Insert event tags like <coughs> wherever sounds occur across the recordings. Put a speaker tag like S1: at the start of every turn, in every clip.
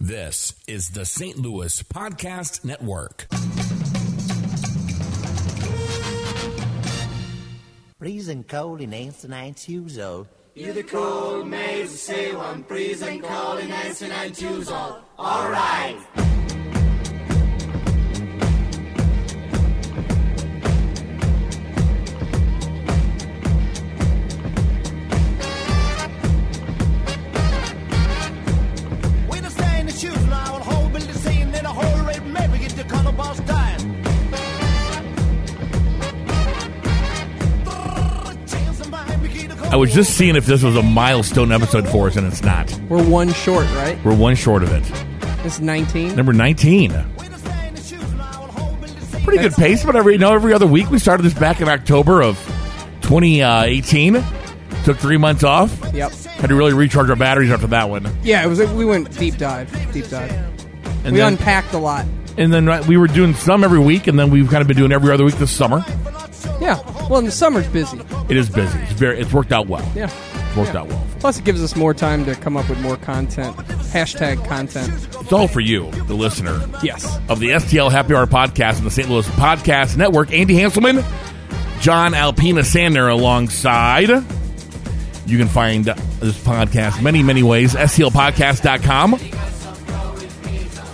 S1: This is the St. Louis Podcast Network.
S2: Freezing cold in asinine shoes old.
S3: You're the cold maze of Salem, I'm freezing cold in asinine shoes old. All right.
S4: We the same the shoes now and whole build the same then a whole rate maybe get the color boss dying.
S5: I was just seeing if this was a milestone episode for us, and it's not.
S6: We're one short, right?
S5: We're one short of it.
S6: It's 19.
S5: Number 19. Pretty good pace, but every, you know, every other week we started this back in October of 2018. Took three months off.
S6: Yep.
S5: Had to really recharge our batteries after that one.
S6: Yeah, it was. Like, we went deep dive, deep dive.
S5: And
S6: we
S5: then,
S6: unpacked a lot.
S5: and then right, we were doing some every week, and then we've kind of been doing every other week this summer.
S6: Yeah. Well, and the summer's busy.
S5: It is busy. It's very. It's worked out well.
S6: Yeah.
S5: It's worked out well.
S6: Plus, it gives us more time to come up with more content. Hashtag content.
S5: It's all for you, the listener.
S6: Yes.
S5: of the STL Happy Hour podcast and the St. Louis Podcast Network. Andy Hanselman, John Alpina Sander alongside. You can find this podcast many, many ways. STLpodcast.com.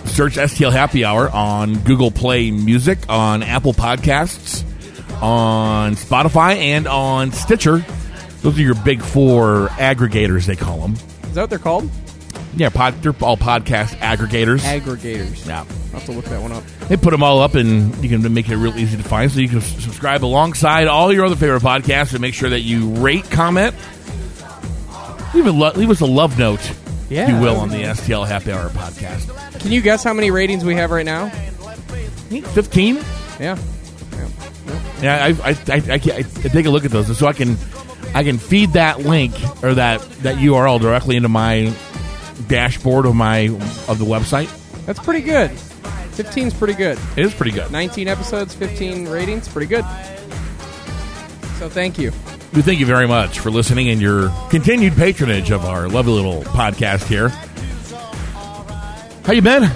S5: Search STL Happy Hour on Google Play Music, on Apple Podcasts, on Spotify, and on Stitcher. Those are your big four aggregators, they call them.
S6: Is that what they're called?
S5: Yeah, pod, they're all podcast aggregators.
S6: Aggregators.
S5: yeah.
S6: I'll have to look that one up.
S5: They put them all up, and you can make it real easy to find. So you can s- subscribe alongside all your other favorite podcasts, and make sure that you rate, comment, leave a lo- leave us a love note, if you
S6: Yeah.
S5: will, on the STL Happy Hour podcast.
S6: Can you guess how many ratings we have right now?
S5: Fifteen.
S6: Yeah. yeah.
S5: Yeah, I I, I, I, can't- I take a look at those, so I can I can feed that link or that that URL directly into my dashboard of my of the website.
S6: That's pretty good. 15's pretty good.
S5: It is pretty good.
S6: 19 episodes, 15 ratings, pretty good. So thank you.
S5: We thank you very much for listening and your continued patronage of our lovely little podcast here. How you been?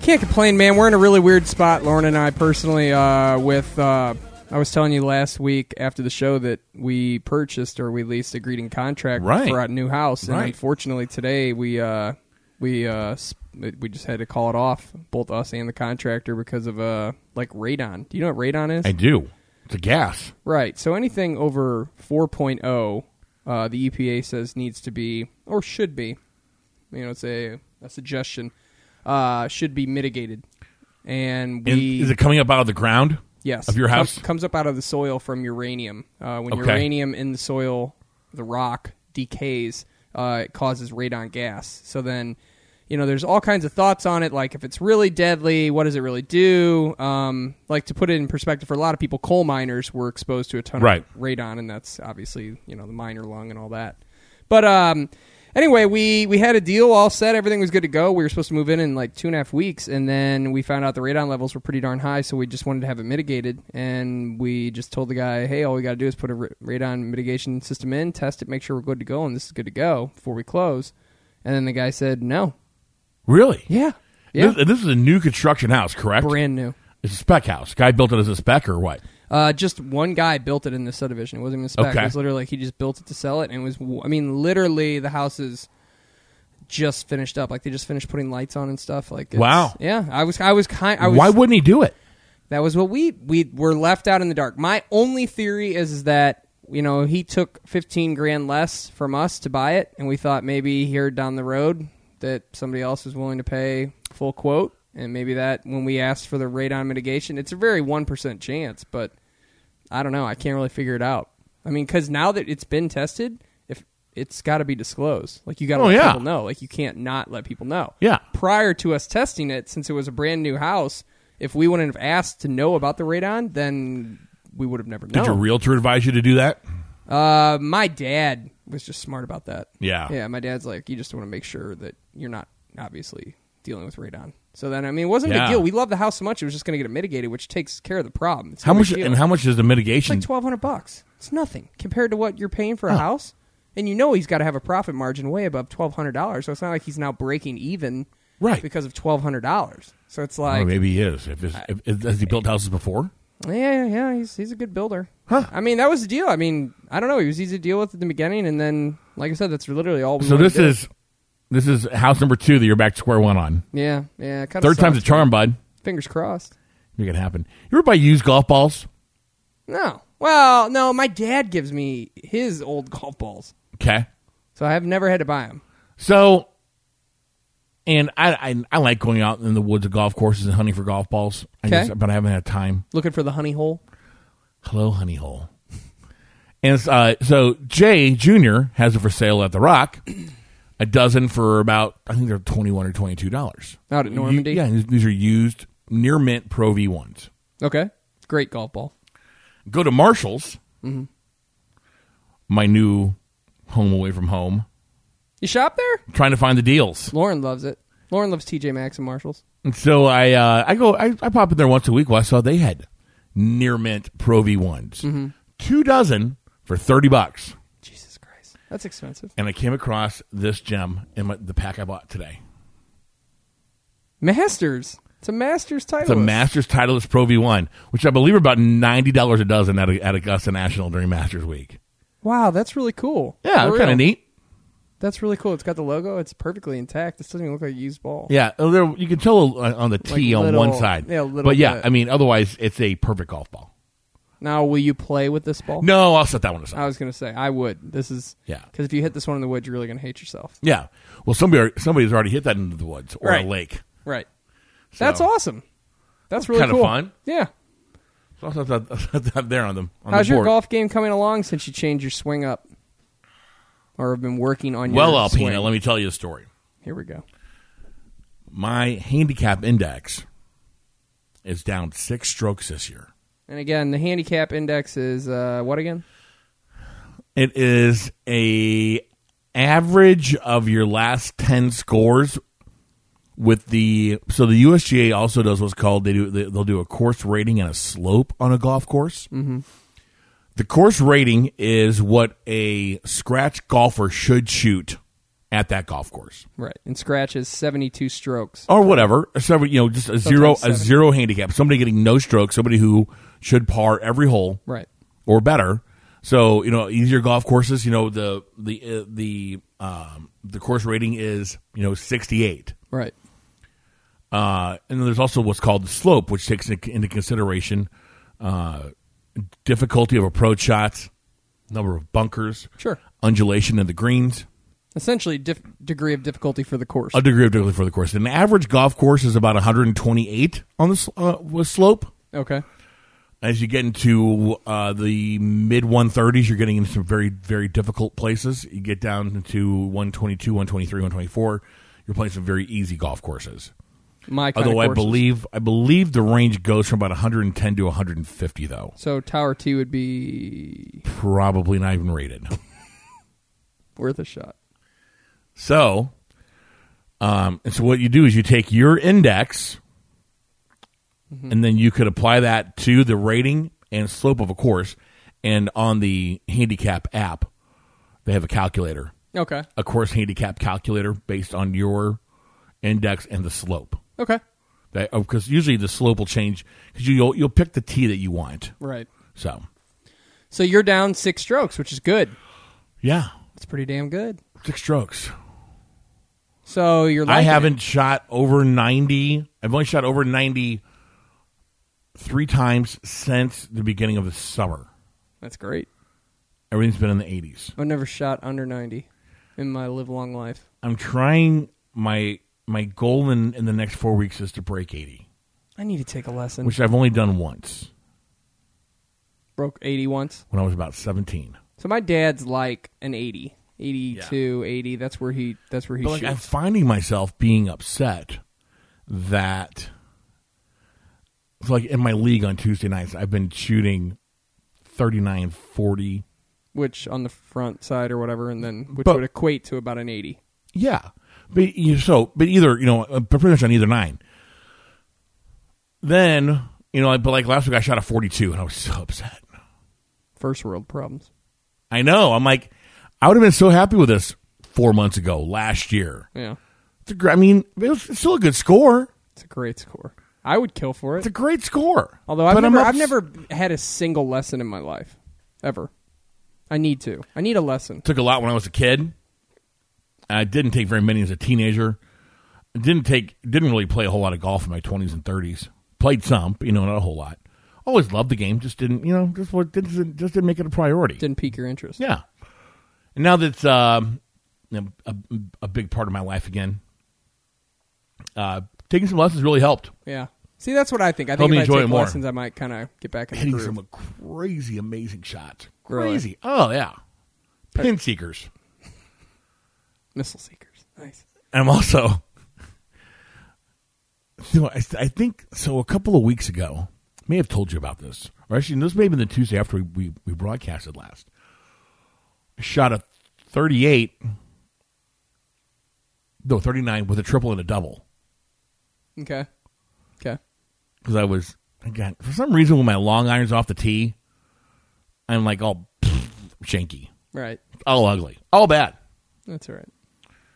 S6: Can't complain, man. We're in a really weird spot, Lauren and I personally. Uh, with uh, I was telling you last week after the show that we purchased or we leased a greeting contract
S5: Right.
S6: for our new house, and
S5: Right.
S6: unfortunately today we uh, we uh, s- we just had to call it off, both us and the contractor, because of uh, like radon. Do you know what radon is?
S5: I do. It's a gas.
S6: Right. So anything over 4.0, uh, the EPA says needs to be or should be, you know, it's a, a suggestion, uh, should be mitigated. And
S5: And
S6: we
S5: is it coming up out of the ground?
S6: yes
S5: Of your
S6: com-
S5: house?
S6: comes up out of the soil from uranium. Uh, when
S5: Okay.
S6: uranium in the soil, the rock decays, uh, it causes radon gas. So then, you know, there's all kinds of thoughts on it. Like if it's really deadly, what does it really do? Um, like to put it in perspective, for a lot of people, coal miners were exposed to a ton
S5: Right.
S6: of radon, and that's obviously you know the miner lung and all that. But um, anyway, we we had a deal all set. Everything was good to go. We were supposed to move in in like two and a half weeks, and then we found out the radon levels were pretty darn high. So we just wanted to have it mitigated, and we just told the guy, "Hey, all we got to do is put a ra- radon mitigation system in, test it, make sure we're good to go, and this is good to go before we close." And then the guy said, "No,
S5: Really?
S6: yeah, yeah,
S5: This, and this is a new construction house, correct?
S6: brand new."
S5: It's a spec house. Guy built it as a spec or what?
S6: Uh, just one guy built it in the subdivision. It wasn't even a spec.
S5: Okay.
S6: It was literally like he just built it to sell it, and it was. I mean, literally the house is just finished up. Like they just finished putting lights on and stuff. Like it's-
S5: Wow.
S6: yeah. I was I was kind. I was,
S5: Why wouldn't he do it?
S6: that was what we we were left out in the dark. My only theory is, is that you know he took fifteen grand less from us to buy it, and we thought maybe here down the road that somebody else was willing to pay full quote, and maybe that when we asked for the radon mitigation, it's a very one percent chance, but I don't know. I can't really figure it out. I mean, because now that it's been tested, if it's got to be disclosed, like you got to
S5: Oh,
S6: let
S5: yeah.
S6: people know. Like you can't not let people know
S5: Yeah.
S6: prior to us testing it, since it was a brand new house, if we wouldn't have asked to know about the radon, then we would have never
S5: Did
S6: known.
S5: your realtor advise you to do that?
S6: uh, my dad was just smart about that.
S5: Yeah.
S6: Yeah, my dad's like, you just want to make sure that you're not obviously dealing with radon. So then, I mean, it wasn't a
S5: Yeah.
S6: big deal. We love the house so much; it was just going to get it mitigated, which takes care of the problem. It's
S5: How
S6: no
S5: much
S6: big deal.
S5: and how much is the
S6: It's
S5: mitigation? Oh.
S6: like twelve hundred bucks. It's nothing compared to what you're paying for a house. and you know he's got to have a profit margin way above twelve hundred dollars. So it's not like he's now breaking even,
S5: Right.
S6: Because of twelve hundred dollars. So it's
S5: Or
S6: like,
S5: Oh, maybe he is. If, it's, if, if has he built houses before?
S6: yeah, yeah, yeah, he's he's a good builder. Huh. I mean, that was the deal. I mean, I don't know. He was easy to deal with at the beginning, and then, like I said, that's literally all. We
S5: So
S6: wanted
S5: this
S6: to do.
S5: is this is house number two that you're back to square one on.
S6: yeah, yeah. Kind
S5: Third time's a charm, bud.
S6: Fingers crossed.
S5: Make it happen. You ever buy used golf balls?
S6: No. Well, no. My dad gives me his old <laughs> golf balls,
S5: Okay.
S6: so I've never had to buy them.
S5: So, and I, I I like going out in the woods of golf courses and hunting for golf balls. I
S6: Okay.
S5: just, but I haven't had time.
S6: Looking for the honey hole.
S5: Hello, honey hole. And it's, uh, so Jay Junior has it for sale at the Rock, a dozen for about I think they're twenty one or twenty two dollars.
S6: Out at Normandy?
S5: yeah, these- these are used near mint Pro V ones.
S6: Okay. Great golf ball.
S5: Go to Marshalls,
S6: Mm-hmm.
S5: my new home away from home,
S6: You shop there?
S5: trying to find the deals.
S6: Lauren loves it. Lauren loves TJ Maxx and Marshalls.
S5: And so I uh, I go I, I pop in there once a week. Well, I saw they had near mint Pro V ones,
S6: Mm-hmm.
S5: two dozen for thirty bucks,
S6: Jesus Christ. That's expensive.
S5: and I came across this gem in my, the pack I bought today.
S6: Masters. It's a Masters title.
S5: It's a Masters Titleist Pro V one, which I believe are about ninety dollars a dozen at, at Augusta National during Masters Week.
S6: Wow, that's really cool.
S5: Yeah,
S6: For
S5: kind
S6: real.
S5: of neat.
S6: That's really cool. It's got the logo. It's perfectly intact. This doesn't even look like a used ball.
S5: Yeah, oh, there- you can tell uh, on the tee on
S6: little-
S5: one side.
S6: yeah, a little
S5: but yeah,
S6: bit.
S5: I mean, otherwise it's a perfect golf ball.
S6: Now, will you play with this ball?
S5: No, I'll set that one aside.
S6: I was going to say, I would. This is.
S5: Yeah.
S6: Because if you hit this one in the woods, you're really going to hate yourself.
S5: yeah, well, somebody somebody's already hit that into the woods or
S6: Right.
S5: a lake.
S6: Right. That's
S5: So-
S6: awesome. That's really
S5: kinda
S6: cool.
S5: fun.
S6: Yeah.
S5: So I'll stop, <laughs> I'll stop there on them. On
S6: How's
S5: the
S6: your
S5: board.
S6: golf game coming along since you changed your swing up? Or have been working on your
S5: Well, Alpina,
S6: swing?
S5: let me tell you a story.
S6: Here we go.
S5: My handicap index is down six strokes this year.
S6: And again, the handicap index is uh, what again?
S5: It is a average of your last ten scores with the so the USGA also does what's called they do they, they'll do a course rating and a slope on a golf course. Mm-hmm. The course rating is what a scratch golfer should shoot at that golf course.
S6: Right. And scratch is 72 strokes.
S5: or whatever, several, you know, just a zero, a
S6: seven.
S5: zero handicap. Somebody getting no stroke. Somebody who should par every hole,
S6: Right.
S5: or better. So you know, easier golf courses. You know, the the uh, the um, the course rating is you know sixty eight.
S6: Right.
S5: Uh, and then there's also what's called the slope, which takes in- into consideration uh, difficulty of approach shots, number of bunkers,
S6: Sure.
S5: undulation in the greens.
S6: Essentially, dif- degree of difficulty for the course.
S5: A degree of difficulty for the course. An average golf course is about 128 on the sl- uh, with slope.
S6: okay.
S5: As you get into uh, the mid 130s, you're getting into some very, very difficult places. You get down into 122, 123, 124. You're playing some very easy golf courses.
S6: My kind
S5: Although
S6: of
S5: I
S6: courses.
S5: believe I believe the range goes from about 110 to 150, though.
S6: So Tower 2 would be
S5: Probably not even rated.
S6: worth a shot.
S5: So, um, and so what you do is you take your index, and then you could apply that to the rating and slope of a course. And on the handicap app, they have a calculator,
S6: Okay.
S5: a course handicap calculator based on your index and the slope.
S6: Okay.
S5: Because usually the slope will change because you, you'll you'll pick the tee that you want.
S6: Right.
S5: So
S6: So you're down six strokes, which is good.
S5: yeah,
S6: That's pretty damn good.
S5: six strokes.
S6: So you're.
S5: I
S6: liking it.
S5: haven't shot over 90. I've only shot over 90 three times since the beginning of the summer.
S6: That's great.
S5: Everything's been in the 80s.
S6: I've never shot under 90 in my live long life.
S5: I'm trying my my goal in, in the next 4 weeks is to break 80,
S6: I need to take a lesson.
S5: which I've only done once
S6: Broke 80 once.
S5: when I was about 17.
S6: So my dad's like an 80, 82, 80. That's where he that's where he
S5: But like I'm
S6: shoots.
S5: finding myself being upset that it's like in my league on Tuesday nights I've been shooting 39 40
S6: which on the front side or whatever and then which
S5: But-
S6: would equate to about an 80.
S5: Yeah, but you so but either you know uh, but pretty much on either nine. Then you know, like- but like last week I shot a forty-two and I was so <laughs> upset.
S6: First world problems.
S5: I know. I'm like, I would have been so happy with this four months ago, last year.
S6: Yeah,
S5: It's a gr- I mean, it was, it's still a good score.
S6: it's a great score. I would kill for it.
S5: It's a great score.
S6: Although I've
S5: But I'm
S6: never,
S5: ups-
S6: I've never had a single lesson in my life, ever. I need to. I need a lesson.
S5: took a lot when I was a kid. I didn't take very many as a teenager. Didn't take didn't really play a whole lot of golf in my twenties and thirties. Played some, but, you know, not a whole lot. Always loved the game, just didn't you know, just what didn't just didn't make it a priority.
S6: Didn't pique your interest.
S5: Yeah. And now that's um, you know, a, a big part of my life again. Uh, taking some lessons really helped.
S6: Yeah. See, that's what I think. I
S5: Help
S6: think
S5: me
S6: if I
S5: enjoy
S6: take
S5: it more.
S6: lessons, I might kind of get back in the
S5: Hitting
S6: groove.
S5: some crazy, amazing shots.
S6: Really?
S5: Crazy. Oh yeah. Pin seekers.
S6: Missile seekers. Nice.
S5: I'm also. <laughs> So I, I think so. A couple of weeks ago, I may have told you about this, or actually, this may have been the Tuesday after we, we, we broadcasted last. I shot a 38, no 39 with a triple and a double
S6: Okay. Okay.
S5: because I was again for some reason when my long irons off the tee, I'm like all pfft, shanky,
S6: Right.
S5: all ugly, all bad.
S6: That's all right.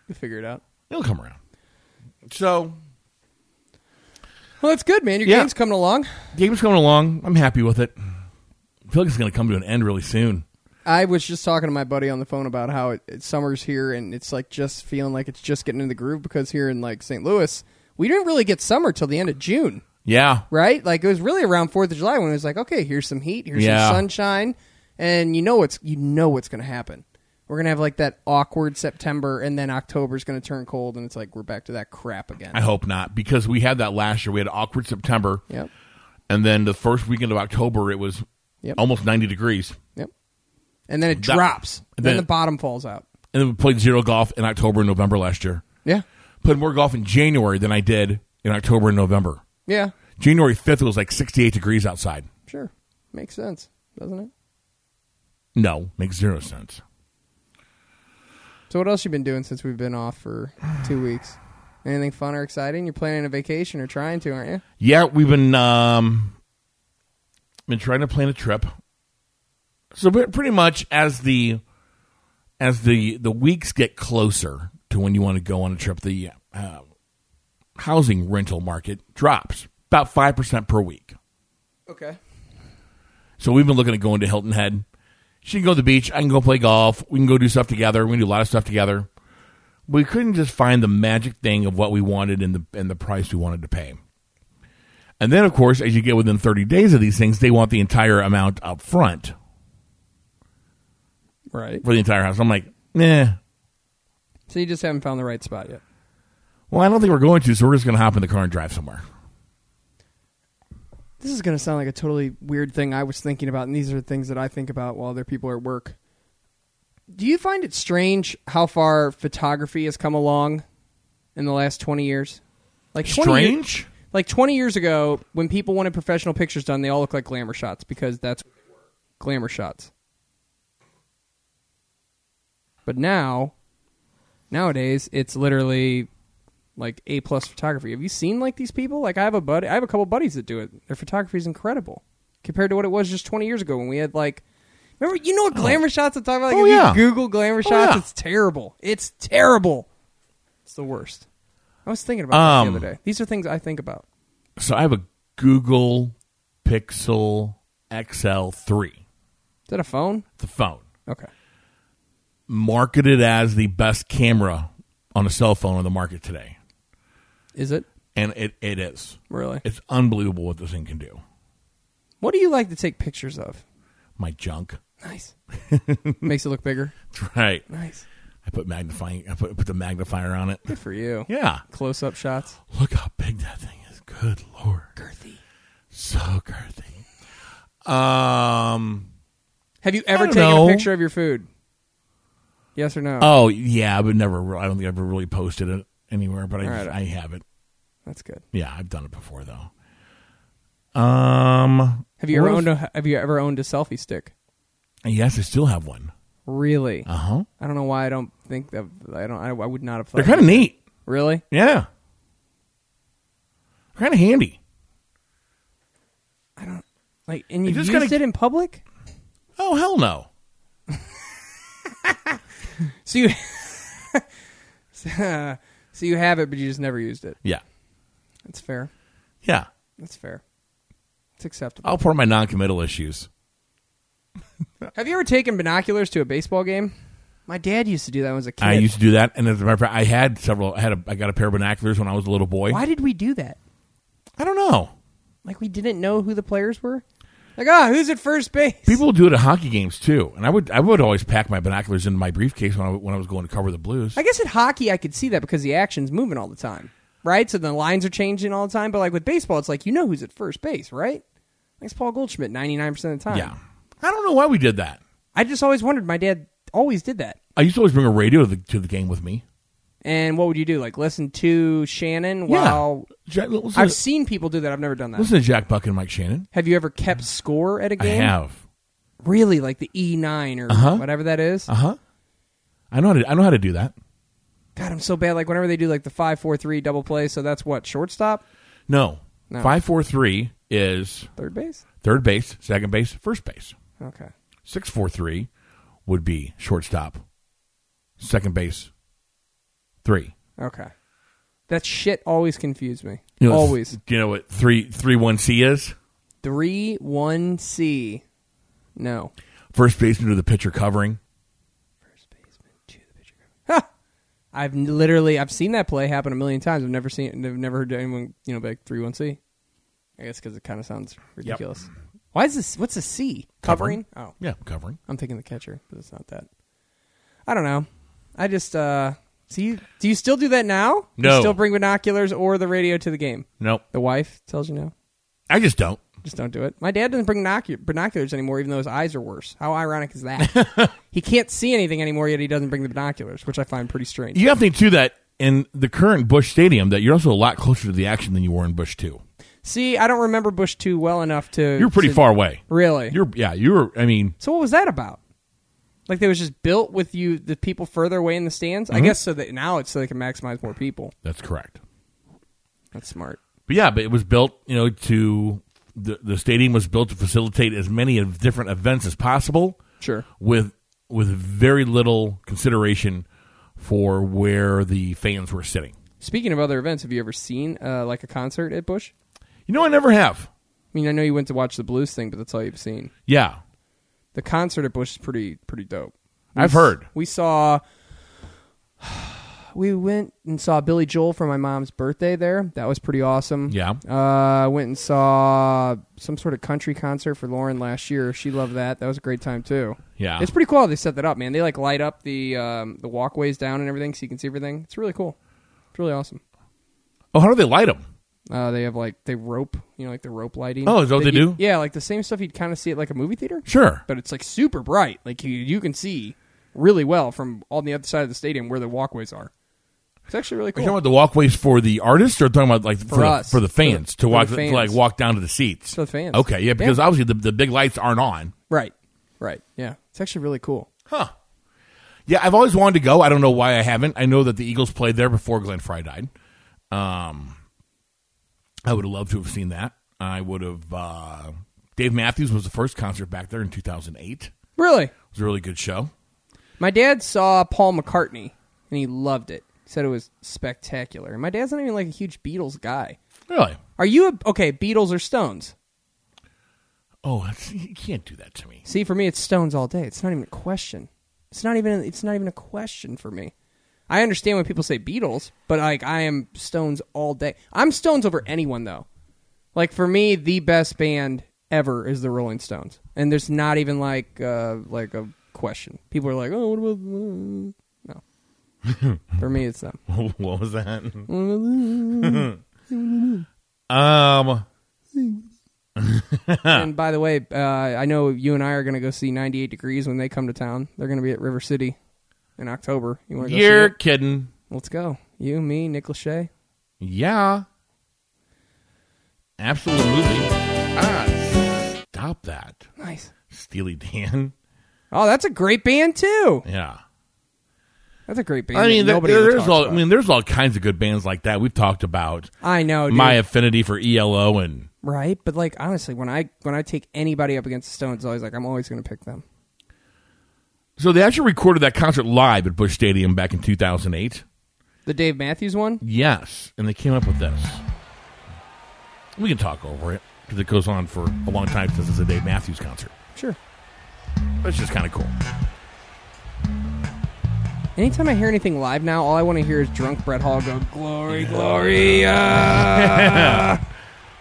S6: You figure it out.
S5: It'll come around. So
S6: Well, that's good, man. Your
S5: Yeah.
S6: game's coming along.
S5: game's going along. I'm happy with it. I feel like it's going to come to an end really soon.
S6: I was just talking to my buddy on the phone about how it, it, summer's here and it's like just feeling like it's just getting in the groove because here in like St. Louis, we didn't really get summer till the end of June,
S5: Yeah,
S6: right? Like it was really around 4th of July when it was like, okay, here's some heat, here's
S5: Yeah.
S6: some sunshine, and you know what's you know what's going to happen. We're going to have like that awkward September and then October's going to turn cold and it's like we're back to that crap again.
S5: I hope not because we had that last year. We had an awkward September,
S6: Yep.
S5: and then the first weekend of October, it was
S6: Yep.
S5: almost 90 degrees.
S6: Yep. And then it
S5: That-
S6: drops.
S5: and
S6: then
S5: then-
S6: the bottom falls out.
S5: And then we played zero golf in October and November last year.
S6: Yeah.
S5: Played more golf in January than I did in October and November.
S6: Yeah.
S5: January 5th it was like 68 degrees outside.
S6: Sure. Makes sense, doesn't it?
S5: No, makes zero sense.
S6: So what else you been doing since we've been
S5: <sighs>
S6: off for two weeks? Anything fun or exciting? You're planning a vacation or trying to, aren't you?
S5: Yeah, we've been um been trying to plan a trip. So pre- pretty much as the as the the weeks get closer to when you want to go on a trip, the uh, housing rental market drops about five percent per week.
S6: Okay.
S5: So we've been looking at going to Hilton Head. She can go to the beach. I can go play golf. We can go do stuff together. We can do a lot of stuff together. We couldn't just find the magic thing of what we wanted and the and the price we wanted to pay. And then, of course, as you get within thirty days of these things, they want the entire amount up front
S6: Right.
S5: for the entire house. I'm like, nah.
S6: So you just haven't found the right spot yet.
S5: Well, I don't think we're going to, so we're just going to hop in the car and drive somewhere.
S6: This is going to sound like a totally weird thing I was thinking about, and these are things that I think about while other people are at work. Do you find it strange how far photography has come along in the last 20 years? Like 20 years-
S5: Strange.
S6: like 20 years ago when people wanted professional pictures done they all look like glamour shots because that's what they were glamour shots but now nowadays it's literally like a plus photography have you seen like these people like i have a buddy i have a couple buddies that do it their photography is incredible compared to what it was just 20 years ago when we had like remember you know what glamour shots i'm talking about like
S5: Oh,
S6: if
S5: yeah.
S6: you google glamour shots
S5: yeah.
S6: it's terrible it's terrible it's the worst i was thinking about
S5: Um,
S6: that the other day these are things i think about
S5: So I have a Google Pixel XL3,
S6: Is that a phone?
S5: the phone.
S6: Okay.
S5: marketed as the best camera on a cell phone on the market today.
S6: Is it
S5: And it, it is.
S6: really?
S5: It's unbelievable what this thing can do.
S6: What do you like to take pictures of?
S5: My junk. <laughs>
S6: Nice. Makes it look bigger.
S5: That's right.
S6: Nice.
S5: I put magnifying I put, put the magnifier on it.
S6: Good for you.
S5: Yeah.
S6: Close up
S5: <gasps>
S6: shots.
S5: Look how big that thing is. Good lord.
S6: Girthy.
S5: So girthy. Um
S6: Have you ever
S5: don't
S6: taken
S5: know.
S6: a picture of your food? Yes or no?
S5: oh yeah, but never re- I don't think I've ever really posted it anywhere, but I
S6: All right.
S5: I have it.
S6: That's good.
S5: Yeah, I've done it before though. Um
S6: Have you ever
S5: what
S6: owned
S5: else-
S6: a Have you ever owned a selfie stick?
S5: Yes, I still have one.
S6: Really?
S5: Uh-huh.
S6: I don't know why I don't think that. I don't. I, I would not have thought.
S5: They're kind of neat.
S6: Really?
S5: Yeah. Kind of handy.
S6: Like, and you
S5: just
S6: used
S5: kinda-
S6: it in public?
S5: Oh, hell no.
S6: So you, <laughs> so you have it, but you just never used it.
S5: Yeah.
S6: That's fair.
S5: Yeah.
S6: That's fair. It's acceptable.
S5: I'll pour my non-committal issues. Oh.
S6: Have you ever taken binoculars to a baseball game? My dad used to do that when I was a kid.
S5: I used to do that, and as a matter of fact, I had several. I had a, I got a pair of binoculars when I was a little boy.
S6: Why did we do that?
S5: I don't know.
S6: Like we didn't know who the players were. Like, ah, who's at first base?
S5: People do it at hockey games too, and I would I would always pack my binoculars into my briefcase when I, when I was going to cover the Blues.
S6: I guess at hockey, I could see that because the action's moving all the time, right? So the lines are changing all the time. But like with baseball, it's like you know who's at first base, right? Like it's Paul Goldschmidt, ninety nine percent of the time.
S5: yeah, I don't know why we did that.
S6: I just always wondered. My dad always did that.
S5: I used to always bring a radio to the, to the game with me.
S6: And what would you do? Like listen to Shannon while
S5: Jack, listen,
S6: I've
S5: to,
S6: seen people do that. I've never done that.
S5: listen to Jack Buck and Mike Shannon.
S6: Have you ever kept score at a
S5: Mm. I
S6: game?
S5: have.
S6: Really, like the E nine or whatever that is.
S5: Uh huh. I know how to, I know how to do that.
S6: God, I'm so bad. Like whenever they do like the five four three double play, so that's what shortstop,
S5: No,
S6: No.
S5: five four three is
S6: third base.
S5: third base, second base, first base.
S6: Okay,
S5: Six four three would be shortstop, second base, three.
S6: okay. That shit always confused me.
S5: You know what-
S6: always
S5: Do you know what three three one C is?
S6: three one C. No.
S5: First baseman to the pitcher covering.
S6: First baseman to the pitcher. Ha! I've n- literally I've seen that play happen a million times. I've never seen I've never heard anyone you know be like three one C. I guess because it kind of sounds ridiculous. Why is this? What's a C covering? Oh,
S5: Yeah, covering.
S6: I'm thinking the catcher, but it's not that. I don't know. I just uh see. You, do you still do that now?
S5: No.
S6: You still bring binoculars or the radio to the game.
S5: Nope.
S6: The wife tells you no.
S5: I just don't.
S6: Just don't do it. My dad doesn't bring binocu- binoculars anymore, even though his eyes are worse. How ironic
S5: <laughs>
S6: is that? he can't see anything anymore, yet he doesn't bring the binoculars, which I find pretty strange.
S5: You have to think too that in the current Bush Stadium that you're also a lot closer to the action than you were in Bush Two.
S6: See, I don't remember Bush two well enough to.
S5: You're pretty
S6: to-
S5: far away.
S6: Really?
S5: You're yeah. You were. I mean,
S6: so what was that about? Like they was just built with you, the people further away in the stands.
S5: Mm-hmm.
S6: I guess so that now it's so they can maximize more people.
S5: that's correct.
S6: That's smart.
S5: But yeah, but it was built, you know, to the the stadium was built to facilitate as many of different events as possible.
S6: Sure.
S5: With with very little consideration for where the fans were sitting.
S6: Speaking of other events, have you ever seen uh, like a concert at Bush?
S5: You know, I never have.
S6: I mean, I know you went to watch the Blues thing, but that's all you've seen.
S5: Yeah,
S6: the concert at Bush is pretty pretty dope.
S5: I've heard.
S6: We saw <sighs> we went and saw Billy Joel for my mom's birthday there. That was pretty awesome.
S5: Yeah.
S6: Uh went and saw some sort of country concert for Lauren last year. She loved that. That was a great time too.
S5: Yeah.
S6: It's pretty cool how they set that up, man. They like light up the um, the walkways down and everything so you can see everything. It's really cool. It's really awesome.
S5: Oh, how do they light them?
S6: Uh, they have like they rope, you know, like the rope lighting.
S5: Oh, is that what
S6: That
S5: they
S6: you-
S5: do?
S6: Yeah, like the same stuff you'd kind of see at like a movie theater
S5: Sure.
S6: but it's like super bright. Like you, you can see really well from on the other side of the stadium where the walkways are. It's actually really
S5: Are
S6: cool.
S5: you talking about the walkways for the artists, or talking about like for,
S6: us.
S5: the, for the fans
S6: For the-
S5: to watch,
S6: for the
S5: to like
S6: fans.
S5: walk down to the seats?
S6: For the fans.
S5: Okay, yeah, because obviously the, the big lights aren't on.
S6: right, right, yeah. It's actually really cool.
S5: Huh. Yeah, I've always wanted to go. I don't know why I haven't. I know that the Eagles played there before Glenn Fry died. Um, I would have loved to have seen that. I would have. Uh, Dave Matthews was the first concert back there in 2008. It
S6: Really,
S5: was a really good show.
S6: my dad saw Paul McCartney and he loved it. He said it was spectacular. And my dad's not even like a huge Beatles guy.
S5: Really?
S6: Are you a, okay? Beatles or Stones?
S5: Oh, that's, you can't do that to me.
S6: See, for me, it's Stones all day. It's not even a question. It's not even. It's not even a question for me. I understand when people say Beatles, but like I am Stones all day. I'm Stones over anyone though. Like for me, the best band ever is the Rolling Stones, and there's not even like uh, like a question. People are like, oh, what about no? for me, it's them.
S5: <laughs> what was <laughs> that? um.
S6: and by the way, uh, I know you and I are going to go see 98 Degrees when they come to town. They're going to be at River City in October. You want to go? see
S5: You're
S6: it?
S5: kidding.
S6: Let's go. You, me, Nick Lachey.
S5: Yeah. Absolutely. Ah, stop that.
S6: Nice.
S5: Steely Dan.
S6: Oh, that's a great band too.
S5: Yeah.
S6: That's a great band.
S5: I mean,
S6: that
S5: there,
S6: nobody ever
S5: there's
S6: talks
S5: all. I
S6: about.
S5: mean, there's all kinds of good bands like that. We've talked about
S6: I know, dude.
S5: my affinity for ELO and
S6: right? But like, honestly, when I when I take anybody up against the Stones, it's always like I'm always going to pick them.
S5: So they actually recorded that concert live at Bush Stadium back in 2008.
S6: The Dave Matthews one?
S5: Yes, and they came up with this. We can talk over it because it goes on for a long time since it's a Dave Matthews concert.
S6: Sure.
S5: But it's just kind of cool.
S6: Anytime I hear anything live now, all I want to hear is drunk Brett Hall go, Glory, Gloria!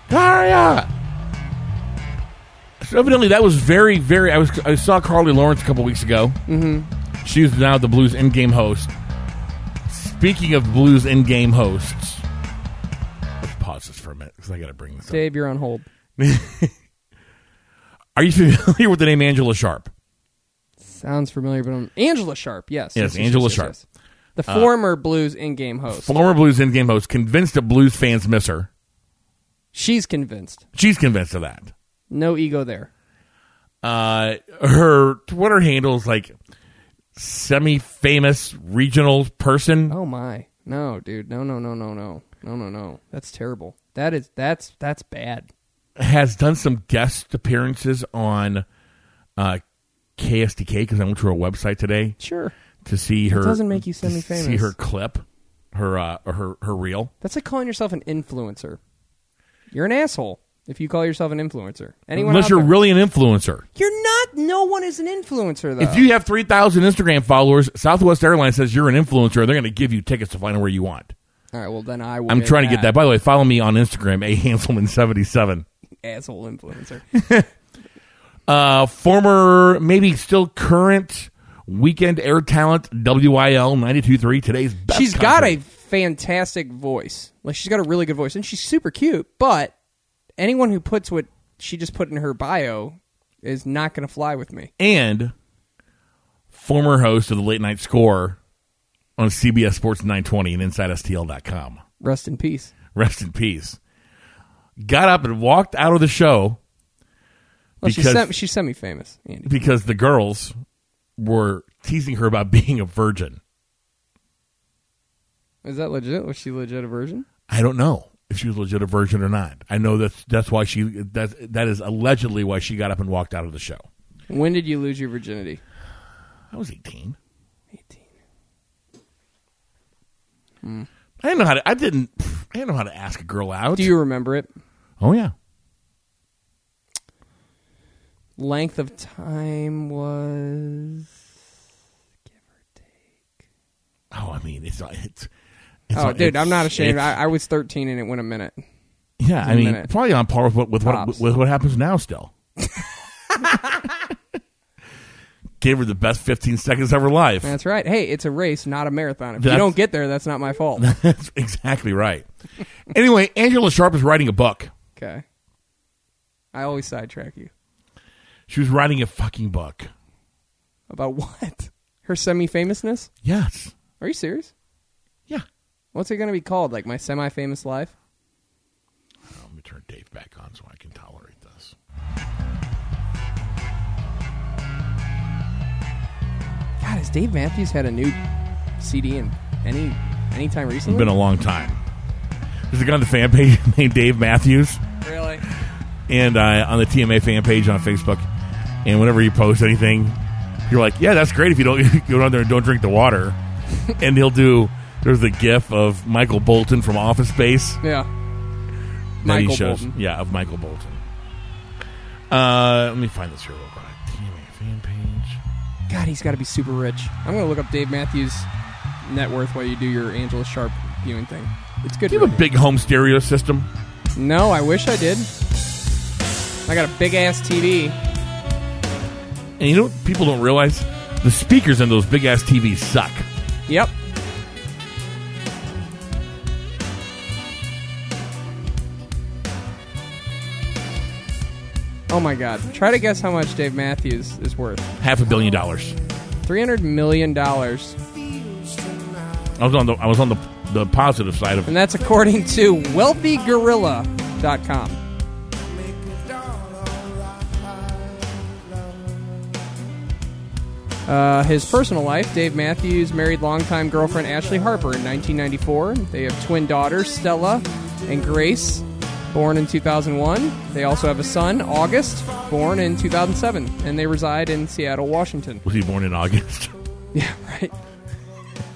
S5: Daria. So evidently, that was very, very. I was I saw Carly Lawrence a couple weeks ago. Mm-hmm. She was now the Blues in game host. Speaking of Blues in game hosts, let's pause this for a minute because I got to bring this up.
S6: Dave, you're on hold.
S5: Are you <laughs> familiar with the name Angela Sharp?
S6: Sounds familiar, but I'm. Angela Sharp, yes.
S5: Yes, Angela Sharp. Uh,
S6: The former Blues in game host.
S5: Former Blues in game host, convinced that Blues fans miss her.
S6: She's convinced.
S5: She's convinced of that.
S6: No ego there.
S5: uh, her Twitter handle is like semi-famous regional person.
S6: Oh my. No, dude. No, no, no, no, no. No, no, no. That's terrible. That is that's that's bad.
S5: Has done some guest appearances on uh, KSDK because I went to her website today
S6: Sure.
S5: to see her.
S6: doesn't make you
S5: to
S6: semi-famous.
S5: See her clip, her uh, or her her reel.
S6: That's like calling yourself an influencer. You're an asshole if you call yourself an influencer. Anyone
S5: Unless
S6: out
S5: you're
S6: there-
S5: really an influencer,
S6: You're not no one is an influencer though.
S5: if you have three thousand Instagram followers, Southwest Airlines says you're an influencer. They're going to give you tickets to fly anywhere you want.
S6: All right, well then I will
S5: I'm trying to get that. By the way, follow me on Instagram, a Hanselman seventy seven.
S6: asshole
S5: <laughs>
S6: influencer.
S5: uh, former, maybe still current weekend air talent, WIL 92.3, today's best.
S6: she's got a
S5: concert.
S6: fantastic voice. Like she's got a really good voice and she's super cute, but anyone who puts what she just put in her bio is not going to fly with me.
S5: And former host of the late night score on CBS Sports 920 and InsideSTL.com.
S6: Rest in peace.
S5: Rest in peace. Got up and walked out of the show
S6: Well, she's,
S5: Because-
S6: sem- she's semi-famous, Andy.
S5: because the girls were teasing her about <laughs> being a virgin.
S6: Is that legit? Was she legit a virgin?
S5: I don't know if she was a legit a virgin or not. I know that's that's why she that that is allegedly why she got up and walked out of the show.
S6: When did you lose your virginity?
S5: I was eighteen.
S6: 18.
S5: I didn't know how to. I didn't. I didn't know how to ask a girl out.
S6: Do you remember it?
S5: oh yeah.
S6: Length of time was.
S5: Oh, I mean, it's it's. it's
S6: Oh, dude,
S5: it's-
S6: I'm not ashamed.
S5: it's-
S6: I, I was 13 and it went a minute.
S5: yeah, I
S6: a
S5: mean,
S6: minute.
S5: probably on par with what with what,
S6: Tops.
S5: with what happens now.
S6: <laughs>
S5: Still, gave her the best 15 seconds of her life.
S6: That's right. Hey, it's a race, not a marathon. If you
S5: That's-
S6: don't get there, that's not my
S5: <laughs>
S6: fault.
S5: <laughs> That's exactly right. anyway, Angela Sharp is writing a book.
S6: okay. I always sidetrack you.
S5: She was writing a fucking book.
S6: About <laughs> what? Her semi famousness?
S5: Yes.
S6: Are you serious?
S5: Yeah.
S6: What's it going to be called? Like my semi famous life?
S5: Oh, Let me turn Dave back on so I can tolerate this.
S6: God, has Dave Matthews had a new CD in any anytime
S5: It's
S6: recently?
S5: been a long time. There's a guy on the fan page <laughs> named Dave Matthews.
S6: really?
S5: and uh, on the TMA fan page on Facebook. And whenever you post anything, you're like, "Yeah, that's great." If you don't <laughs> you go down there and don't drink the
S6: <laughs>
S5: water, and he'll do. There's the GIF of Michael Bolton from Office Space
S6: Yeah.
S5: that he
S6: Michael
S5: shows.
S6: Bolton.
S5: Yeah, of Michael Bolton. Uh, let me find this here real quick. TMA fan page.
S6: God, he's got to be super rich. I'm gonna look up Dave Matthews' net worth while you do your Angela Sharp viewing thing. It's good.
S5: Do you have a
S6: radio.
S5: big home stereo system?
S6: No, I wish I did. I got a big ass TV.
S5: And you know what people don't realize? The speakers in those big ass TVs suck.
S6: Yep. Oh my God! Try to guess how much Dave Matthews is worth.
S5: Half a billion dollars.
S6: Three hundred million dollars.
S5: I was on the I was on the the positive side of it.
S6: And that's according to wealthygorilla.com. Uh, his personal life Dave Matthews married longtime girlfriend Ashley Harper in 1994. They have twin daughters, Stella and Grace. born in 2001. They also have a son, August, born in 2007, and they reside in Seattle, Washington. <laughs>
S5: Was he born in August? <laughs>
S6: Yeah, right.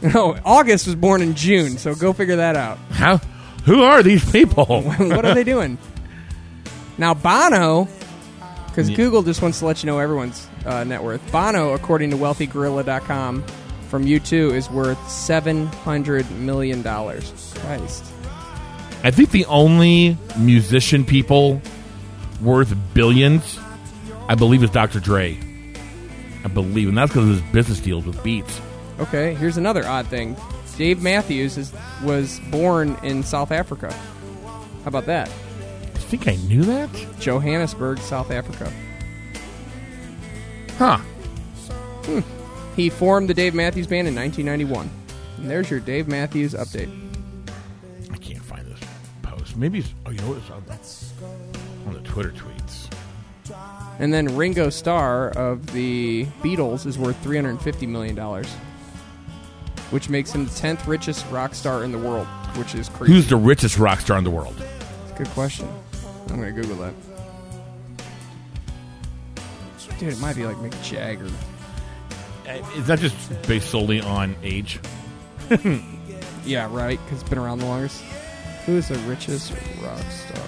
S6: No, Oh, August was born in June, so go figure that out.
S5: How? Who are these
S6: <laughs>
S5: people?
S6: what are they doing? Now Bono, because Google just wants to let you know everyone's uh, net worth. Bono, according to WealthyGorilla.com, from U2 is worth seven hundred million dollars. Christ,
S5: I think the only musician people worth billions, I believe, is Dr. Dre. I believe, and that's because of his business deals with Beats.
S6: Okay, here's another odd thing. Dave Matthews is, was born in South Africa. How about that?
S5: I think I knew that.
S6: Johannesburg, South Africa.
S5: Huh.
S6: He formed the Dave Matthews Band in 1991. And there's your Dave Matthews update.
S5: I can't find this post. Maybe it's, oh, you know what? It's on the, on the Twitter tweets.
S6: And then Ringo Starr of the Beatles is worth $350 million, which makes him the 10th richest rock star in the world, which is crazy.
S5: Who's the richest rock star in the world?
S6: Good question. I'm going to Google that. Dude, it might be like Mick Jagger.
S5: Uh, Is that just based solely on age?
S6: Yeah, right, because it's been around the longest. Who is the richest rock star?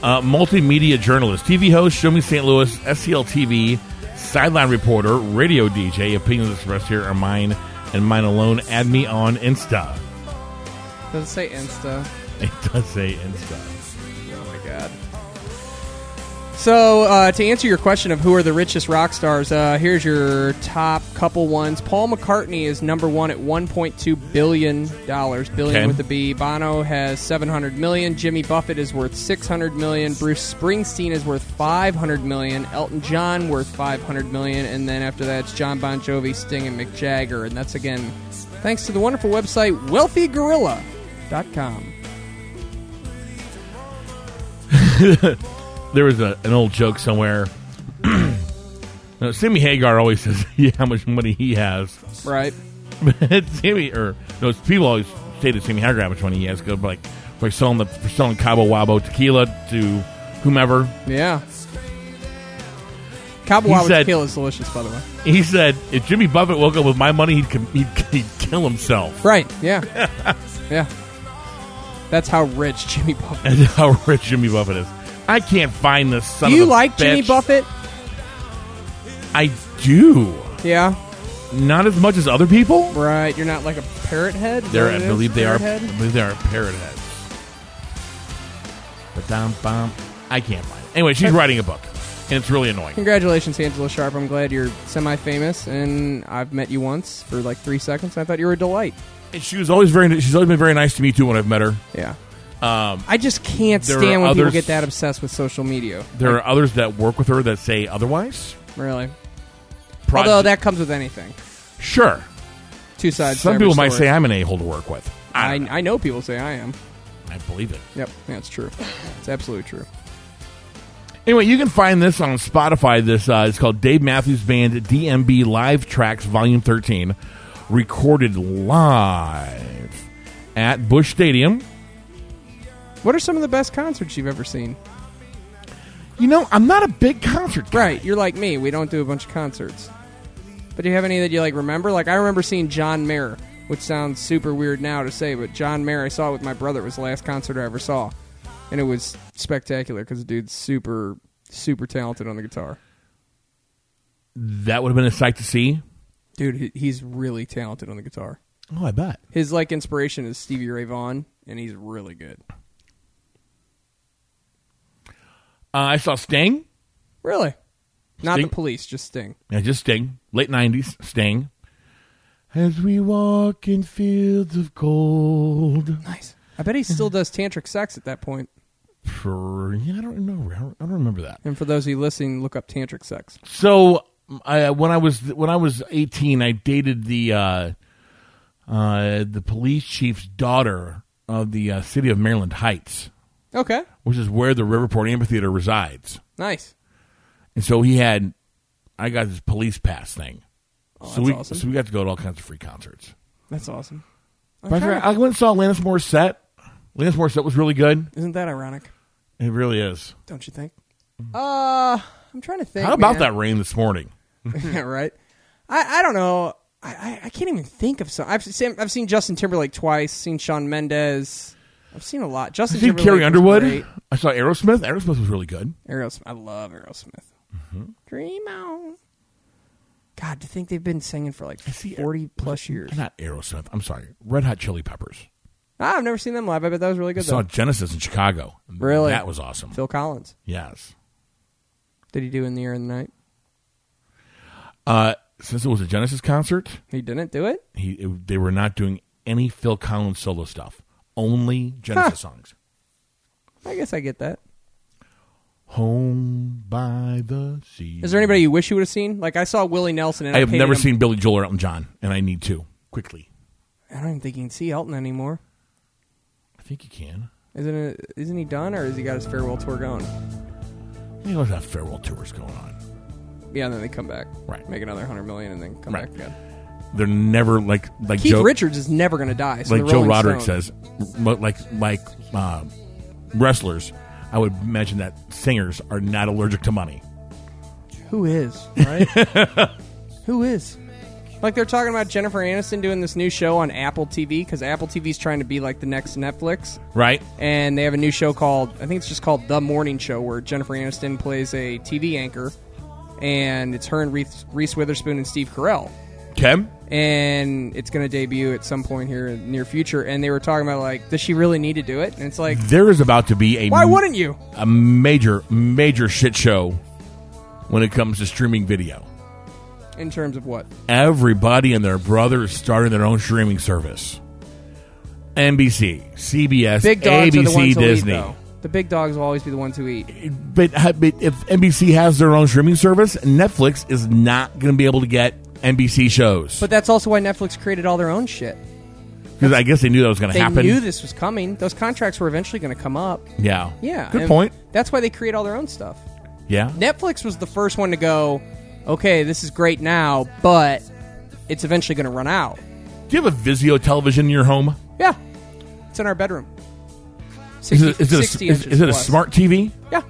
S5: Uh, multimedia journalist, TV host, Show Me St. Louis, SCL TV, sideline reporter, radio DJ. Opinions expressed here are mine and mine alone. Add me on Insta. <laughs>
S6: Does it say Insta?
S5: It does say Insta.
S6: Oh my god. So, uh, to answer your question of who are the richest rock stars, uh, here's your top couple ones. Paul McCartney is number one at 1.2 billion dollars, billion
S5: Okay.
S6: with a B. Bono has 700 million. Jimmy Buffett is worth 600 million. Bruce Springsteen is worth 500 million. Elton John worth 500 million, and then after that, it's John Bon Jovi, Sting, and Mick Jagger, and that's again thanks to the wonderful website WealthyGorilla.com.
S5: There was a, an old joke somewhere. <clears throat> Now, Sammy Hagar always says <laughs> yeah, how much money he has.
S6: Right?
S5: But <laughs> Sammy or no, it's- people always say that Sammy Hagar how much money he has. Go like for selling the for selling Cabo Wabo tequila to whomever.
S6: Yeah. Cowboy
S5: He
S6: Wild
S5: said-
S6: Tequila is delicious, by the way.
S5: He said, if Jimmy Buffett woke up with my money, he'd, com- he'd, <laughs> he'd kill himself.
S6: Right. Yeah.
S5: <laughs>
S6: yeah. That's how rich Jimmy Buffett.
S5: And <laughs> how rich Jimmy Buffett is. I can't find this son
S6: Do you
S5: of a
S6: like Jimmy
S5: bitch.
S6: Buffett?
S5: I do.
S6: Yeah.
S5: Not as much as other people.
S6: Right. You're not like a parrot head. Is
S5: They're,
S6: that what
S5: I
S6: it is?
S5: believe they are.
S6: Parrot
S5: I
S6: head?
S5: believe they are parrot heads. Ba-dum, bum. I can't find it. Anyway, she's writing a book, and it's really annoying.
S6: Congratulations, Angela Sharp. I'm glad you're semi-famous, and I've met you once for like three seconds. And I thought you were a delight.
S5: And she was always very. She's always been very nice to me too when I've met her.
S6: Yeah. Um, I just can't
S5: there are
S6: stand when people
S5: others-
S6: get that obsessed with social media.
S5: There are others that work with her that say otherwise.
S6: Really.
S5: Prod-
S6: Although that comes with anything.
S5: sure,
S6: Two sides. to
S5: some
S6: every
S5: people might
S6: story.
S5: say I'm an a-hole to work with. I,
S6: I,
S5: don't know.
S6: I know people say I am.
S5: I believe it.
S6: Yep, that's true. It's absolutely true.
S5: Anyway, you can find this on Spotify. This uh, it's called Dave Matthews Band DMB Live Tracks Volume 13, recorded live at Bush Stadium.
S6: What are some of the best concerts you've ever seen?
S5: You know, I'm not a big concert guy.
S6: Right, you're like me. We don't do a bunch of concerts. But do you have any that you like remember? Like I remember seeing John Mayer, which sounds super weird now to say, but John Mayer I saw with my brother It was the last concert I ever saw, and it was spectacular because the dude's super super talented on the guitar.
S5: That would have been a sight to see.
S6: Dude, he- he's really talented on the guitar.
S5: Oh, I bet.
S6: His like inspiration is Stevie Ray Vaughan, and he's really good.
S5: Uh, I saw Sting.
S6: Really, not
S5: Sting-
S6: the police, just Sting.
S5: Yeah, just Sting. Late 90s, Sting. As we walk in fields of gold.
S6: Nice. I bet he still does tantric sex at that point.
S5: For, yeah, I don't know. I don't, I don't remember that.
S6: And for those of you listening, look up tantric sex.
S5: So I, when I was when I was eighteen, I dated the uh, uh, the police chief's daughter of the uh, city of Maryland Heights,
S6: Okay.
S5: which is where the Riverport Amphitheater resides.
S6: Nice.
S5: And so he had, I got this police pass thing. so
S6: Oh, that's
S5: we
S6: awesome.
S5: so we got to go to all kinds of free concerts.
S6: That's awesome.
S5: But I, forgot- I went and saw Alanis Morissette. Lance Morissette was really good.
S6: Isn't that ironic?
S5: It really is.
S6: Don't you think? Uh, I'm trying to think.
S5: Mm. How about that
S6: man.
S5: rain this morning?
S6: <laughs> yeah, right. I, I don't know. I, I, I can't even think of some. I've seen I've seen Justin Timberlake twice. Seen Sean Mendez. I've seen a lot. Justin
S5: I see
S6: Timberlake.
S5: Carrie
S6: was
S5: Underwood.
S6: great.
S5: I saw Aerosmith. Aerosmith was really good.
S6: Aerosmith. I love Aerosmith.
S5: Mm-hmm.
S6: Dream on. God, to think they've been singing for like
S5: see uh, Aer-
S6: forty plus years.
S5: Not Aerosmith. I'm sorry. Red Hot Chili Peppers.
S6: Ah, I've never seen them live. I bet that was really
S5: I
S6: good
S5: saw
S6: though.
S5: Genesis in Chicago.
S6: Really?
S5: That was awesome.
S6: Phil Collins.
S5: Yes.
S6: Did he do in the air and the night?
S5: Uh, since it was a Genesis concert,
S6: He didn't do it.
S5: he it, they were not doing any Phil Collins solo stuff. Only Genesis songs.
S6: I guess I get that.
S5: Home by the sea.
S6: Is there anybody you wish you would have seen? Like I saw Willie Nelson, and
S5: I
S6: I,
S5: have
S6: hated
S5: never
S6: him.
S5: seen Billy Joel or Elton John, and I need to quickly.
S6: I don't even think you can see Elton anymore.
S5: I think you can.
S6: Isn't it? Isn't he done, or has he got his farewell tour going?
S5: I think there's that farewell tours going on.
S6: Yeah, and then they come back,
S5: Right.
S6: Make another hundred million, and then come
S5: Right.
S6: back again.
S5: They're never like like
S6: Keith
S5: Joe,
S6: Richards is never going to die. So
S5: like
S6: the
S5: Joe
S6: Rolling
S5: Roderick
S6: Stones-
S5: says, mo- like like uh, wrestlers. I would imagine that singers are not allergic to money.
S6: "Who is
S5: <laughs>
S6: right? Who is?" Like they're talking about Jennifer Aniston doing this new show on Apple TV because Apple TV's trying to be like the next Netflix.
S5: Right?
S6: and they have a new show called I think it's just called The Morning Show, where Jennifer Aniston plays a TV anchor, and it's her and Reese, Reese Witherspoon and Steve Carell,
S5: Kim?
S6: and it's going to debut at some point here in the near future. And they were talking about like, does she really need to do it? And it's like,
S5: There is about to be a
S6: why wouldn't you?
S5: a major major shit show when it comes to streaming video.
S6: In terms of what?
S5: Everybody and their brother is starting their own streaming service. NBC, CBS,
S6: Big dogs
S5: ABC,
S6: are the ones who
S5: Disney.
S6: Eat, though. The big dogs will always be the ones who eat.
S5: but, but if NBC has their own streaming service, Netflix is not going to be able to get NBC shows
S6: But that's also why Netflix created all their own shit.
S5: because I guess they knew that was going to
S6: They
S5: happen.
S6: knew this was coming. Those contracts were eventually going to come up.
S5: yeah,
S6: Yeah.
S5: good
S6: and
S5: point.
S6: That's why they create all their own stuff.
S5: Yeah,
S6: Netflix was the first one to go, okay, this is great now, but it's eventually going to run out.
S5: do you have a Vizio television in your home?
S6: Yeah. It's in our bedroom. 60,
S5: Is it, is it, a-
S6: 60
S5: is-
S6: inches
S5: is it a
S6: plus.
S5: smart TV?
S6: Yeah.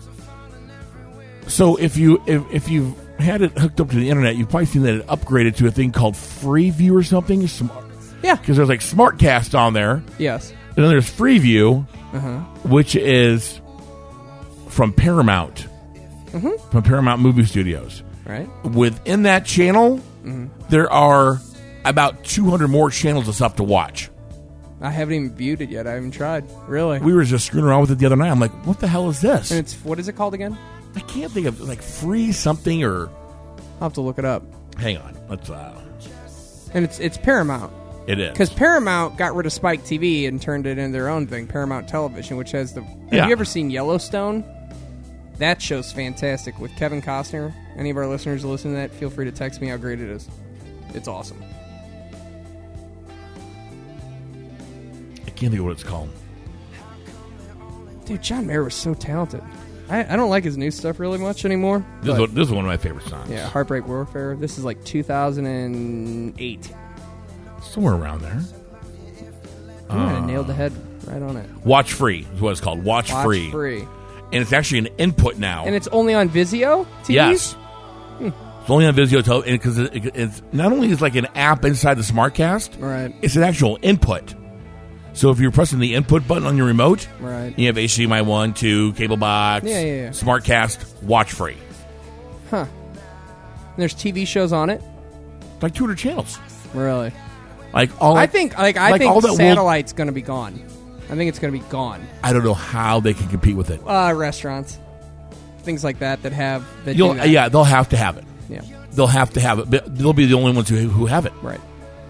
S5: So if you if, if you've had it hooked up to the internet, you've probably seen that it upgraded to a thing called FreeView or something. Smart
S6: Yeah.
S5: because there's like SmartCast on there,
S6: Yes.
S5: and then there's FreeView,
S6: Uh-huh.
S5: which is from Paramount,
S6: Mm-hmm.
S5: from Paramount Movie Studios.
S6: Right?
S5: Within that channel,
S6: Mm-hmm.
S5: there are about 200 more channels of stuff to watch.
S6: I haven't even viewed it yet. I haven't tried. Really?
S5: We were just screwing around with it the other night. I'm like, what the hell is this?
S6: and it's, what is it called again?
S5: I can't think of like free something or.
S6: I'll have to look it up.
S5: Hang on, let's. Uh,
S6: And it's it's Paramount.
S5: it is
S6: Because Paramount got rid of Spike TV and turned it into their own thing, Paramount Television, which has the.
S5: Yeah.
S6: Have you ever seen Yellowstone? That show's fantastic with Kevin Costner. Any of our listeners who listen to that, feel free to text me how great it is. It's awesome.
S5: I can't think of what it's called.
S6: Dude, John Mayer was so talented. I, I don't like his new stuff really much anymore.
S5: This is,
S6: but-
S5: one- this is one of my favorite songs.
S6: yeah, Heartbreak Warfare. This is like 2008.
S5: somewhere around there.
S6: I might
S5: Ah.
S6: have nailed the head right on it.
S5: Watch free is what it's called. Watch,
S6: Watch free.
S5: free. and it's actually an input now.
S6: And it's Hmm. only on Vizio TVs?
S5: yes, it's only on Vizio Tele because it, it- it's not only is like an app inside the SmartCast,
S6: Right.
S5: It's an actual input. So if you're pressing the input button on your remote,
S6: Right.
S5: you have HDMI one, two, cable box,
S6: Yeah, yeah, yeah.
S5: SmartCast, watch free,
S6: And there's TV shows on it?
S5: like 200 channels,
S6: Really?
S5: like all.
S6: I think like I
S5: like
S6: think
S5: all that world-
S6: satellite's going to be gone. I think it's going to be gone.
S5: I don't know how they can compete with it.
S6: Uh, restaurants, things like that that have that. do
S5: You'll,
S6: that.
S5: yeah, they'll have to have it.
S6: yeah,
S5: They'll have to have it. But They'll be the only ones who, who have it.
S6: right.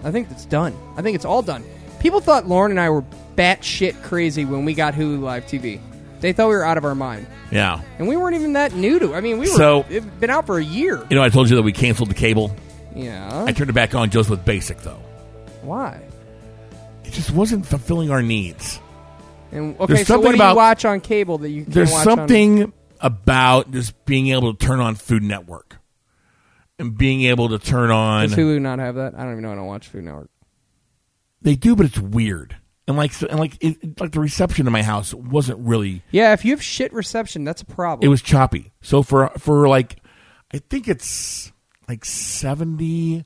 S6: I think it's done. I think it's all done. People thought Lauren and I were batshit crazy when we got Hulu Live TV. They thought we were out of our mind,
S5: Yeah.
S6: and we weren't even that new to. I mean, we were
S5: So-
S6: it'd been out for a year.
S5: You know, I told you that we canceled the cable.
S6: yeah.
S5: I turned it back on just with basic though.
S6: Why?
S5: It just wasn't fulfilling our needs.
S6: And okay,
S5: There's
S6: so
S5: something
S6: what do you
S5: about-
S6: watch on cable that you can
S5: There's
S6: watch On,
S5: something about just being able to turn on Food Network and being able to turn on
S6: does Hulu not have that? I don't even know. I don't watch Food Network.
S5: They do, but it's weird. and like so- and like it, like the reception in my house wasn't really.
S6: Yeah, if you have shit reception, that's a problem.
S5: It was choppy. So for for like, I think it's like seventy.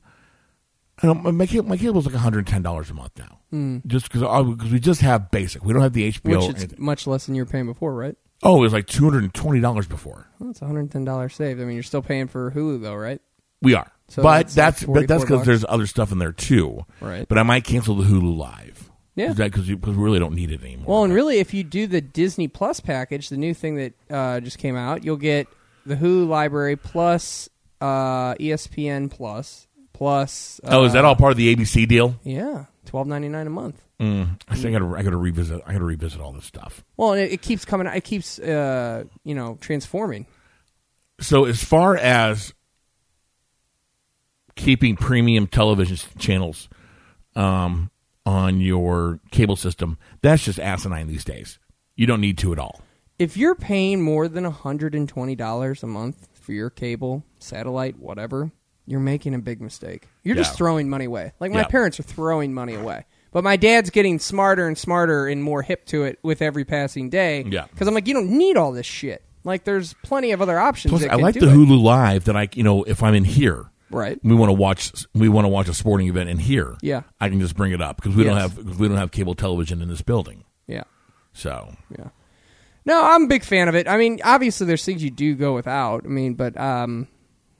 S5: I don't, my cable my cable's like one hundred ten dollars a month now, mm. just because because we just have basic. We don't have the HBO. or
S6: Hmm. which is
S5: anything.
S6: much less than you were paying before, right?
S5: oh, it was like two hundred and twenty dollars before.
S6: Well, it's $110 saved. I mean, you're still paying for Hulu, though, right?
S5: We are,
S6: So
S5: but
S6: it's like
S5: that's but that's
S6: 44
S5: because there's other stuff in there too.
S6: Right.
S5: But I might cancel the Hulu Live.
S6: Yeah.
S5: Because we really don't need it anymore.
S6: Well, and really, if you do the Disney Plus package, the new thing that uh, just came out, you'll get the Hulu library plus uh, ESPN plus plus. Uh,
S5: oh, is that all part of the ABC deal? Mm.
S6: Yeah, twelve ninety nine a month.
S5: I think I
S6: mm.
S5: gotta, I gotta revisit. I gotta revisit all this stuff.
S6: Well, and it, it keeps coming. It keeps uh, you know transforming.
S5: So as far as keeping premium television s- channels um, on your cable system, that's just asinine these days. You don't need to at all.
S6: If you're paying more than hundred and twenty dollars a month for your cable, satellite, whatever, you're making a big mistake. You're
S5: Yeah.
S6: just throwing money away. Like my
S5: Yeah.
S6: parents are throwing money away. But my dad's getting smarter and smarter and more hip to it with every passing day.
S5: Yeah.
S6: Because I'm like, you don't need all this shit. Like, there's plenty of other options.
S5: Plus,
S6: that
S5: I
S6: can
S5: like
S6: do
S5: the
S6: it.
S5: Hulu Live that I, you know, if I'm in here,
S6: Right.
S5: We want to watch. We want to watch a sporting event in here.
S6: Yeah.
S5: I can just bring it up because we don't
S6: Yes.
S5: have 'cause we don't have cable television in this building.
S6: Yeah.
S5: So
S6: Yeah. No, I'm a big fan of it. I mean, obviously, there's things you do go without. I mean, but um,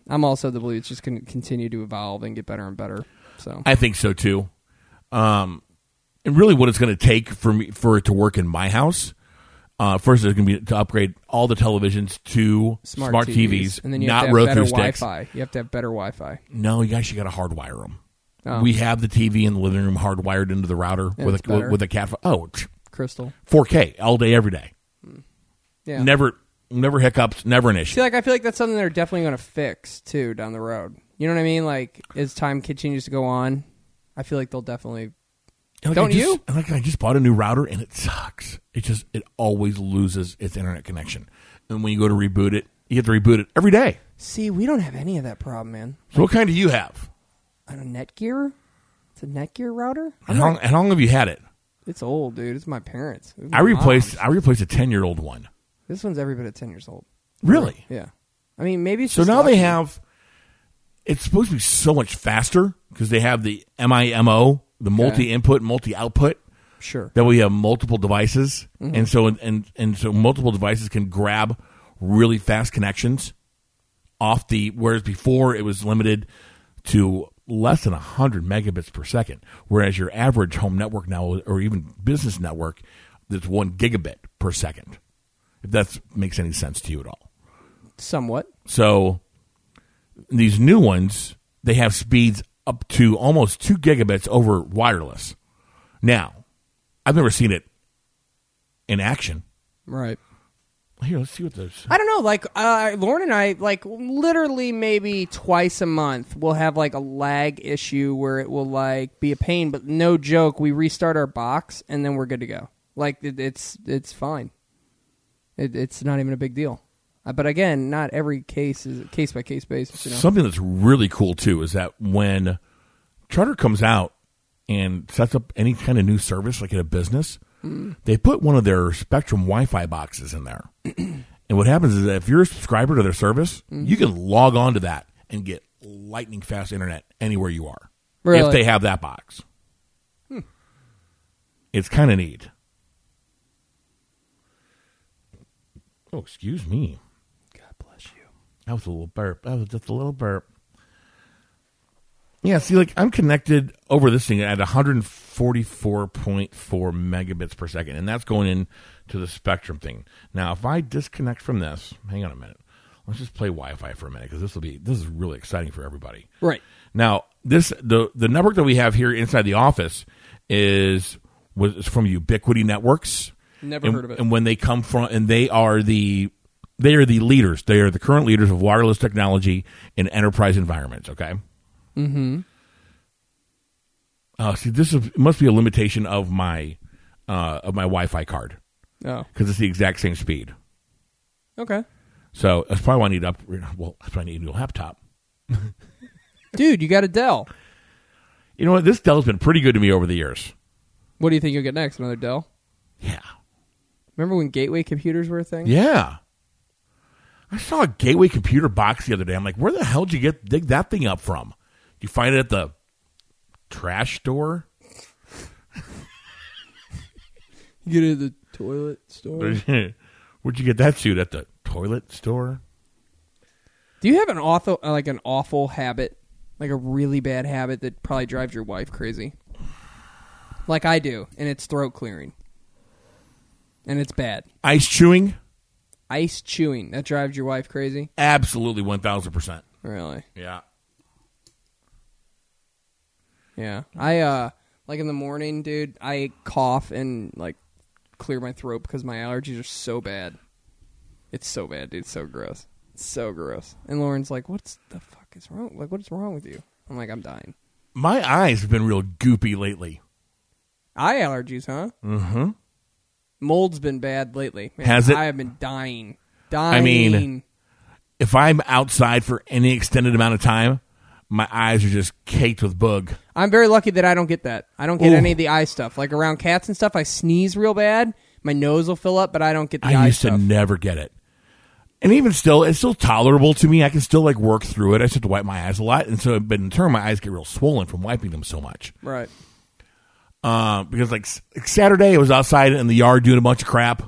S6: I'm also the belief it's just going to continue to evolve and get better and better. So
S5: I think so too. Um, and really, what it's going to take for me for it to work in my house, uh, first it's going to be to upgrade all the televisions to smart, TVs,
S6: and then you
S5: not
S6: have to have
S5: Roku
S6: better
S5: sticks.
S6: Wi-Fi. You have to have better Wi-Fi.
S5: No, you actually got to hardwire them.
S6: Oh.
S5: We have the TV in the living room hardwired into the router with
S6: it's
S5: a with,
S6: better.
S5: a cat. Oh, tch,
S6: Crystal.
S5: 4K all day every day.
S6: Yeah.
S5: Never never hiccups. Never an issue.
S6: See, like I feel like that's something they're definitely going to fix too down the road. You know what I mean? Like as time continues to go on, I feel like they'll definitely.
S5: And I
S6: Don't
S5: just-
S6: you?
S5: and Like I just bought a new router and it sucks. It just it always loses its internet connection, and when you go to reboot it, you have to reboot it every day.
S6: See, we don't have any of that problem, man.
S5: So what kind do you have?
S6: On a Netgear, it's a Netgear router.
S5: And how, and how long have you had it?
S6: It's old, dude. It's my parents. It was
S5: I
S6: my
S5: replaced
S6: mom's.
S5: I replaced a ten year old one.
S6: This one's every bit of ten years old.
S5: Really?
S6: Yeah. I mean, maybe. It's
S5: So
S6: just
S5: now they
S6: lucky.
S5: have. It's supposed to be so much faster because they have the MIMO, the multi input, multi output.
S6: sure.
S5: That we have multiple devices, and so and and so multiple devices can grab really fast connections off the. Whereas before it was limited to less than hundred megabits per second. Whereas your average home network now, or even business network, that's one gigabit per second. If that makes any sense to you at all.
S6: Somewhat.
S5: So these new ones, they have speeds up to almost two gigabits over wireless. Now, I've never seen it in action.
S6: Right.
S5: Here, let's see what those.
S6: I don't know. Like uh, Lauren and I, like literally maybe twice a month, we'll have like a lag issue where it will like be a pain. But no joke, we restart our box and then we're good to go. Like it, it's it's fine. It, it's not even a big deal. Uh, but again, not every case is case by case basis. You know?
S5: Something that's really cool too is that when Charter comes out and sets up any kind of new service, like in a business,
S6: Mm.
S5: they put one of their Spectrum Wi-Fi boxes in
S6: <clears throat>
S5: there. and what happens is that if you're a subscriber to their service,
S6: Mm-hmm.
S5: you can log on to that and get lightning fast internet anywhere you are if
S6: Really? Hmm.
S5: they have that box. It's kind of neat. Oh, excuse me.
S6: God bless you.
S5: That was a little burp. That was just a little burp. Yeah, see, like I'm connected over this thing at 144.4 megabits per second, and that's going in to the Spectrum thing. Now, if I disconnect from this, hang on a minute. Let's just play Wi-Fi for a minute because this will be this is really exciting for everybody.
S6: Right.
S5: Now, this the the network that we have here inside the office is was is from Ubiquity Networks.
S6: Never
S5: And-
S6: heard of it.
S5: And when they come from, and they are the they are the leaders. They are the current leaders of wireless technology in enterprise environments. Okay. Hmm.
S6: Mm-hmm.
S5: Uh, see, this is, must be a limitation of my uh, of my Wi-Fi card
S6: Oh.
S5: because it's the exact same speed.
S6: Okay.
S5: So that's probably why I need up. Well, that's why I need a new laptop.
S6: Dude, you got a Dell.
S5: You know what? This Dell's been pretty good to me over the years.
S6: What do you think you'll get next? Another Dell?
S5: Yeah.
S6: Remember when gateway computers were a thing?
S5: Yeah. I saw a gateway computer box the other day. I'm like, where the hell did you get dig that thing up from? Did you find it at the trash <laughs> store?
S6: Get it at the toilet
S5: <laughs>
S6: store.
S5: Where'd you get that suit at the toilet store?
S6: Do you have an awful, uh, like an awful habit, like a really bad habit that probably drives your wife crazy? Like I do, and it's throat clearing, and it's bad.
S5: Ice chewing?
S6: Ice chewing that drives your wife crazy.
S5: Absolutely, one thousand percent.
S6: Really?
S5: Yeah.
S6: Yeah. I uh, like in the morning, dude. I cough and like clear my throat because my allergies are so bad. It's so bad, dude. It's so gross. It's so gross. And Lauren's like, "What's the fuck is wrong? Like, what's wrong with you?" I'm like, "I'm dying."
S5: My eyes have been real goopy lately.
S6: Eye allergies, huh? Mm-hmm. Mold's been bad lately. Man,
S5: Has it?
S6: I have been dying. Dying.
S5: mean- If I'm outside for any extended amount of time, my eyes are just caked with bug.
S6: I'm very lucky that I don't get that. I don't get
S5: Ooh.
S6: any of the eye stuff. Like around cats and stuff, I sneeze real bad. My nose will fill up, but I don't get the
S5: I
S6: eye
S5: used
S6: stuff.
S5: to never get it. And even still, it's still tolerable to me. I can still like work through it. I just have to wipe my eyes a lot, and so but in turn, my eyes get real swollen from wiping them so much.
S6: right.
S5: Uh, because like s- Saturday, I was outside in the yard doing a bunch of crap,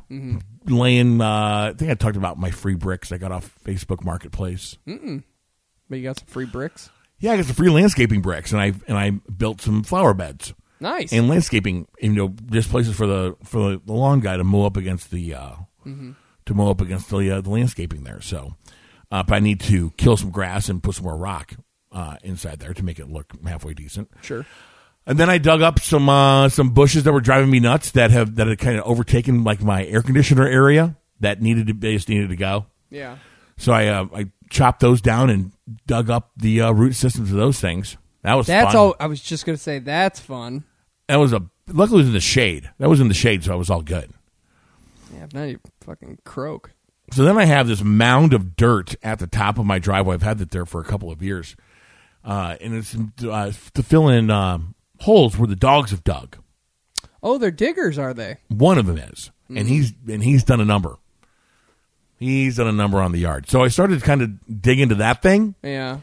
S5: laying. Uh, I think I talked about my free bricks I got off Facebook Marketplace.
S6: But you got some free bricks.
S5: Yeah, I got some free landscaping bricks, and I and I built some flower beds
S6: Nice.
S5: and landscaping. You know, just places for the for the lawn guy to mow up against the uh,
S6: Mm-hmm.
S5: to mow up against the uh, the landscaping there. So, uh, but I need to kill some grass and put some more rock uh, inside there to make it look halfway decent.
S6: sure.
S5: And then I dug up some uh, some bushes that were driving me nuts that have that had kind of overtaken like my air conditioner area that needed to they just needed to go.
S6: Yeah.
S5: So I uh, I chopped those down and dug up the uh, root systems of those things. That was
S6: That's
S5: fun.
S6: all. I was just gonna say that's fun.
S5: That was a luckily it was in the shade. That was in the shade, so I was all good.
S6: Yeah. Now you fucking croak.
S5: So then I have this mound of dirt at the top of my driveway. I've had it there for a couple of years, uh, and it's uh, to fill in um, holes where the dogs have dug.
S6: Oh, they're diggers, are they?
S5: One of them is, and he's and he's done a number. He's done a number on the yard. So I started to kind of dig into that thing,
S6: Yeah.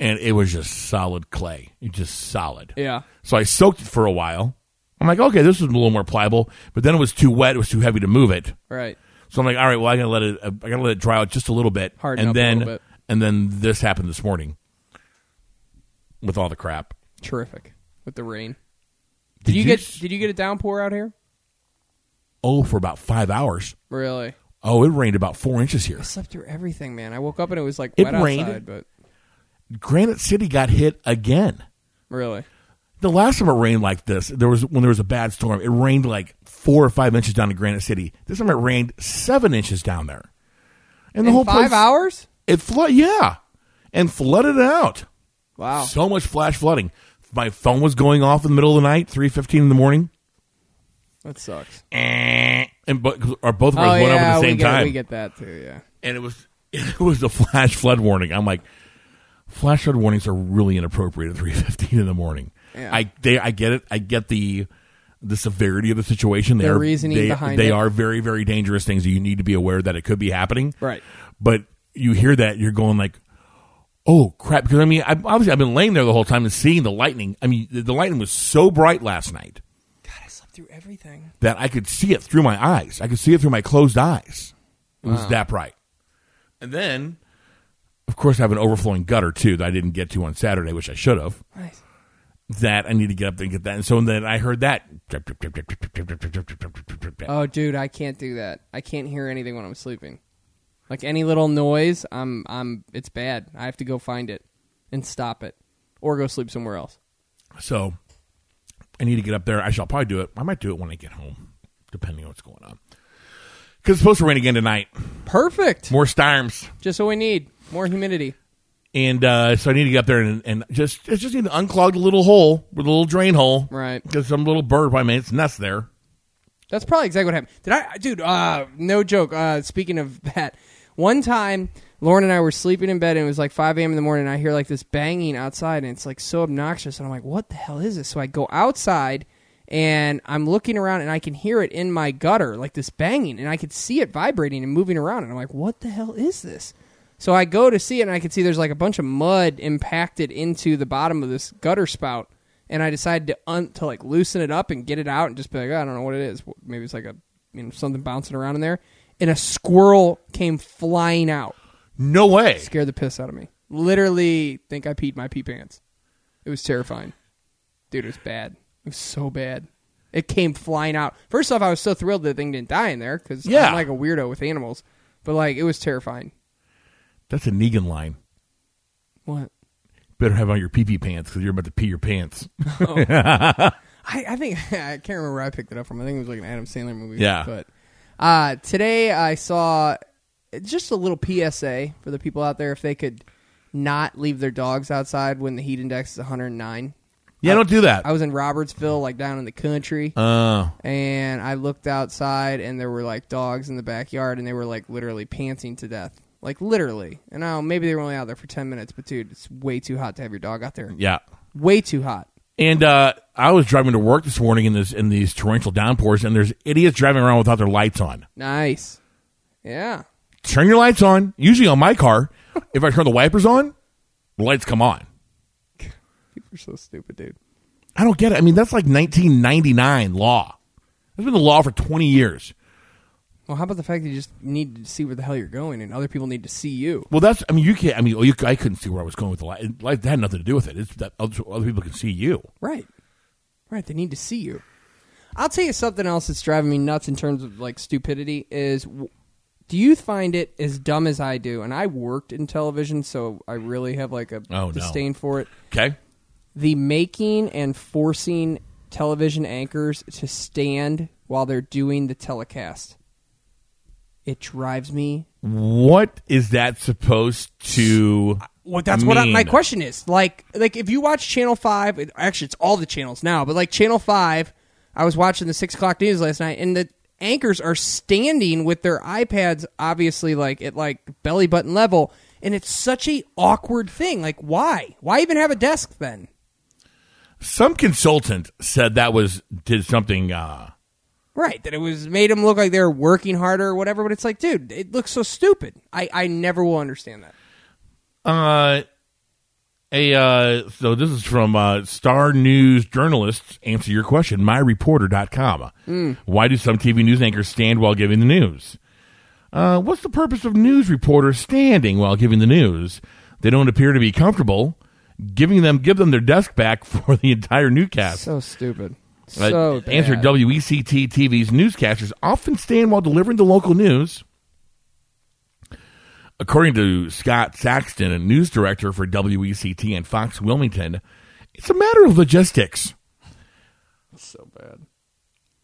S5: and it was just solid clay, It just solid.
S6: Yeah.
S5: So I soaked it for a while. I'm like, okay, this is a little more pliable, but then it was too wet. It was too heavy to move it.
S6: Right.
S5: So I'm like, all right, well, I gotta let it, uh, I gotta let it dry out just a little bit,
S6: Harden
S5: and
S6: up a
S5: then,
S6: little bit.
S5: and then this happened this morning with all the crap.
S6: Terrific. With the rain.
S5: Did,
S6: you, get?
S5: s-
S6: Did you get a downpour out here?
S5: oh for about five hours?
S6: Really?
S5: Oh, it rained about four inches here.
S6: I slept through everything, man. I woke up and it was like
S5: It
S6: wet
S5: rained.
S6: outside, but
S5: Granite City got hit again.
S6: really,
S5: The last time it rained like this, there was when there was a bad storm. It rained like four or five inches down in Granite City. This time it rained seven inches down there, and the
S6: in
S5: whole
S6: five
S5: place
S6: hours.
S5: it flood yeah, and flooded it out.
S6: Wow.
S5: So much flash flooding. My phone was going off in the middle of the night, three fifteen in the morning,
S6: That sucks.
S5: and but or both of ours went off at the
S6: Eh. Oh, we
S5: same
S6: get,
S5: time,
S6: We get that too. Yeah.
S5: and it was <laughs> it was a flash flood warning. I'm like, flash flood warnings are really inappropriate at three fifteen in the morning.
S6: Yeah.
S5: I they I get it. I get the the severity of the situation. They
S6: The
S5: are
S6: reasoning
S5: they,
S6: behind
S5: they
S6: it.
S5: are very very dangerous things. that You need to be aware that it could be happening.
S6: Right.
S5: But you hear that you're going like. Oh crap! Because I mean, I, obviously, I've been laying there the whole time and seeing the lightning. I mean, the, the lightning was so bright last night
S6: God, I slept through everything.
S5: that I could see it through my eyes. I could see it through my closed eyes. It was that bright. And then, of course, I have an overflowing gutter too that I didn't get to on Saturday, which I should have.
S6: Nice.
S5: That I need to get up there and get that. And so then I heard that. It
S6: Oh, dude, I can't do that. I can't hear anything when I'm sleeping. Like any little noise, I'm, I'm. It's bad. I have to go find it and stop it, or go sleep somewhere else.
S5: So I need to get up there. I shall probably do it. I might do it when I get home, depending on what's going on. Because it's supposed to rain again tonight.
S6: Perfect.
S5: More storms.
S6: Just what we need. More humidity.
S5: and uh, so I need to get up there and, and just I just need to unclog the little hole with a little drain hole,
S6: Right.
S5: Because some little bird probably made its nest there.
S6: That's probably exactly what happened. Did I, dude? Uh, no joke. Uh, speaking of <laughs> that, one time Lauren and I were sleeping in bed, and it was like 5 a.m. in the morning. And I hear like this banging outside, and it's like so obnoxious. And I'm like, "What the hell is this?" So I go outside, and I'm looking around and I can hear it in my gutter, like this banging, and I could see it vibrating and moving around, and I'm like, what the hell is this? So I go to see it, and I can see there's like a bunch of mud impacted into the bottom of this gutter spout, and I decided to un- to like loosen it up and get it out, and just be like, "Oh, I don't know what it is. Maybe it's like a you know something bouncing around in there, and a squirrel came flying out,
S5: No way.
S6: scared the piss out of me. Literally, think I peed my pee pants. It was terrifying, dude. It was bad. It was so bad. It came flying out. First off, I was so thrilled the thing didn't die in there because
S5: Yeah.
S6: I'm like a weirdo with animals, but like it was terrifying.
S5: That's a Negan line.
S6: What?
S5: Better have on your pee pee pants because you're about to pee your pants. <laughs>
S6: I, I think <laughs> I can't remember where I picked it up from. I think it was like an Adam Sandler movie.
S5: Yeah.
S6: But uh, today I saw just a little PSA for the people out there if they could not leave their dogs outside when the heat index is 109.
S5: yeah, don't do that.
S6: I was in Robertsville, like down in the country,
S5: Uh,
S6: and I looked outside and there were like dogs in the backyard and they were like literally panting to death. Like literally. And now maybe they were only out there for 10 minutes, but dude, it's way too hot to have your dog out there.
S5: yeah.
S6: Way too hot.
S5: And uh, I was driving to work this morning in this in these torrential downpours, and there's idiots driving around without their lights on.
S6: Nice. Yeah.
S5: Turn your lights on. Usually on my car, <laughs> if I turn the wipers on, the lights come on.
S6: People are so stupid, dude.
S5: I don't get it. I mean, that's like 1999 law. That's been the law for 20 years.
S6: Well, how about the fact that you just need to see where the hell you're going, and other people need to see you?
S5: Well, that's. I mean, you can't. I mean, oh, you, I couldn't see where I was going with the light. Light that had nothing to do with it. It's that other, other people can see you.
S6: Right, right. They need to see you. I'll tell you something else that's driving me nuts in terms of like stupidity is. w- Do you find it as dumb as I do? And I worked in television, so I really have like a
S5: Oh, no.
S6: disdain for it.
S5: Okay.
S6: The making and forcing television anchors to stand while they're doing the telecast. It drives me
S5: What is that supposed to?
S6: Well, that's what I, my
S5: mean?
S6: question is. Like, like if you watch Channel Five, it- actually, it's all the channels now. But like Channel Five, I was watching the six o'clock news last night, and the anchors are standing with their iPads, obviously, like at like belly button level, and it's such a awkward thing. Like, why? Why even have a desk then?
S5: Some consultant said that was did something. uh
S6: Right, that it was made them look like they were working harder or whatever. But it's like, dude, it looks so stupid. I I never will understand that.
S5: Uh, a uh, so this is from uh, Star News journalists. Answer your question, myreporter.com. Mm. Why do some TV news anchors stand while giving the news? Uh, what's the purpose of news reporters standing while giving the news? They don't appear to be comfortable. Giving them give them their desk back <laughs> for the entire newscast.
S6: So stupid.
S5: Uh,
S6: So
S5: answer E
S6: bad.
S5: WECT TV's newscasters often stand while delivering the local news. According to Scott Saxton, a news director for E WECT and Fox Wilmington, it's a matter of logistics.
S6: So bad.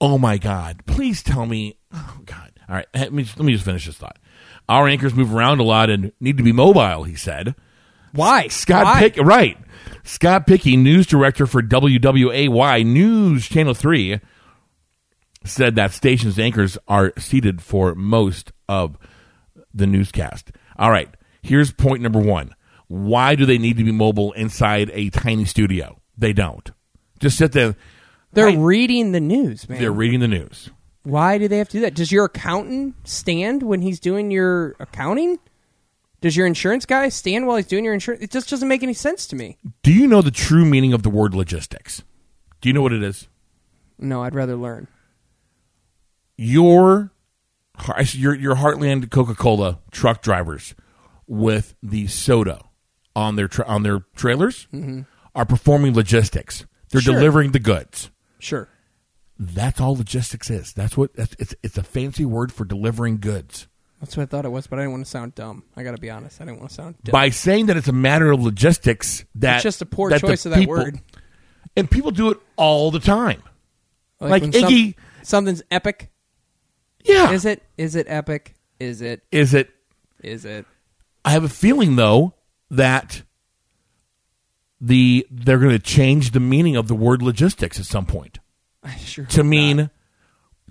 S5: Oh my God! Please tell me. Oh God! All right, let me just, let me just finish this thought. Our anchors move around a lot and need to be mobile, he said.
S6: Why
S5: Scott
S6: Why?
S5: Pick right. Scott Picky, news director for WWAY News Channel 3, said that station's anchors are seated for most of the newscast. All right, here's point number 1. Why do they need to be mobile inside a tiny studio? They don't. Just sit there.
S6: They're
S5: I-
S6: reading the news, man.
S5: they're reading the news.
S6: Why do they have to do that? Does your accountant stand when he's doing your accounting? Does your insurance guy stand while he's doing your insurance? It just doesn't make any sense to me.
S5: Do you know the true meaning of the word logistics? Do you know what it is?
S6: No, I'd rather learn.
S5: your your your Heartland Coca Cola truck drivers with the soda on their tra- on their trailers are performing logistics. They're
S6: Mm-hmm. Sure.
S5: delivering the goods.
S6: Sure.
S5: That's all logistics is. That's what that's, it's it's a fancy word for delivering goods.
S6: That's what I thought it was, but I didn't want to sound dumb. I got to be honest. I didn't want to sound dumb.
S5: By saying that it's a matter of logistics, that
S6: it's just a poor
S5: that the
S6: choice of that
S5: people-
S6: word.
S5: and people do it all the time. like
S6: when some-
S5: Iggy-
S6: something's epic.
S5: Yeah,
S6: Is it? Is it epic? Is it?
S5: Is it
S6: Is it? <laughs>
S5: I have a feeling though that the they're going to change the meaning of the word logistics at some point
S6: I sure.
S5: to mean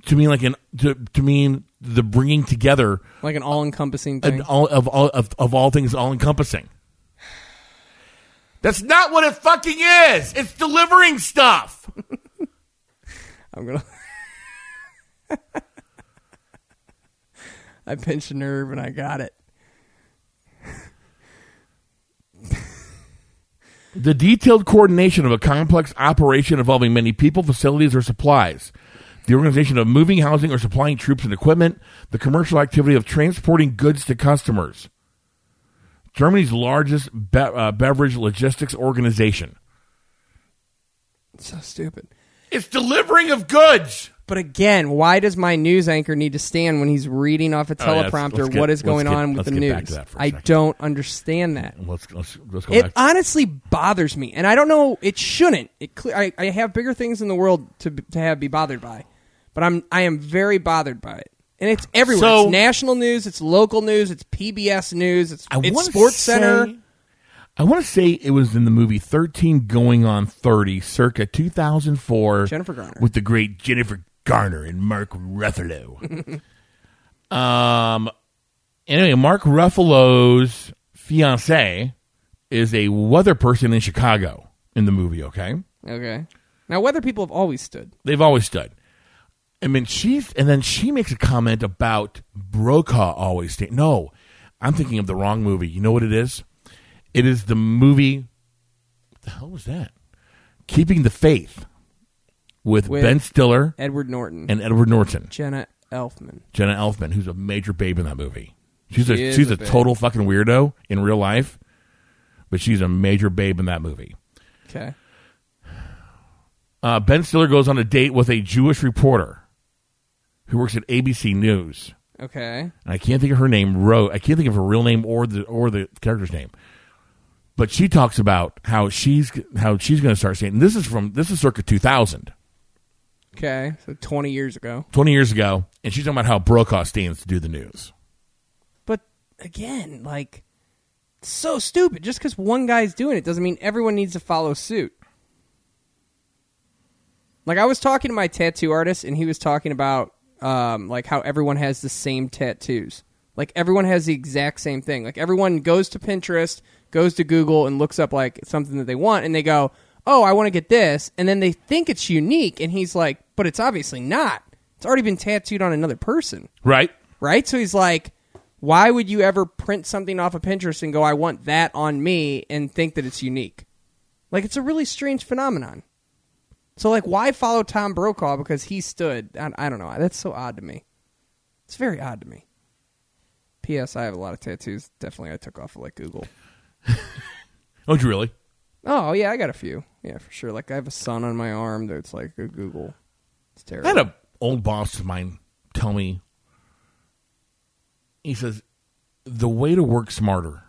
S5: to mean like an to, to mean the bringing together
S6: Like an all-encompassing
S5: and
S6: thing.
S5: all, of all of, of all things all encompassing. That's not what it fucking is. It's delivering stuff.
S6: I'm gonna. <laughs> I pinched a nerve and I got it.
S5: The detailed coordination of a complex operation involving many people, facilities, or supplies. The organization of moving housing or supplying troops and equipment. The commercial activity of transporting goods to customers. Germany's largest be- uh, beverage logistics organization.
S6: It's so stupid.
S5: It's delivering of goods.
S6: But again, why does my news anchor need to stand when he's reading off a
S5: Oh, yeah, let's-
S6: teleprompter
S5: let's get-
S6: what is going
S5: let's get-
S6: on with
S5: let's
S6: the
S5: get
S6: news?
S5: back to that for a
S6: I
S5: second.
S6: don't understand that.
S5: Let's let's, let's go
S6: It
S5: back.
S6: honestly bothers me, and I don't know. It shouldn't. It cle- I, I have bigger things in the world to b- to have be bothered by, but I'm I am very bothered by it, and it's everywhere.
S5: So-
S6: it's national news, it's local news, it's PBS news, it's,
S5: I
S6: it's
S5: wanna
S6: Sports
S5: say-
S6: Center.
S5: I want to say it was in the movie 13 Going on 30, circa 2004.
S6: Jennifer Garner.
S5: With the great Jennifer Garner and Mark
S6: <laughs>
S5: Ruffalo. um, anyway, Mark Ruffalo's fiance is a weather person in Chicago in the movie, okay?
S6: Okay, now whether people have always stood,
S5: They've always stood. I mean, she's, and then she makes a comment about Brokaw always staying. No, I'm thinking of the wrong movie. You know what it is? It is the movie. What the hell was that? Keeping the Faith with,
S6: With-
S5: Ben Stiller
S6: Edward Norton,
S5: and Edward Norton.
S6: Jenna Elfman.
S5: Jenna Elfman, who's a major babe in that movie. She's
S6: She
S5: a
S6: is
S5: she's a,
S6: a babe.
S5: total fucking weirdo in real life, but she's a major babe in that movie.
S6: Okay,
S5: Uh, ben Stiller goes on a date with a Jewish reporter who works at ABC News.
S6: okay,
S5: and I can't think of her name. Ro, I can't think of her real name or the or the character's name. But she talks about how she's how she's going to start saying this is from this is circa 2000,
S6: okay. So twenty years ago,
S5: 20 years ago, and she's talking about how Brokaw stands to do the news.
S6: but again, like so stupid. Just because one guy's doing it doesn't mean everyone needs to follow suit. Like I was talking to my tattoo artist, and he was talking about um, like how everyone has the same tattoos. Like everyone has the exact same thing. Like everyone goes to Pinterest, goes to Google, and looks up like something that they want, and they go, "Oh, I want to get this," and then they think it's unique, and he's like, "But it's obviously not. It's already been tattooed on another person."
S5: Right?
S6: right? So he's like, why would you ever print something off of Pinterest and go, I want that on me and think that it's unique? Like, it's a really strange phenomenon. So, like, why follow Tom Brokaw because he stood? I, I don't know. That's so odd to me. It's very odd to me. P.S. I have a lot of tattoos. Definitely, I took off of like Google.
S5: Oh, did you really?
S6: Oh yeah, I got a few. Yeah, for sure. Like I have a sun on my arm that's like a Google. It's
S5: I
S6: terrible.
S5: had a old boss of mine tell me. He says, "The way to work smarter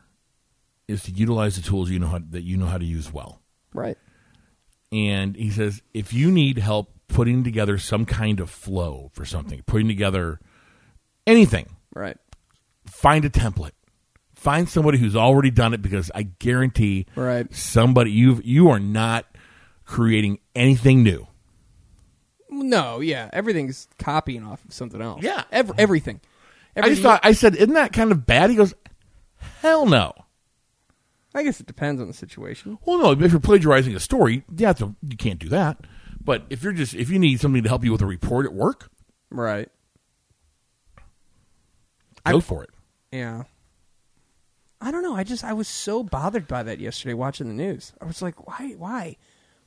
S5: is to utilize the tools you know how, that you know how to use well."
S6: right.
S5: and he says if you need help putting together some kind of flow for something putting together anything
S6: Right.
S5: find a template find somebody who's already done it because i guarantee
S6: Right.
S5: somebody you you are not creating anything new
S6: No, yeah, everything's copying off of something else.
S5: Yeah.
S6: Ev- everything.
S5: i just thought i said isn't that kind of bad he goes hell no
S6: I guess it depends on the situation.
S5: well no if you're plagiarizing a story yeah it's a- you can't do that but if you're just if you need somebody to help you with a report at work
S6: Right.
S5: go for it
S6: Yeah. I don't know. I just I was so bothered by that yesterday watching the news. I was like, why, why,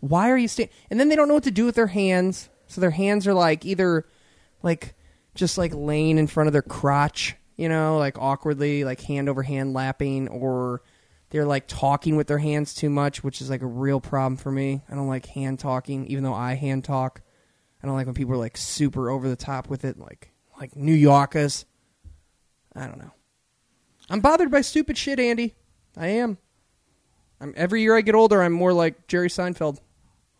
S6: why are you staying? And then they don't know what to do with their hands, so their hands are like either, like, just like laying in front of their crotch, you know, like awkwardly, like hand over hand lapping, or they're like talking with their hands too much, which is like a real problem for me. I don't like hand talking, even though I hand talk. I don't like when people are like super over the top with it, like like New Yorkers. I don't know. I'm bothered by stupid shit, Andy. I am. I'm every year I get older, I'm more like Jerry Seinfeld.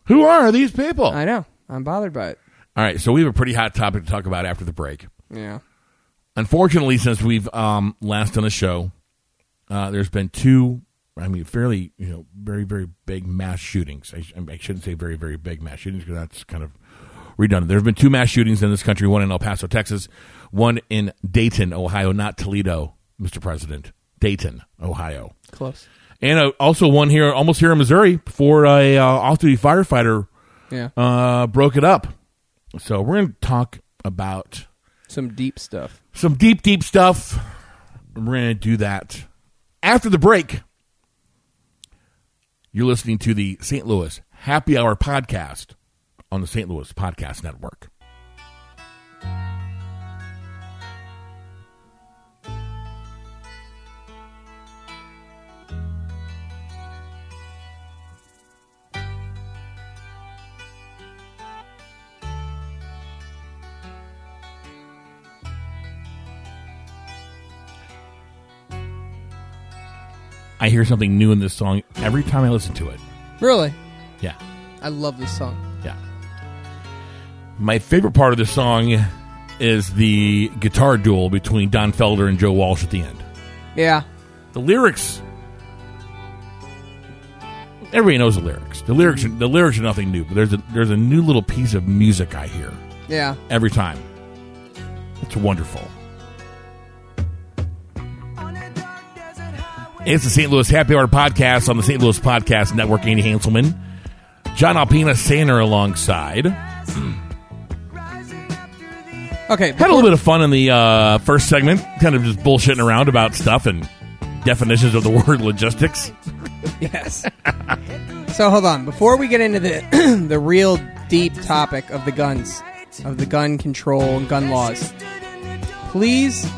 S5: who are these people
S6: I know. I'm bothered by it.
S5: all right so we have a pretty hot topic to talk about after the break
S6: Yeah.
S5: unfortunately, since we've um, last done a show, uh, there's been two. I mean, fairly, you know, very, very big mass shootings. I, sh- I shouldn't say very, very big mass shootings because that's kind of redundant. There have been two mass shootings in this country: one in El Paso, Texas, one in Dayton, Ohio, not Toledo, Mr. President, Dayton, Ohio,
S6: Close.
S5: and uh, also one here, almost here in Missouri, before a uh, off-duty firefighter
S6: Yeah.
S5: uh, broke it up So we're going to talk about
S6: Some deep stuff.
S5: some deep, deep stuff. We're going to do that after the break. You're listening to the St. Louis Happy Hour podcast on the St. Louis Podcast Network. I hear something new in this song every time I listen to it.
S6: Really?
S5: Yeah.
S6: I love this song.
S5: Yeah. My favorite part of the song is the guitar duel between Don Felder and Joe Walsh at the end.
S6: Yeah.
S5: The lyrics. Everybody knows the lyrics. The lyrics, are, the lyrics are nothing new, but there's a there's a new little piece of music I hear
S6: Yeah.
S5: every time. It's wonderful. It's the St. Louis Happy Hour podcast on the St. Louis Podcast Network. Andy Hanselman, John Alpina, Sander alongside.
S6: Okay.
S5: Had a little bit of fun in the uh, first segment, kind of just bullshitting around about stuff and definitions of the <laughs> word logistics.
S6: Yes. so hold on. Before we get into the <clears throat> the real deep topic of the guns, of the gun control and gun laws, please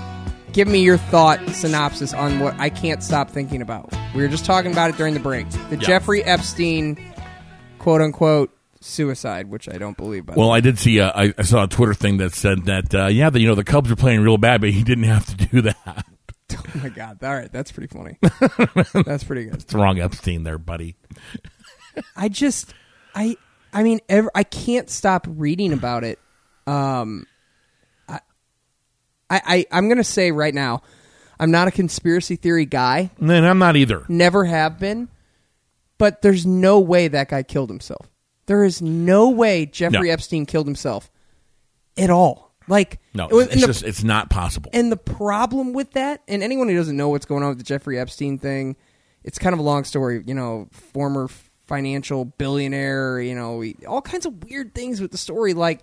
S6: give me your thought synopsis on what I can't stop thinking about. We were just talking about it during the break. The Jeffrey Epstein quote unquote suicide, which I don't believe by the
S5: Well, I did see. Uh, I, I saw a Twitter thing that said that uh, yeah, the, you know the Cubs are playing real bad, but he didn't have to do <laughs> that.
S6: <laughs> Oh my god! All right, that's pretty funny. that's pretty good.
S5: It's wrong Epstein there, buddy.
S6: I just, I, I mean, ever, I can't stop reading about it. Um, I, I, I, I'm gonna say right now, I'm not a conspiracy theory guy.
S5: And then I'm not either.
S6: Never have been. But there's no way that guy killed himself. There is no way Jeffrey
S5: No.
S6: Epstein killed himself at all. Like
S5: No,
S6: it was-
S5: it's
S6: and the-
S5: just it's not possible.
S6: and the problem with that, and anyone who doesn't know what's going on with the Jeffrey Epstein thing, it's kind of a long story. You know, former financial billionaire. You know, he- all kinds of weird things with the story. Like,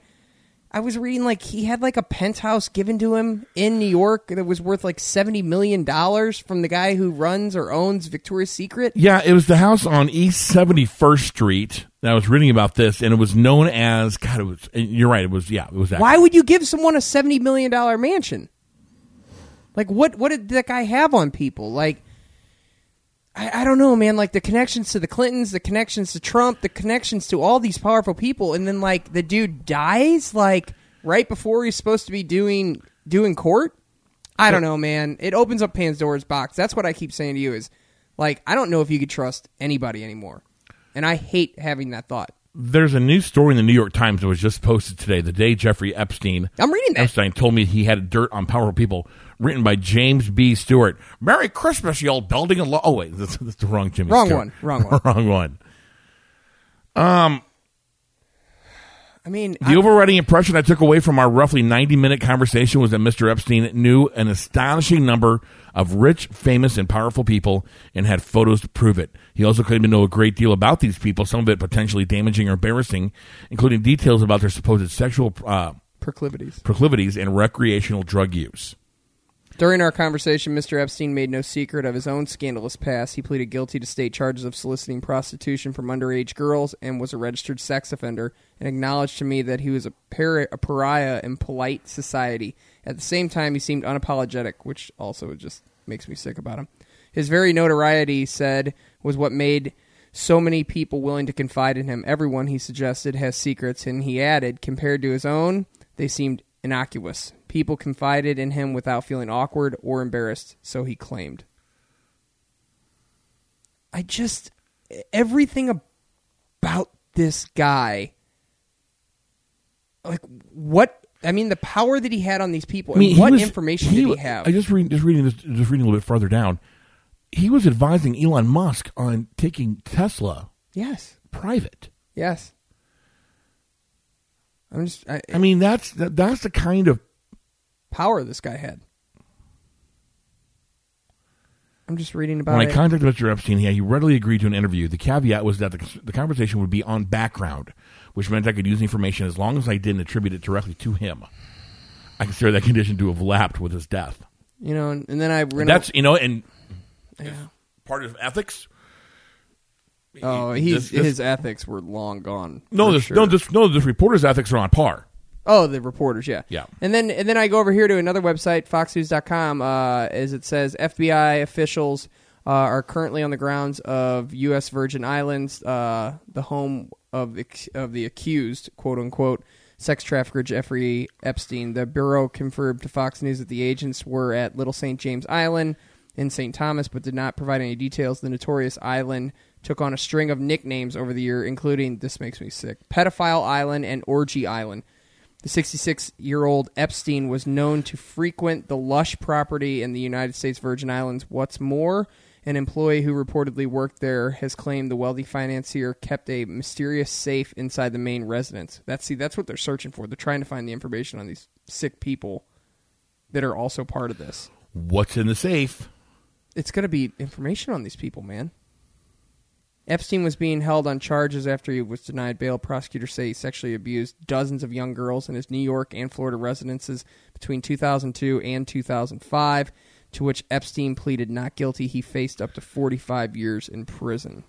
S6: I was reading like he had like a penthouse given to him in New York that was worth like seventy million dollars from the guy who runs or owns Victoria's Secret.
S5: Yeah, it was the house on East 71st Street. And I was reading about this, and it was known as God. It was. You're right. It was. Yeah, it was that.
S6: Why would you give someone a seventy million dollar mansion? Like what what did that guy have on people? Like I, I don't know, man. Like the connections to the Clintons, the connections to Trump, the connections to all these powerful people, and then like the dude dies like right before he's supposed to be doing doing court. I don't know, man. It opens up Pandora's box. That's what I keep saying to you is like I don't know if you could trust anybody anymore. And I hate having that thought.
S5: There's a new story in the New York Times that was just posted today. The day Jeffrey Epstein.
S6: I'm reading that.
S5: Epstein told me he had dirt on powerful people. Written by James B. Stewart. Merry Christmas, you old building and law. Oh wait, <laughs> that's, that's the wrong Jimmy.
S6: Wrong
S5: Stewart.
S6: one,
S5: <laughs>
S6: wrong one.
S5: wrong one.
S6: I mean,
S5: The overriding impression I took away from our roughly 90 minute conversation was that Mr. Epstein knew an astonishing number of rich, famous, and powerful people and had photos to prove it. He also claimed to know a great deal about these people, some of it potentially damaging or embarrassing, including details about their supposed sexual uh,
S6: proclivities.
S5: proclivities and recreational drug use.
S6: During our conversation, Mr. Epstein made no secret of his own scandalous past. He pleaded guilty to state charges of soliciting prostitution from underage girls and was a registered sex offender, and acknowledged to me that he was a, pari- a pariah in polite society. At the same time, he seemed unapologetic, which also just makes me sick about him. His very notoriety, he said, was what made so many people willing to confide in him. Everyone, he suggested, has secrets, and he added, compared to his own, they seemed innocuous. People confided in him without feeling awkward or embarrassed, so he claimed. I just. Everything about this guy. Like, what. I mean, the power that he had on these people. and what information did he have?
S5: I just read, just reading this, just reading a little bit farther down. He was advising Elon Musk on taking Tesla
S6: yes.
S5: private.
S6: Yes. I'm just. I,
S5: I mean, that's that, that's the kind of
S6: power this guy had. I'm just reading about
S5: When
S6: it.
S5: I contacted Mr. Epstein, he, he readily agreed to an interview. The caveat was that the, the conversation would be on background, which meant I could use the information as long as I didn't attribute it directly to him. I consider that condition to have lapsed with his death.
S6: You know, and, and then I we're
S5: And
S6: gonna,
S5: that's you know, and
S6: Yeah.
S5: part of ethics.
S6: oh
S5: this-
S6: he's
S5: this-
S6: his ethics were long gone.
S5: No,
S6: for
S5: this,
S6: sure.
S5: no, this, no, this reporter's ethics are on par.
S6: Oh, the reporters, yeah.
S5: Yeah.
S6: And then and then I go over here to another website, foxnews.com, uh, as it says FBI officials uh, are currently on the grounds of U.S. Virgin Islands, uh, the home of the, of the accused, quote unquote, sex trafficker Jeffrey Epstein. The Bureau confirmed to Fox News that the agents were at Little St. James Island in St. Thomas, but did not provide any details. The notorious island took on a string of nicknames over the year, including, this makes me sick, Pedophile Island and Orgy Island. The 66 year old Epstein was known to frequent the lush property in the United States Virgin Islands. What's more, an employee who reportedly worked there has claimed the wealthy financier kept a mysterious safe inside the main residence. That's see, that's what they're searching for. They're trying to find the information on these sick people that are also part of this.
S5: What's in the safe?
S6: It's going to be information on these people, man. Epstein was being held on charges after he was denied bail. Prosecutors say he sexually abused dozens of young girls in his New York and Florida residences between 2002 and 2005, to which Epstein pleaded not guilty. He faced up to 45 years in prison.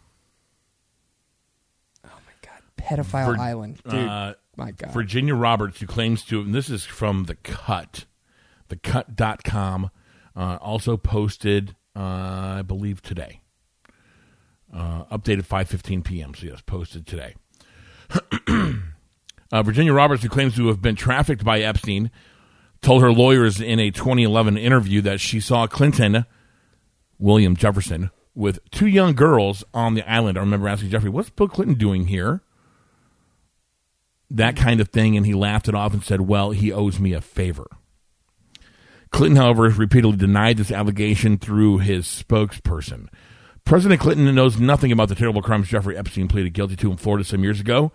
S6: Oh my God, pedophile
S5: Vir-
S6: island, dude!
S5: uh,
S6: my God,
S5: Virginia Roberts, who claims to, and this is from The Cut, thecut.com, uh, also posted, uh, I believe, today. Uh, updated 5.15 p.m., so yes, posted today. <clears throat> uh, Virginia Roberts, who claims to have been trafficked by Epstein, told her lawyers in a 2011 interview that she saw Clinton – William Jefferson with two young girls on the island. I remember asking Jeffrey, "What's Bill Clinton doing here?" That kind of thing, and he laughed it off and said, "Well, he owes me a favor." Clinton, however, has repeatedly denied this allegation through his spokesperson. President Clinton knows nothing about the terrible crimes Jeffrey Epstein pleaded guilty to in Florida some years ago,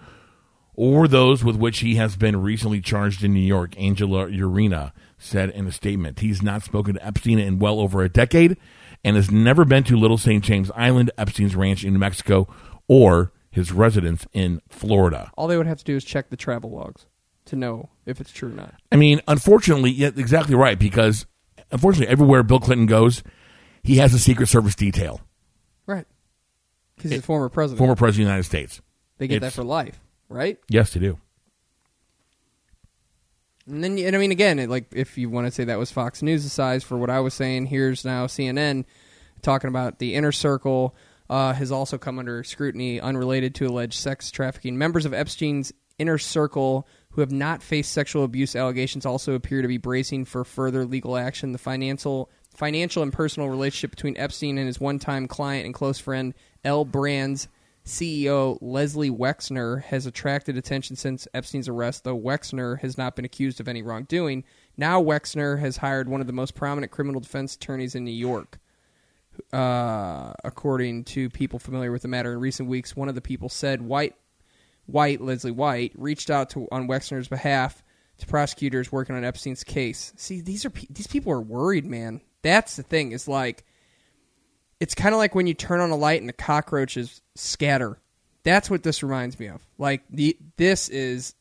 S5: or those with which he has been recently charged in New York, Angela Urena said in a statement. He's not spoken to Epstein in well over a decade and has never been to Little St. James Island, Epstein's ranch in New Mexico, or his residence in Florida.
S6: all they would have to do is check the travel logs to know if it's true or not.
S5: I mean, unfortunately, yeah, exactly right, because unfortunately, everywhere Bill Clinton goes, he has a Secret Service detail.
S6: Right. Because he's a former president.
S5: Former President of the United States.
S6: they get that
S5: it's-
S6: for life, right?
S5: Yes, they do.
S6: And then, and I mean, again, it, like if you want to say that was Fox News' size for what I was saying, here's now CNN talking about the inner circle uh, has also come under scrutiny, unrelated to alleged sex trafficking. Members of Epstein's inner circle who have not faced sexual abuse allegations also appear to be bracing for further legal action. The financial financial and personal relationship between Epstein and his one-time client and close friend L. Brands CEO E Leslie Wexner has attracted attention since Epstein's arrest, though Wexner has not been accused of any wrongdoing. Now Wexner has hired one of the most prominent criminal defense attorneys in New York. Uh, according to people familiar with the matter in recent weeks, one of the people said White, White Leslie White reached out to on Wexner's behalf to prosecutors working on Epstein's case. See, these are pe- these people are worried, man. That's the thing. Is like it's kind of like when you turn on a light and the cockroaches scatter. That's what this reminds me of. Like the this is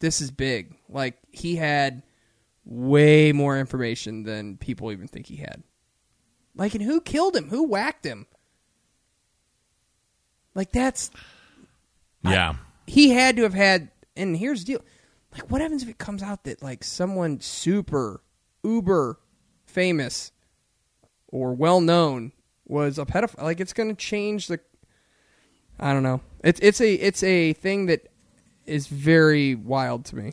S6: this is big. Like he had way more information than people even think he had. Like and who killed him? Who whacked him? Like that's
S5: Yeah.
S6: he had to have had and here's the deal like what happens if it comes out that like someone super uber famous or well known was a pedophile like it's going to change the i don't know it's it's a it's a thing that is very wild to me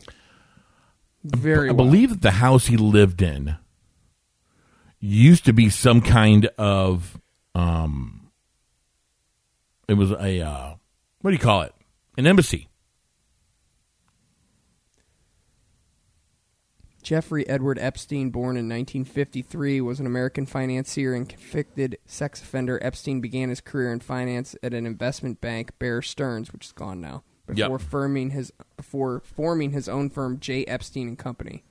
S6: very
S5: I
S6: wild.
S5: believe that the house he lived in used to be some kind of um it was a uh what do you call it? An embassy.
S6: Jeffrey Edward Epstein, born in 1953, was an American financier and convicted sex offender. Epstein began his career in finance at an investment bank, Bear Stearns, which is gone now,
S5: Yep.
S6: before firming his before forming his own firm, J. Epstein and Company.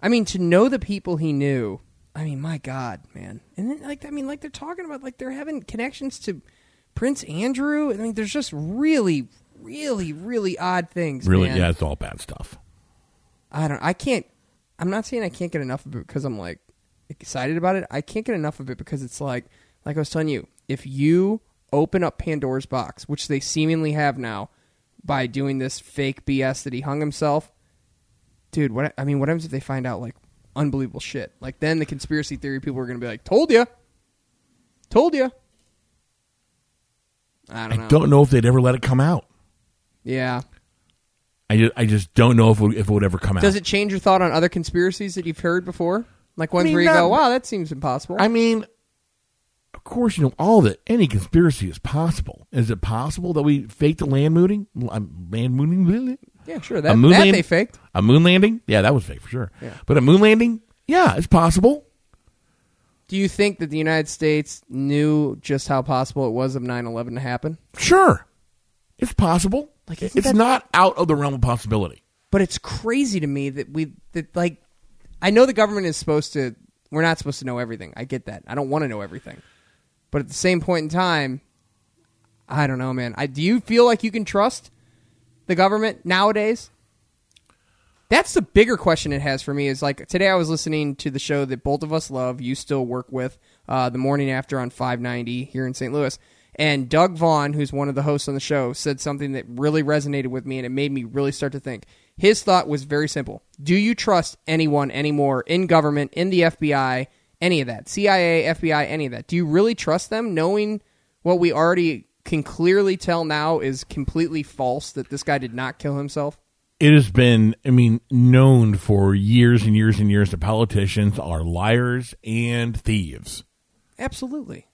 S6: I mean, to know the people he knew. I mean, my God, man. And then, like, I mean, like they're talking about, like they're having connections to Prince Andrew. I mean, there's just really really, really odd things.
S5: Really,
S6: man.
S5: yeah, it's all bad stuff.
S6: I don't. I can't. I'm not saying I can't get enough of it because I'm like excited about it. I can't get enough of it because it's like, like I was telling you, if you open up Pandora's box, which they seemingly have now, by doing this fake BS that he hung himself, dude. What I mean, what happens if they find out like unbelievable shit? Like then the conspiracy theory people are gonna be like, told you, told you. I don't know.
S5: I don't know if they'd ever let it come out.
S6: yeah.
S5: I just, I just don't know if it, if it would ever come out.
S6: Does it change your thought on other conspiracies that you've heard before? Like ones
S5: mean,
S6: where you
S5: not-
S6: go, wow, that seems impossible.
S5: I mean, of course, you know all that any conspiracy is possible. Is it possible that we faked a land mooning? Um, Land mooning? really?
S6: yeah, sure.
S5: a
S6: That,
S5: moon
S6: that
S5: land-
S6: they faked.
S5: A moon landing? Yeah, that was fake for sure.
S6: Yeah.
S5: But a moon landing? Yeah, it's possible.
S6: Do you think that the United States knew just how possible it was of 9 11 to happen?
S5: Sure, it's possible.
S6: Like,
S5: it's
S6: isn't that-
S5: not out of the realm of possibility.
S6: But it's crazy to me that we, that like, I know the government is supposed to, we're not supposed to know everything. I get that. I don't want to know everything. But at the same point in time, I don't know, man. I, do you feel like you can trust the government nowadays? That's the bigger question it has for me is like today I was listening to the show that both of us love, you still work with, uh, the morning after on 590 here in St. Louis. And Doug Vaughn, who's one of the hosts on the show, said something that really resonated with me and it made me really start to think. His thought was very simple Do you trust anyone anymore in government, in the FBI, any of that? CIA, FBI, any of that? Do you really trust them knowing what we already can clearly tell now is completely false that this guy did not kill himself?
S5: it has been, I mean, known for years and years and years that politicians are liars and thieves.
S6: Absolutely.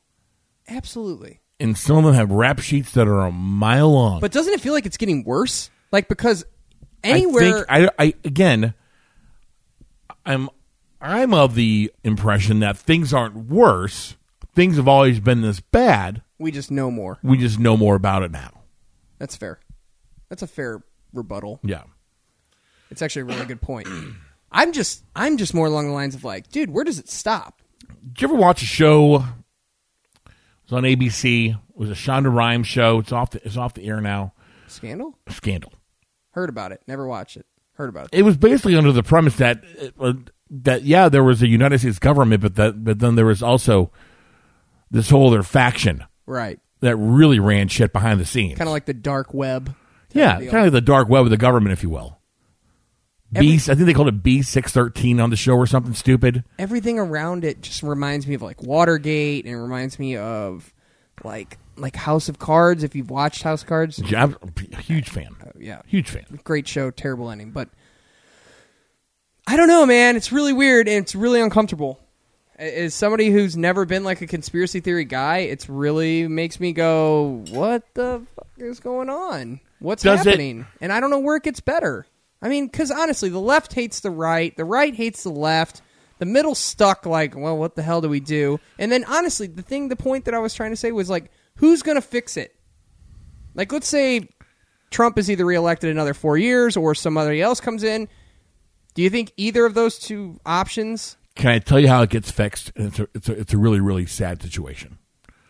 S6: Absolutely.
S5: And some of them have rap sheets that are a mile long.
S6: But doesn't it feel like it's getting worse? Like because
S5: I think-
S6: anywhere
S5: I, I, again, I'm, I'm of the impression that things aren't worse. Things have always been this bad.
S6: we just know more.
S5: We just know more about it now.
S6: That's fair. That's a fair rebuttal.
S5: Yeah.
S6: It's actually a really good point. <clears throat> I'm just I'm just more along the lines of like, dude, where does it stop?
S5: Did you ever watch a show? It was on ABC. It was a Shonda Rhimes show. It's off the, it's off the air now.
S6: Scandal?
S5: Scandal.
S6: Heard about it. Never watched it. Heard about it.
S5: it was basically under the premise that uh, that yeah, there was a United States government, but that but then there was also this whole other faction
S6: Right.
S5: that really ran shit behind the scenes.
S6: Kind of like the dark web.
S5: yeah,
S6: deal.
S5: kind of like the dark web of the government, if you will.
S6: Every-
S5: B, I think they called it B six thirteen on the show or something stupid.
S6: everything around it just reminds me of like Watergate and it reminds me of like like House of Cards if you've watched House of Cards.
S5: Yeah, I'm a huge fan.
S6: Oh, yeah.
S5: huge fan.
S6: Great show, terrible ending, but I don't know, man. It's really weird and it's really uncomfortable. A- As somebody who's never been like a conspiracy theory guy, it's really makes me go, "What the fuck is going on? What's
S5: Does it-
S6: happening?" And I don't know where it gets better. I mean, because honestly, the left hates the right, the right hates the left, the middle's stuck. Like, well, what the hell do we do? And then honestly, the thing, the point that I was trying to say was like, who's gonna fix it? Like, let's say Trump is either reelected another four years or somebody else comes in. Do you think either of those two options?
S5: Can I tell you how it gets fixed? And it's a, it's a, it's a really really sad situation.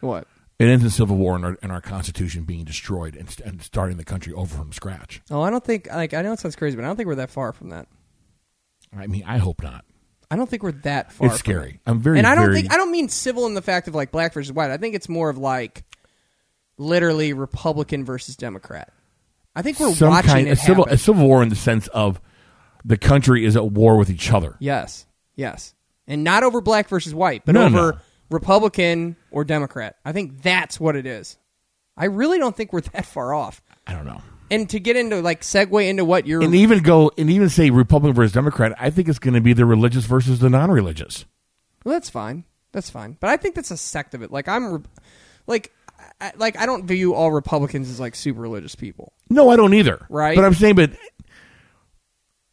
S6: What?
S5: It ends in civil war and our, and our constitution being destroyed and, st- and starting the country over from scratch.
S6: Oh, I don't think. Like, I know it sounds crazy, but I don't think we're that far from that.
S5: I mean, I hope not.
S6: I don't think we're that far.
S5: It's
S6: from
S5: scary.
S6: it.
S5: I'm very,
S6: and I don't
S5: very-
S6: think I don't mean civil in the fact of like black versus white. I think it's more of like literally Republican versus Democrat. I think we're
S5: some
S6: watching
S5: kind
S6: it
S5: a civil
S6: happen.
S5: a civil war in the sense of the country is at war with each other.
S6: Yes, yes, and not over black versus white, but
S5: No,
S6: over
S5: no.
S6: Republican or Democrat. I think that's what it is. I really don't think we're that far off.
S5: I don't know.
S6: And to get into like segue into what you're
S5: And even go and even say Republican versus Democrat. I think it's going to be the religious versus the non-religious.
S6: Well, that's fine. That's fine. But I think that's a sect of it. Like I'm, re- like, I, like I don't view all Republicans as like super religious people.
S5: No, I don't either.
S6: Right.
S5: But I'm saying, but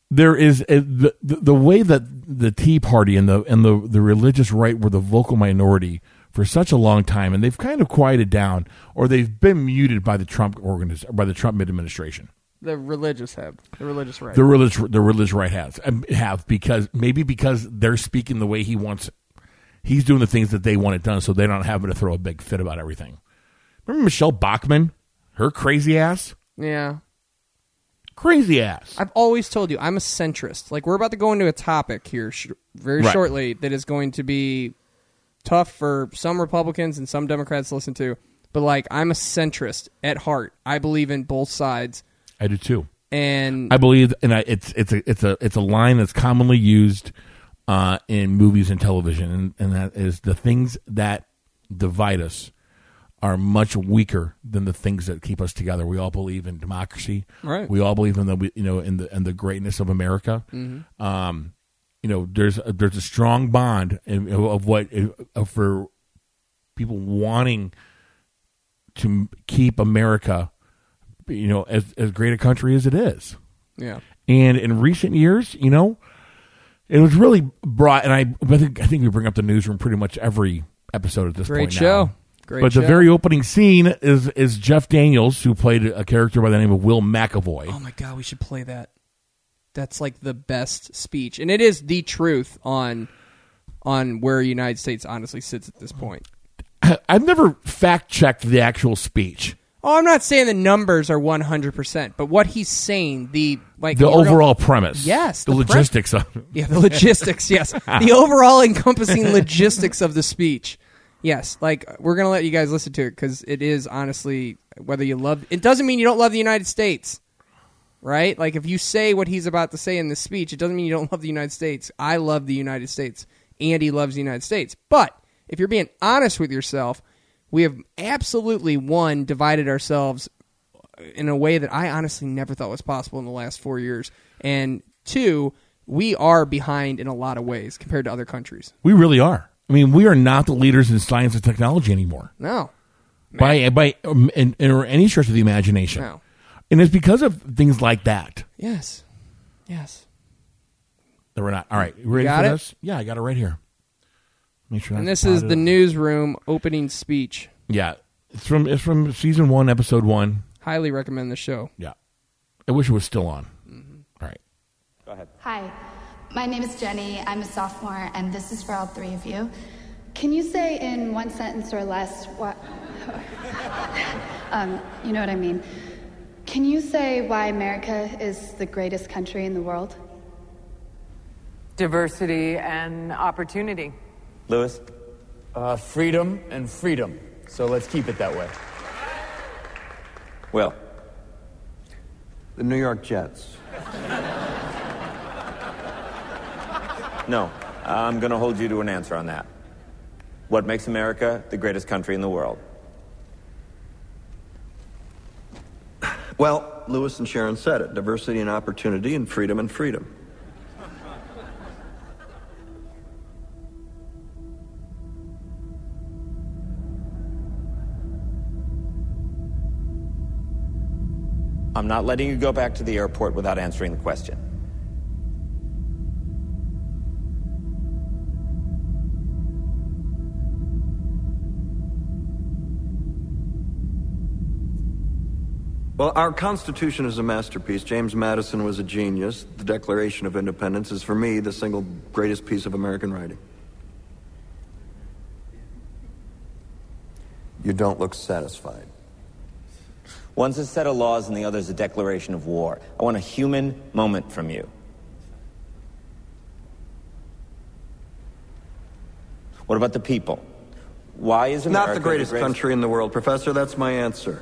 S5: there is a, the, the the way that the Tea Party and the and the the religious right were the vocal minority for such a long time, and they've kind of quieted down, or they've been muted by the Trump organiz- by the Trump administration.
S6: The religious have the religious right.
S5: the religious the religious right has um, have because maybe because they're speaking the way he wants it. He's doing the things that they want it done, so they don't have to throw a big fit about everything. Remember Michelle Bachman, her crazy ass.
S6: Yeah.
S5: Crazy ass.
S6: I've always told you I'm a centrist. Like we're about to go into a topic here sh- very
S5: Right.
S6: shortly that is going to be tough for some Republicans and some Democrats to listen to. But like I'm a centrist at heart. I believe in both sides
S5: I do too.
S6: and
S5: I believe, and I, it's it's a it's a it's a line that's commonly used uh, in movies and television, and, and that is the things that divide us are much weaker than the things that keep us together. We all believe in democracy.
S6: Right.
S5: We all believe in the you know in the in the greatness of America. Um, you know, there's a, there's a strong bond in- of what of, for people wanting to m- keep America, you know, as as great a country as it is.
S6: yeah.
S5: And in recent years, you know, it was really brought. And I, I think, I think we bring up the newsroom pretty much every episode at this
S6: Great
S5: point.
S6: show.
S5: now.
S6: Great
S5: but
S6: show.
S5: the very opening scene is is Jeff Daniels, who played a character by the name of Will McAvoy.
S6: Oh my god, we should play that. That's like the best speech, and it is the truth on on where United States honestly sits at
S5: Oh.
S6: this point.
S5: I've never fact checked the actual speech,
S6: Oh, I'm not saying the numbers are 100, percent but what he's saying, the like
S5: the
S6: we're gonna-
S5: overall premise,
S6: Yes,
S5: the,
S6: the pre-
S5: logistics of it.
S6: <laughs> yeah, the logistics, yes, the overall encompassing logistics of the speech. Yes, like we're gonna let you guys listen to it because it is honestly whether you love it doesn't mean you don't love the United States, right? Like if you say what he's about to say in this speech, it doesn't mean you don't love the United States. I love the United States. Andy loves the United States. But if you're being honest with yourself, we have absolutely one divided ourselves in a way that I honestly never thought was possible in the last four years. And two, we are behind in a lot of ways compared to other countries.
S5: We really are. I mean, we are not the leaders in science and technology anymore.
S6: No.
S5: by by um, in, in, or any stretch of the imagination.
S6: No.
S5: And it's because of things like that
S6: Yes. Yes.
S5: that we're not. All right, you ready
S6: got
S5: for
S6: it?
S5: this? Yeah, I got it right here. Make sure.
S6: And
S5: that's
S6: this is
S5: plotted
S6: the
S5: up.
S6: newsroom opening speech.
S5: Yeah, it's from it's from season one, episode one.
S6: Highly recommend the show.
S5: Yeah, I wish it was still on.
S6: Mm-hmm.
S5: All right.
S7: Hi, my name is Jenny. I'm a sophomore, and this is for all three of you. Can you say in one sentence or less what? <laughs> um, you know what I mean. Can you say why America is the greatest country in the world?
S8: Diversity and opportunity.
S9: Lewis?
S10: Uh, freedom and freedom. So let's keep it that way.
S9: Will? The New York Jets. no, I'm going to hold you to an answer on that. What makes America the greatest country in the world?
S11: Well, Lewis and Sharon said it diversity and opportunity, and freedom and freedom.
S9: I'm not letting you go back to the airport without answering the question.
S11: Well, our Constitution is a masterpiece. James Madison was a genius. The Declaration of Independence is, for me, the single greatest piece of American writing. You don't look satisfied.
S9: One's a set of laws and the other's a declaration of war. I want a human moment from you. What about the people? Why is America
S11: Not the greatest country in the world, Professor. That's my answer.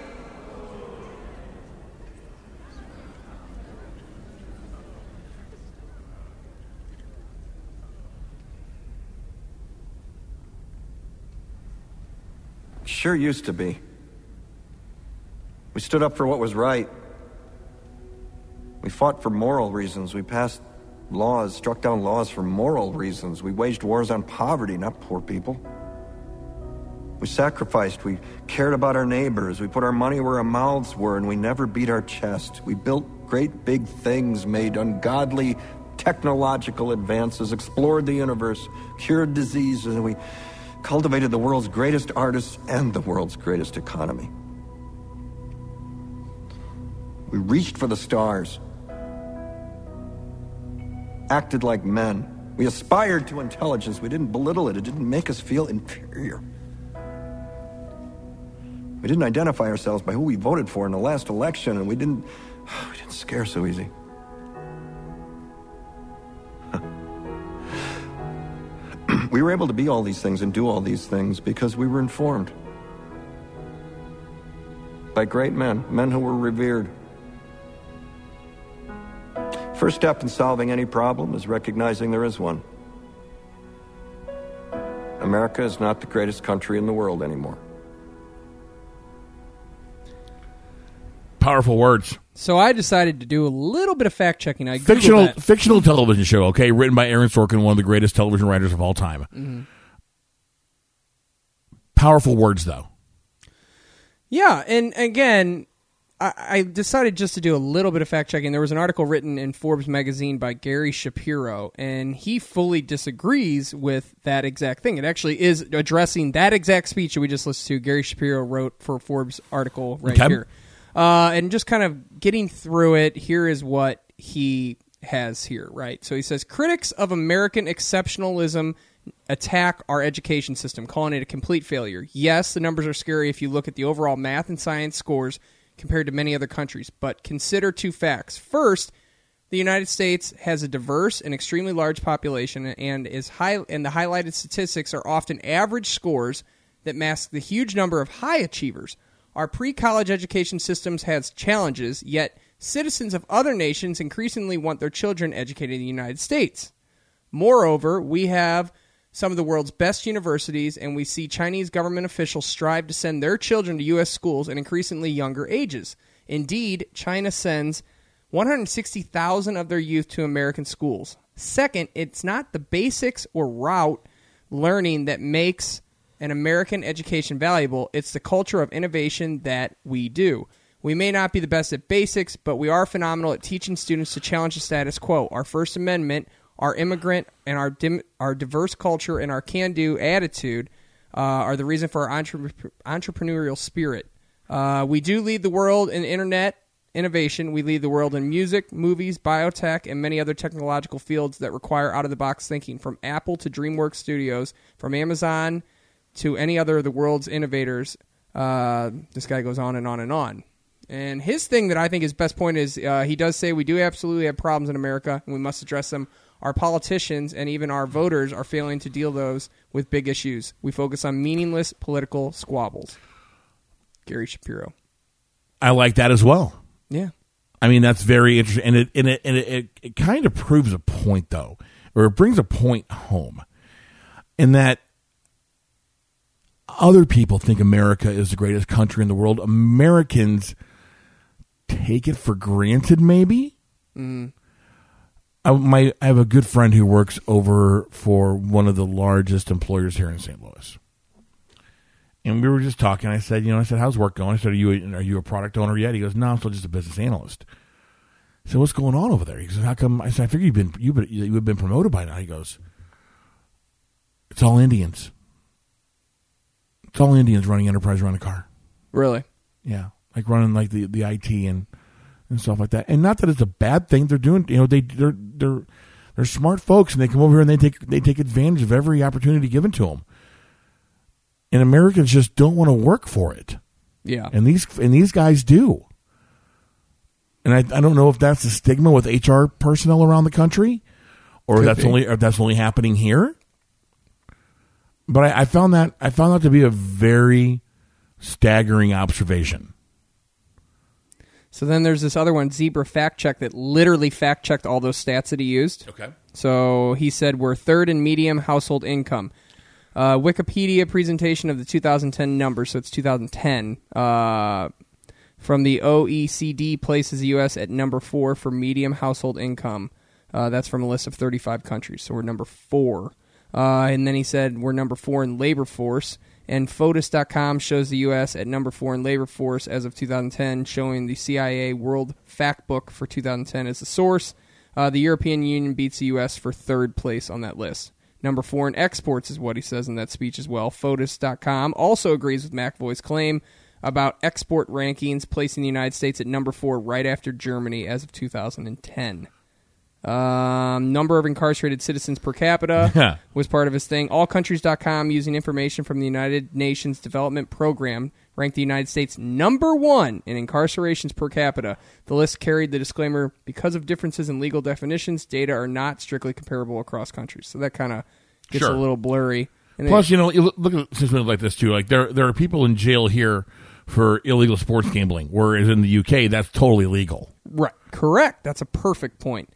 S11: Sure used to be. We stood up for what was right. We fought for moral reasons. We passed laws, struck down laws for moral reasons. We waged wars on poverty, not poor people. We sacrificed. We cared about our neighbors. We put our money where our mouths were, and we never beat our chest. We built great big things, made ungodly technological advances, explored the universe, cured diseases, and we cultivated the world's greatest artists and the world's greatest economy. We reached for the stars, acted like men. We aspired to intelligence. We didn't belittle it, it didn't make us feel inferior. We didn't identify ourselves by who we voted for in the last election, and we didn't, <sighs> we didn't scare so easy. <clears throat> we were able to be all these things and do all these things because we were informed by great men, men who were revered. First step in solving any problem is recognizing there is one. America is not the greatest country in the world anymore.
S5: Powerful words.
S6: So I decided to do a little bit of fact checking. I Googled
S5: Fictional
S6: that.
S5: fictional television show, okay, written by Aaron Sorkin, one of the greatest television writers of all time.
S6: Mm-hmm.
S5: Powerful words though.
S6: Yeah, and again, I, I decided just to do a little bit of fact checking. There was an article written in Forbes magazine by Gary Shapiro, and he fully disagrees with that exact thing. It actually is addressing that exact speech that we just listened to. Gary Shapiro wrote for Forbes article right
S5: Okay.
S6: here, uh, and just kind of getting through it. Here is what he has here, right? So he says critics of American exceptionalism attack our education system, calling it a complete failure. Yes, the numbers are scary if you look at the overall math and science scores compared to many other countries, but consider two facts. First, the United States has a diverse and extremely large population and is high and the highlighted statistics are often average scores that mask the huge number of high achievers. Our pre-college education systems has challenges, yet citizens of other nations increasingly want their children educated in the United States. Moreover, we have some of the world's best universities, and we see Chinese government officials strive to send their children to U.S. schools at increasingly younger ages. Indeed, China sends 160,000 of their youth to American schools. Second, it's not the basics or route learning that makes an American education valuable, it's the culture of innovation that we do. We may not be the best at basics, but we are phenomenal at teaching students to challenge the status quo. Our First Amendment, our immigrant, and our dim- our diverse culture and our can-do attitude uh, are the reason for our entre- entrepreneurial spirit. Uh, we do lead the world in internet innovation. We lead the world in music, movies, biotech, and many other technological fields that require out-of-the-box thinking. From Apple to DreamWorks Studios, from Amazon to any other of the world's innovators. Uh, this guy goes on and on and on. And his thing that I think his best point is uh, he does say we do absolutely have problems in America and we must address them. Our politicians and even our voters are failing to deal those with big issues. We focus on meaningless political squabbles. Gary Shapiro.
S5: I like that as well.
S6: Yeah.
S5: I mean, that's very interesting, and it and it and it, it, it kind of proves a point though, or it brings a point home, in that other people think America is the greatest country in the world. Americans take it for granted, maybe. I, my, I have a good friend who works over for one of the largest employers here in St. Louis. and we were just talking. I said, you know, I said, how's work going? I said, are you a, are you a product owner yet? He goes, no, I'm still just a business analyst. I said, what's going on over there? He goes, how come? I said, I figure you've been you've been you have been promoted by now. He goes, it's all Indians. It's all Indians running enterprise around a car.
S6: Really?
S5: Yeah, like running like the the IT and and stuff like that. And not that it's a bad thing they're doing. You know, they they're they're they're smart folks, and they come over here and they take they take advantage of every opportunity given to them. And Americans just don't want to work for it.
S6: Yeah.
S5: And these and these guys do. And I, I don't know if that's the stigma with HR personnel around the country, or
S6: Could
S5: that's
S6: be.
S5: only or that's only happening here. But I, I found that I found that to be a very staggering observation.
S6: So then there's this other one, Zebra Fact Check, that literally fact checked all those stats that he used.
S5: Okay.
S6: So he said we're third in medium household income. Uh, Wikipedia presentation of the 2010 numbers, so it's 2010. Uh, from the OECD places the U.S. at number four for medium household income. Uh, that's from a list of 35 countries, so we're number four. Uh, and then he said we're number four in labor force. And FOTUS.com shows the U.S. at number four in labor force as of 2010, showing the CIA World Factbook for 2010 as the source. Uh, the European Union beats the U.S. for third place on that list. Number four in exports is what he says in that speech as well. FOTUS.com also agrees with McAvoy's claim about export rankings, placing the United States at number four right after Germany as of 2010. Um, number of incarcerated citizens
S5: <laughs>
S6: per capita was part of his thing. Allcountries.com, using information from the United Nations Development Program, ranked the United States number one in incarcerations per capita. The list carried the disclaimer because of differences in legal definitions, data are not strictly comparable across countries. So that kind of gets
S5: Sure.
S6: a little blurry. And
S5: Plus, you know, you look- look at situations like this too. Like there, there are people in jail here for illegal sports gambling, whereas in the UK, that's totally legal.
S6: Right. Correct. That's a perfect point.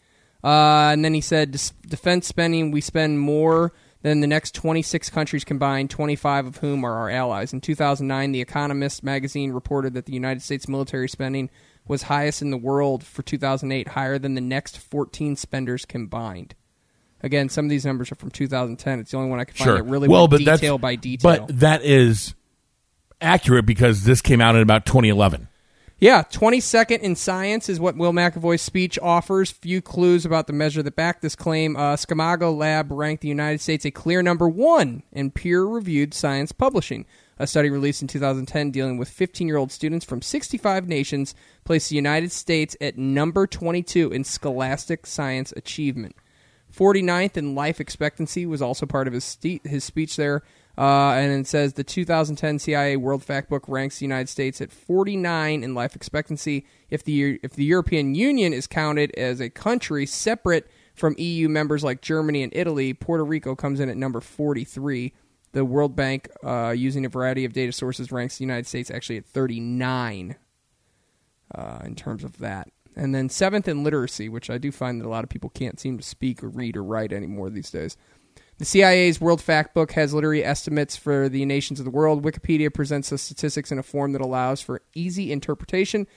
S6: Uh, and then he said, "Dis- defense spending, we spend more than the next 26 countries combined, 25 of whom are our allies. In 2009, The Economist magazine reported that the United States military spending was highest in the world for 2008, higher than the next 14 spenders combined. Again, some of these numbers are from 2010. It's the only one I could find
S5: sure.
S6: that really
S5: well,
S6: went
S5: but that's-
S6: detail by detail.
S5: But that is accurate because this came out in about 2011.
S6: Yeah, 22nd in science is what Will McAvoy's speech offers. Few clues about the measure that back this claim. Uh, Scamago Lab ranked the United States a clear number one in peer reviewed science publishing. A study released in 2010 dealing with 15 year old students from 65 nations placed the United States at number 22 in scholastic science achievement. 49th in life expectancy was also part of his ste- his speech there. Uh, and it says the 2010 CIA World Factbook ranks the United States at 49 in life expectancy. If the Eu- if the European Union is counted as a country separate from EU members like Germany and Italy, Puerto Rico comes in at number 43. The World Bank, uh, using a variety of data sources, ranks the United States actually at 39 uh, in terms of that. And then seventh in literacy, which I do find that a lot of people can't seem to speak or read or write anymore these days. The CIA's World Factbook has literary estimates for the nations of the world. Wikipedia presents the statistics in a form that allows for easy interpretation.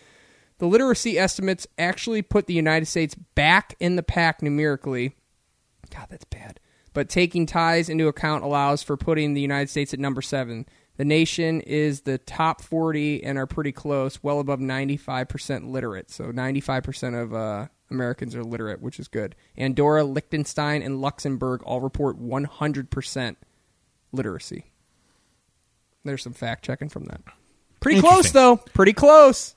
S6: The literacy estimates actually put the United States back in the pack numerically. God, that's bad. But taking ties into account allows for putting the United States at number seven. The nation is the top 40 and are pretty close, well above 95% literate. So 95% of uh, Americans are literate, which is good. Andorra, Liechtenstein, and Luxembourg all report 100% literacy. There's some fact checking from that. Pretty close,
S5: Interesting.
S6: though. Pretty close.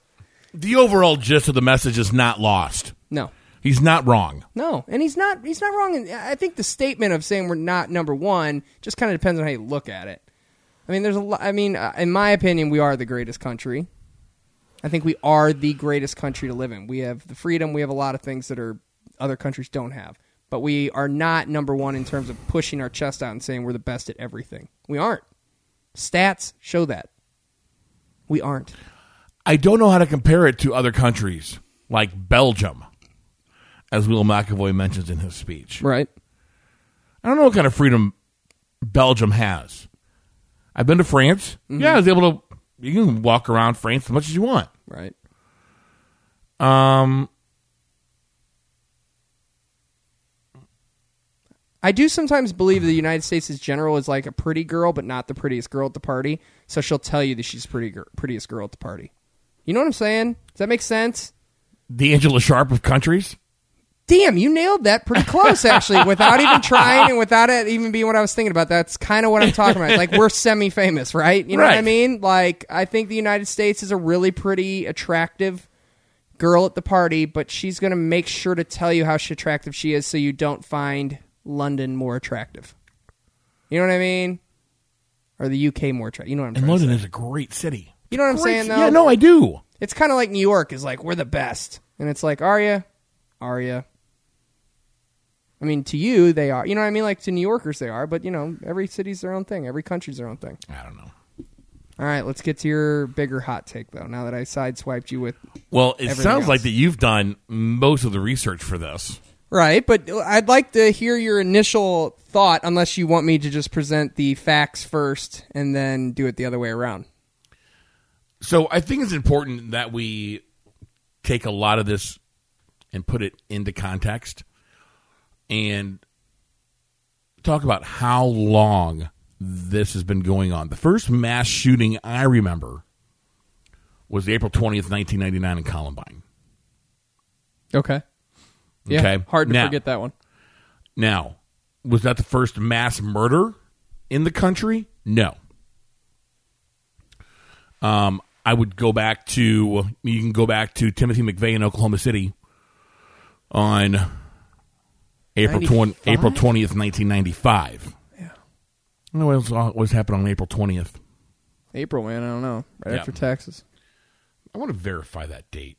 S5: The overall gist of the message is not lost.
S6: No.
S5: He's not wrong.
S6: No, and he's not he's not wrong. in- I think the statement of saying we're not number one just kind of depends on how you look at it. I mean, there's a lot. I mean, uh, in my opinion, we are the greatest country. I think we are the greatest country to live in. We have the freedom. We have a lot of things that are other countries don't have. But we are not number one in terms of pushing our chest out and saying we're the best at everything. We aren't. Stats show that. We aren't.
S5: I don't know how to compare it to other countries like Belgium, as Will McAvoy mentions in his speech.
S6: Right.
S5: I don't know what kind of freedom Belgium has. I've been to France. Yeah, I was able to. You can walk around France as much as you want.
S6: Right.
S5: Um,
S6: I do sometimes believe the United States' general is like a pretty girl, but not the prettiest girl at the party. So she'll tell you that she's pretty gir- prettiest girl at the party. You know what I'm saying? Does that make sense?
S5: D'Angela Sharp of countries.
S6: Damn, you nailed that pretty close, actually, without even trying and without it even being what I was thinking about. That's kind of what I'm talking about. Like, we're semi famous, right? You know what I
S5: Right.
S6: mean? Like, I think the United States is a really pretty attractive girl at the party, but she's going to make sure to tell you how she attractive she is so you don't find London more attractive. You know what I mean? Or the UK more attractive. You know what I'm
S5: And
S6: trying
S5: London
S6: to say.
S5: is a great city.
S6: You know what I'm
S5: Great
S6: saying,
S5: ci-
S6: though?
S5: Yeah, no, I do.
S6: It's kind of like New York is like we're the best, and it's like are you, are you? I mean, to you they are. You know what I mean? Like to New Yorkers they are, but you know every city's their own thing, every country's their own thing.
S5: I don't know.
S6: All right, let's get to your bigger hot take though. Now that I sideswiped you with
S5: Well, it
S6: Everything
S5: sounds
S6: else.
S5: like that you've done most of the research for this.
S6: right, but I'd like to hear your initial thought, unless you want me to just present the facts first and then do it the other way around.
S5: So I think it's important that we take a lot of this and put it into context and talk about how long this has been going on. The first mass shooting I remember was April 20th, 1999 in Columbine.
S6: Okay. Yeah.
S5: Okay.
S6: Hard to
S5: Now-
S6: forget that one.
S5: Now, was that the first mass murder in the country? No. Um, I would go back to you can go back to Timothy McVeigh in Oklahoma City on April 20, April twentieth, nineteen ninety five. Yeah. What else always happened on April twentieth?
S6: April, man. I don't know. Right
S5: Yeah.
S6: after taxes.
S5: I want to verify that date.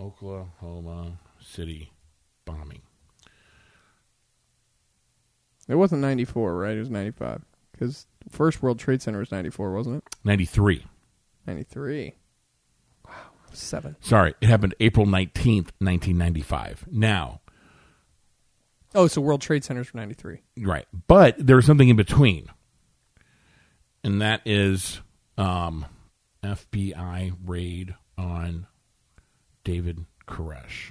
S5: Oklahoma City bombing.
S6: It wasn't 94, right? It was 95. Because first World Trade Center was 94, wasn't it?
S5: Ninety three.
S6: 93. Wow. Seven.
S5: Sorry, it happened April 19th, 1995. Now,
S6: Oh, so World Trade Center's for 93.
S5: right. But there's something in between. And that is um, FBI raid on David Koresh.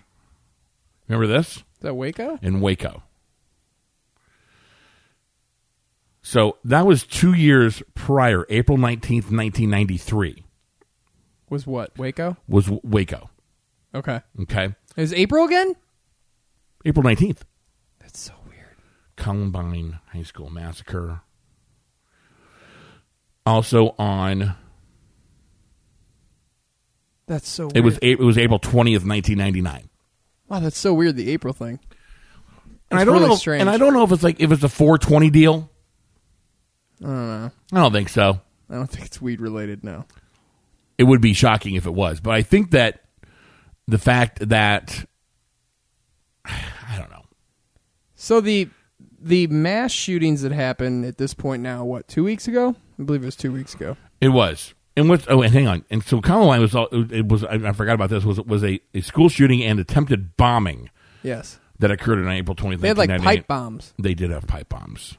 S5: Remember this?
S6: Is that Waco?
S5: In Waco. So that was two years prior, April 19th, 1993,
S6: Was what? Waco?
S5: was Waco.
S6: Okay.
S5: Okay.
S6: It was April again?
S5: April 19th.
S6: That's so weird.
S5: Columbine High School Massacre. Also on
S6: That's so weird.
S5: it was it was April twentieth, nineteen ninety nine.
S6: wow, that's so weird, the April thing.
S5: And
S6: It's
S5: I don't
S6: really
S5: know.
S6: strange.
S5: And I don't know if it's like if it's a four twenty deal. I don't know. I don't think so.
S6: I don't think it's weed related now.
S5: It would be shocking if it was, but I think that the fact that <sighs> I don't know.
S6: So the the mass shootings that happened at this point now, what, two weeks ago? I believe it was two weeks ago.
S5: It was. And what's oh, and hang on. And so Columbine was all, it was I, I forgot about this was was a, a school shooting and attempted bombing
S6: Yes.
S5: that occurred on April twentieth.
S6: They had like pipe bombs.
S5: They did have pipe bombs.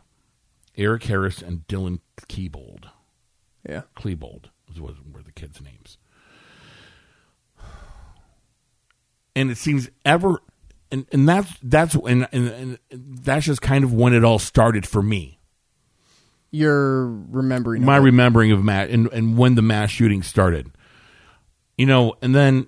S5: Eric Harris and Dylan Klebold.
S6: Yeah.
S5: Klebold was, was were the kids' names. And it seems ever, and, and that's that's and, and, and that's just kind of when it all started for me.
S6: You're remembering.
S5: My
S6: of it.
S5: remembering of Matt and and when the mass shooting started, you know, and then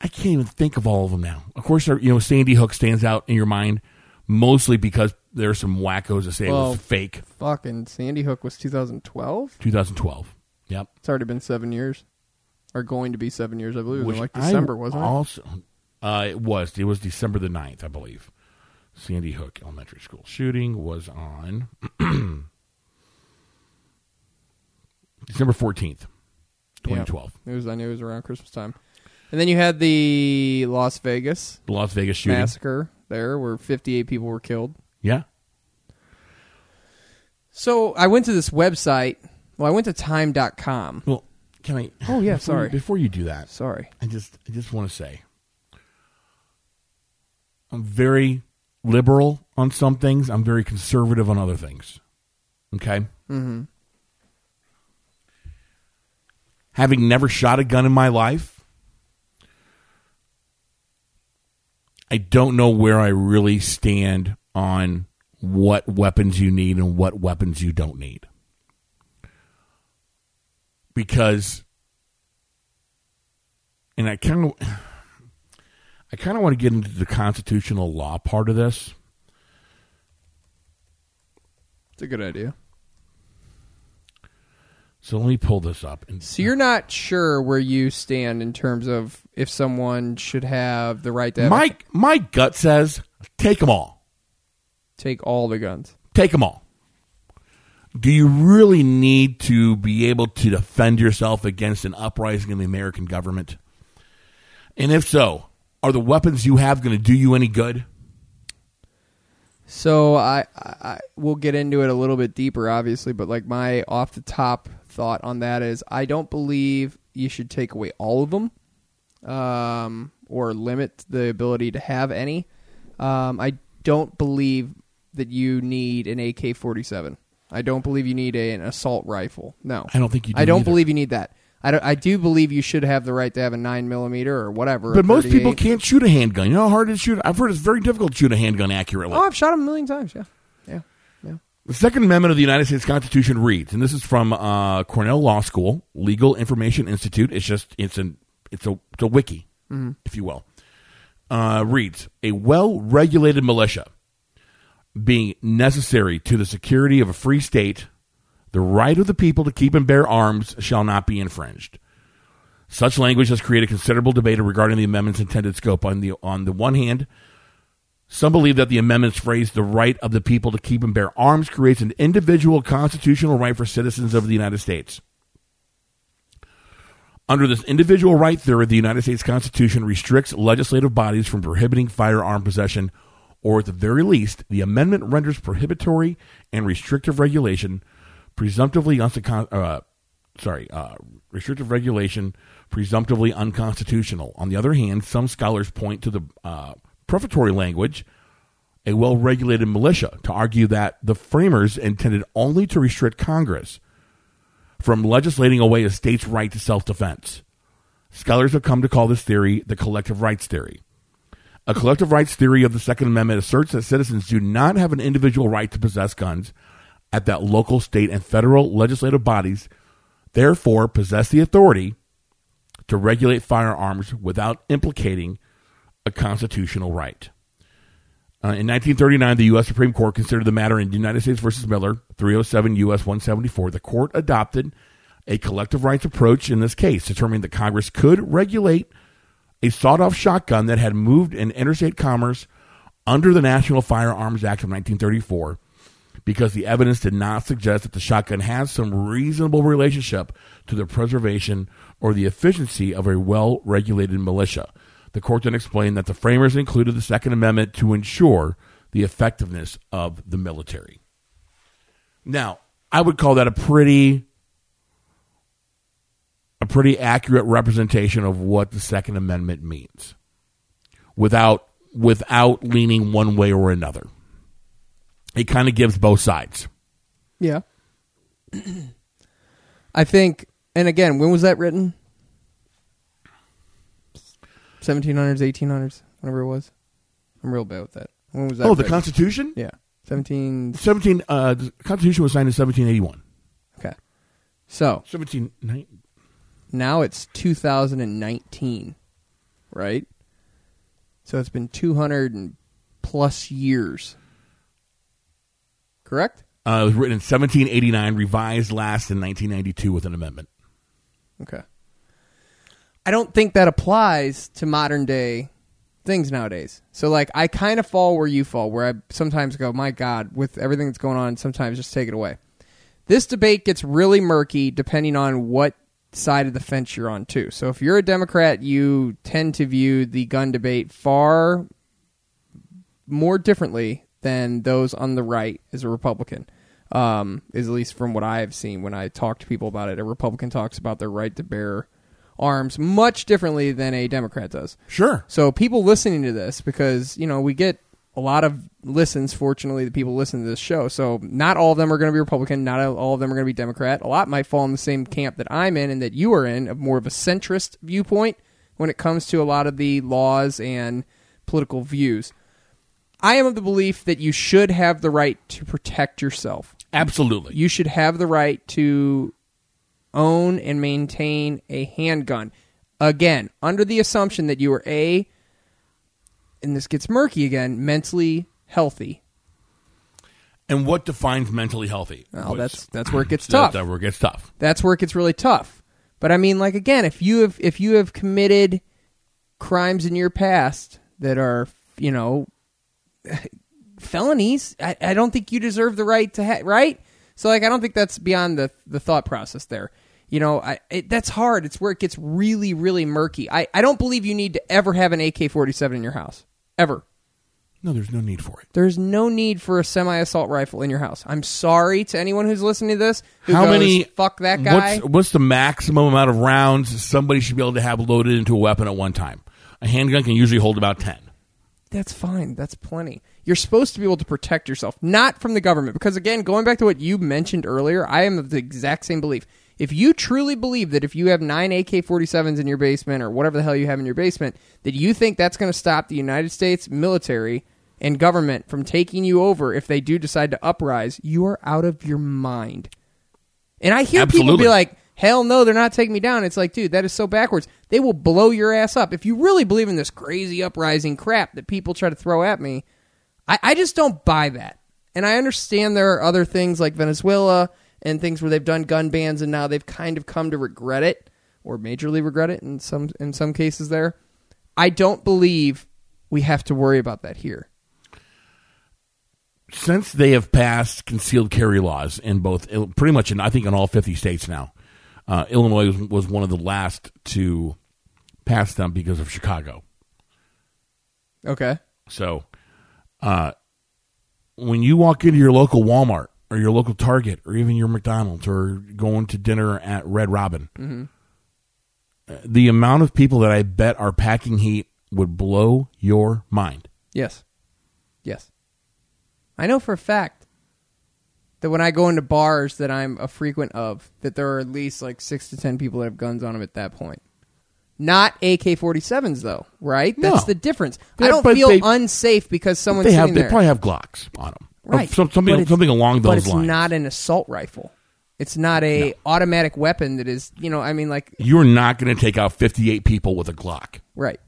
S5: I can't even think of all of them now. Of course, there- you know, Sandy Hook stands out in your mind mostly because there are some wackos that say it
S6: Well,
S5: was fake.
S6: Fucking Sandy Hook was 2012.
S5: 2012. Yep.
S6: It's already been seven years, or going to be seven years, I believe. It
S5: Which
S6: was in like
S5: I
S6: December, wasn't it?
S5: also, Uh, it was. It was December the 9th, I believe. Sandy Hook Elementary School shooting was on <clears throat> December 14th, 2012.
S6: Yeah. It was. I knew it was around Christmas time. And then you had the Las Vegas
S5: The Las Vegas shooting.
S6: massacre there, where 58 people were killed.
S5: Yeah.
S6: So I went to this website. Well, I went to time.com.
S5: Well, can I?
S6: Oh, yeah,
S5: before
S6: sorry.
S5: You, before you do that,
S6: Sorry.
S5: I just I just want to say I'm very liberal on some things. I'm very conservative on other things. Okay. Mm-hmm. Having never shot a gun in my life, I don't know where I really stand on what weapons you need and what weapons you don't need. Because and I kind of I kind of want to get into the constitutional law part of this.
S6: It's a good idea.
S5: So let me pull this up. And
S6: So you're not sure where you stand in terms of if someone should have the right to have
S5: my my gut says take them all.
S6: take all the guns.
S5: Take them all. Do you really need to be able to defend yourself against an uprising in the American government? And if so, are the weapons you have going to do you any good?
S6: So I, I I- we'll get into it a little bit deeper, obviously, but like my off the top thought on that is I don't believe you should take away all of them, um, or limit the ability to have any. Um, I don't believe that you need an AK forty seven. I don't believe you need a, an assault rifle. No,
S5: I don't think you do
S6: I don't
S5: either.
S6: believe you need that. I, don't, I do believe you should have the right to have a nine millimeter or whatever. a
S5: But most people
S6: 38.
S5: can't shoot a handgun. You know how hard it is to shoot? I've heard it's very difficult to shoot a handgun accurately.
S6: Oh, I've shot him a million times. Yeah, yeah, yeah.
S5: The Second Amendment of the United States Constitution reads, and this is from uh, Cornell Law School Legal Information Institute. It's just it's an it's a it's a wiki, if you will. Uh, reads a well-regulated militia being necessary to the security of a free state, the right of the people to keep and bear arms shall not be infringed. Such language has created considerable debate regarding the amendment's intended scope. On the on the one hand, some believe that the amendments phrase the right of the people to keep and bear arms creates an individual constitutional right for citizens of the United States. Under this individual right theory, the United States Constitution restricts legislative bodies from prohibiting firearm possession, or at the very least, the amendment renders prohibitory and restrictive regulation presumptively uncon- uh, sorry, uh, restrictive regulation presumptively unconstitutional. On the other hand, some scholars point to the uh, prefatory language, a well regulated militia, to argue that the framers intended only to restrict Congress from legislating away a state's right to self defense. Scholars have come to call this theory the collective rights theory. A collective rights theory of the Second Amendment asserts that citizens do not have an individual right to possess guns at that local, state, and federal legislative bodies, therefore, possess the authority to regulate firearms without implicating a constitutional right. Uh, in 1939, the U.S. Supreme Court considered the matter in United States versus Miller, 307 U.S. 174. The court adopted a collective rights approach in this case, determining that Congress could regulate a sawed off shotgun that had moved in interstate commerce under the National Firearms Act of 1934 because the evidence did not suggest that the shotgun has some reasonable relationship to the preservation or the efficiency of a well regulated militia. The court then explained that the framers included the Second Amendment to ensure the effectiveness of the military. Now, I would call that a pretty a pretty accurate representation of what the Second Amendment means without without leaning one way or another. It kind of gives both sides.
S6: Yeah. I think, and again, when was that written? 1700s, 1800s, whenever it was. I'm real bad with that. When was that?
S5: Oh, the
S6: written?
S5: Constitution?
S6: Yeah. 17.
S5: 17 uh the Constitution was signed in 1781.
S6: Okay. So
S5: 17 nine-
S6: now it's 2019, right? So it's been 200 and plus years. Correct?
S5: uh, it was written in 1789, revised last in 1992 with an amendment.
S6: Okay. I don't think that applies to modern day things nowadays. So like I kind of fall where you fall where I sometimes go, "My god, with everything that's going on, sometimes just take it away." This debate gets really murky depending on what side of the fence you're on too. So if you're a Democrat, you tend to view the gun debate far more differently than those on the right as a Republican. Um, is at least from what I've seen when I talk to people about it. A Republican talks about their right to bear arms much differently than a Democrat does.
S5: Sure.
S6: So people listening to this, because you know we get a lot of listens. Fortunately, the people listen to this show. So not all of them are going to be Republican. Not all of them are going to be Democrat. A lot might fall in the same camp that I'm in and that you are in, of more of a centrist viewpoint when it comes to a lot of the laws and political views. I am of the belief that you should have the right to protect yourself.
S5: Absolutely.
S6: You should have the right to own and maintain a handgun. Again, under the assumption that you are A, and this gets murky again, mentally healthy.
S5: And what defines mentally healthy?
S6: Oh, that's that's where
S5: <clears throat>
S6: it gets
S5: That-
S6: tough.
S5: That where it gets tough.
S6: That's where it gets really tough. But I mean, like again, if you have if you have committed crimes in your past that are you know <laughs> felonies, I, I don't think you deserve the right to ha- right. So like, I don't think that's beyond the the thought process there. You know, I it, that's hard. It's where it gets really really murky. I I don't believe you need to ever have an AK forty seven in your house ever.
S5: No, there's no need for it.
S6: There's no need for a semi assault rifle in your house. I'm sorry to anyone who's listening to this. who
S5: How
S6: goes,
S5: many?
S6: Fuck that guy.
S5: What's, what's the maximum amount of rounds somebody should be able to have loaded into a weapon at one time? A handgun can usually hold about ten.
S6: That's fine. That's plenty. You're supposed to be able to protect yourself, not from the government. Because again, going back to what you mentioned earlier, I am of the exact same belief. If you truly believe that if you have nine AK 47s in your basement or whatever the hell you have in your basement, that you think that's going to stop the United States military and government from taking you over if they do decide to uprise, you are out of your mind. And I hear people
S5: Absolutely.
S6: be like, hell no, they're not taking me down. It's like, dude, that is so backwards. They will blow your ass up. If you really believe in this crazy uprising crap that people try to throw at me, I, I just don't buy that. And I understand there are other things like Venezuela and things where they've done gun bans and now they've kind of come to regret it or majorly regret it in some in some cases there. I don't believe we have to worry about that here.
S5: since they have passed concealed carry laws in both, pretty much in I think in all fifty states now, uh, Illinois was, was one of the last to pass them because of Chicago.
S6: Okay.
S5: So, uh, when you walk into your local Walmart or your local Target or even your McDonald's or going to dinner at Red Robin,
S6: Mm-hmm.
S5: uh, the amount of people that I bet are packing heat would blow your mind.
S6: Yes. Yes. I know for a fact that when I go into bars that I'm a frequent of, that there are at least like six to ten people that have guns on them at that point. Not AK 47s, though, right?
S5: No.
S6: That's the difference.
S5: Yeah,
S6: I don't
S5: but
S6: feel
S5: they-
S6: unsafe because someone's
S5: They
S6: sitting
S5: have they
S6: there.
S5: probably have Glocks on them,
S6: right. But
S5: something
S6: it's-
S5: something along
S6: but
S5: those
S6: it's
S5: lines.
S6: not an assault rifle. It's not a automatic weapon that is, you know, I mean, like
S5: you're not going to take out 58 people with a Glock.
S6: Right.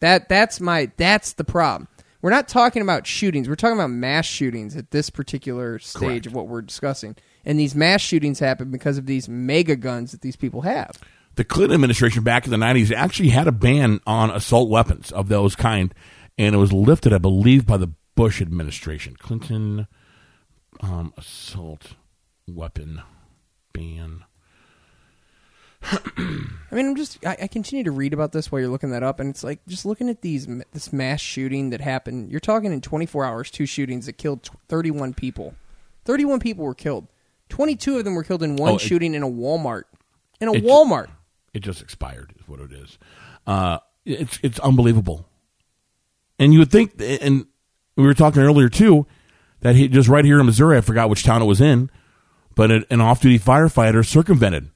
S6: That that's my that's the problem. We're not talking about shootings. We're talking about mass shootings at this particular stage of what we're discussing. And these mass shootings happen because of these mega guns that these people have.
S5: The Clinton administration back in the 90s actually had a ban on assault weapons of those kind, and it was lifted, I believe, by the Bush administration. Clinton um, assault weapon ban.
S6: I mean, I'm just I, I continue to read about this while you're looking that up, and it's like just looking at these m- this mass shooting that happened. You're talking in 24 hours, two shootings that killed t- 31 people. 31 people were killed. 22 of them were killed in one
S5: Oh, it-
S6: shooting in a Walmart. In a
S5: It-
S6: Walmart.
S5: It just expired, is what it is. Uh, it's it's unbelievable. And you would think, and we were talking earlier too, that he just right here in Missouri, I forgot which town it was in, but an an off-duty firefighter circumvented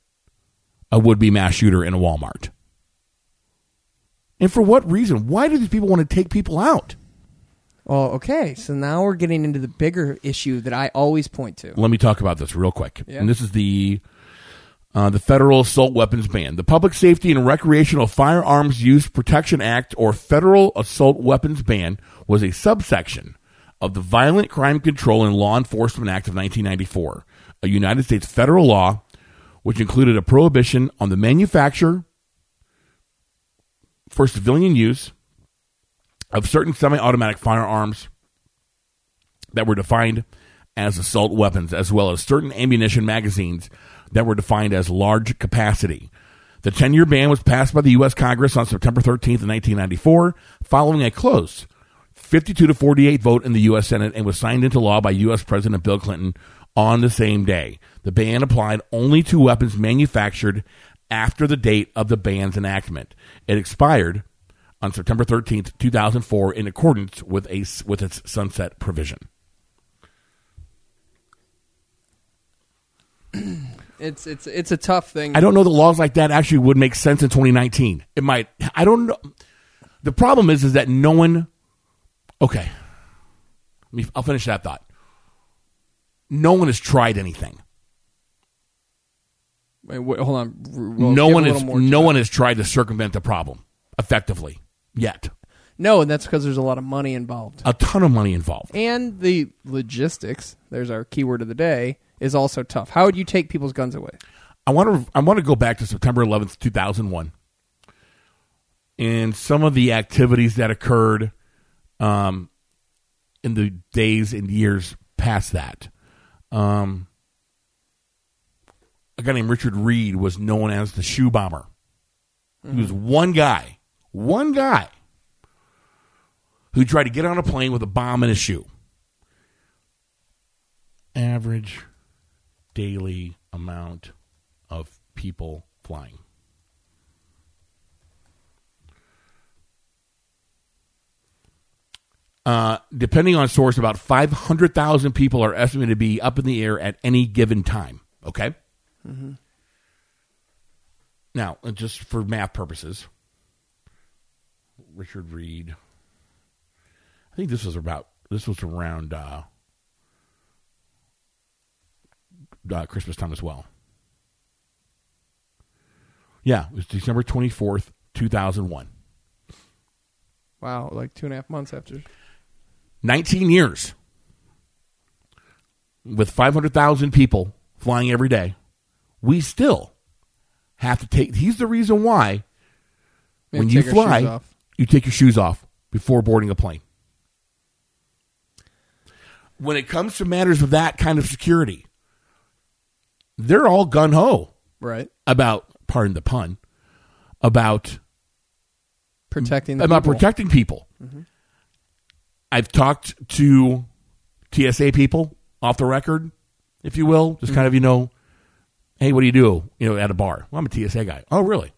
S5: a would-be mass shooter in a Walmart. And for what reason? Why do these people want to take people out?
S6: Well, okay. So now we're getting into the bigger issue that I always point to.
S5: let me talk about this real quick.
S6: Yeah.
S5: And this is the uh, the federal assault weapons ban, the Public Safety and Recreational Firearms Use Protection Act, or Federal Assault Weapons Ban, was a subsection of the Violent Crime Control and Law Enforcement Act of 1994, a United States federal law which included a prohibition on the manufacture for civilian use of certain semi-automatic firearms that were defined as assault weapons, as well as certain ammunition magazines that were defined as large capacity. The 10 year ban was passed by the U.S. Congress on September 13th, 1994, following a close 52 to 48 vote in the U.S. Senate and was signed into law by U.S. President Bill Clinton on the same day. The ban applied only to weapons manufactured after the date of the ban's enactment. It expired on September 13th, 2004, in accordance with, a, with its sunset provision.
S6: It's it's it's a tough thing.
S5: I don't know that laws like that actually would make sense in 2019. It might. I don't know. The problem is, is that no one. Okay, Let me, I'll finish that thought. No one has tried anything.
S6: Wait, wait, hold on. R- we'll
S5: no
S6: give
S5: one
S6: a little
S5: has
S6: more
S5: no
S6: time.
S5: one has tried to circumvent the problem effectively yet.
S6: No, and that's because there's a lot of money involved.
S5: A ton of money involved.
S6: And the logistics, there's our keyword of the day, is also tough. How would you take people's guns away?
S5: I want to I want to go back to September 11th, 2001, and some of the activities that occurred um, in the days and years past that. Um, a guy named Richard Reed was known as the shoe bomber. He was one guy, one guy who tried to get on a plane with a bomb in his shoe. Average daily amount of people flying. Uh, depending on source, about 500,000 people are estimated to be up in the air at any given time. Okay? Now, uh, just for math purposes, Richard Reed. I think this was about this was around uh, uh, Christmas time as well. Yeah, it was December twenty fourth, two thousand one.
S6: Wow, like two and a half months after.
S5: 19 years with 500,000 people flying every day, we still have to take. He's the reason why
S6: We
S5: when
S6: have to
S5: you
S6: take our shoes
S5: fly,
S6: off.
S5: you take your shoes off before boarding a plane. When it comes to matters of that kind of security, they're all gun ho
S6: Right.
S5: about, pardon the pun, about
S6: Protecting the
S5: about
S6: people. Mm-hmm.
S5: protecting people. I've talked to TSA people off the record, if you will, just kind of you know, hey, what do you do? You know, at a bar. Well, I'm a TSA guy. Oh, really?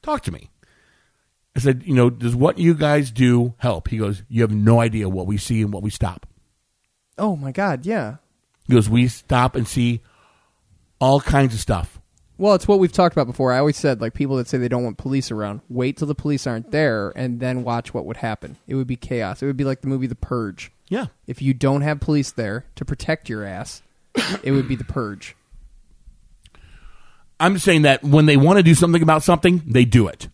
S5: Talk to me. I said, you know, does what you guys do help? He goes, you have no idea what we see and what we stop.
S6: Oh, my God, yeah.
S5: He goes, we stop and see all kinds of stuff.
S6: Well, it's what we've talked about before. I always said, like, people that say they don't want police around, wait till the police aren't there and then watch what would happen. It would be chaos. It would be like the movie The Purge.
S5: Yeah.
S6: If you don't have police there to protect your ass, it would be The Purge.
S5: I'm just saying that when they want to do something about something, they do it.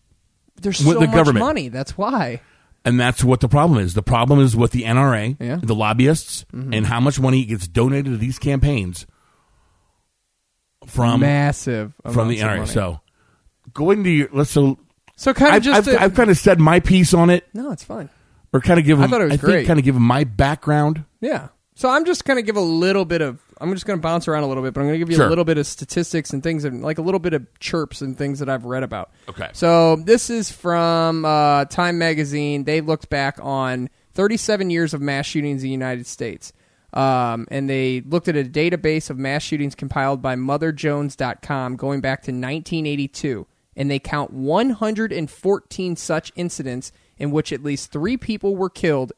S6: There's
S5: With
S6: so
S5: the
S6: much
S5: government.
S6: money. That's why.
S5: And that's what the problem is. The problem is with the NRA,
S6: Yeah. Mm-hmm.
S5: the lobbyists, and how much money gets donated to these campaigns from
S6: Massive
S5: Um, from the
S6: amounts of
S5: NRA.
S6: money.
S5: So going to your let's so
S6: so kind of
S5: I've,
S6: just
S5: I've,
S6: to-
S5: I've kind of said my piece on it,
S6: no, it's fine.
S5: or kind of given
S6: I thought it was great.
S5: kind of given my background.
S6: Yeah. So I'm just going to give a little bit of. I'm just going to bounce around a little bit, but I'm going to give you
S5: Sure.
S6: a little bit of statistics and things, and like a little bit of chirps and things that I've read about.
S5: Okay.
S6: So this is from uh, Time Magazine. They looked back on 37 years of mass shootings in the United States, um, and they looked at a database of mass shootings compiled by MotherJones.com going back to 1982, and they count 114 such incidents in which at least three people were killed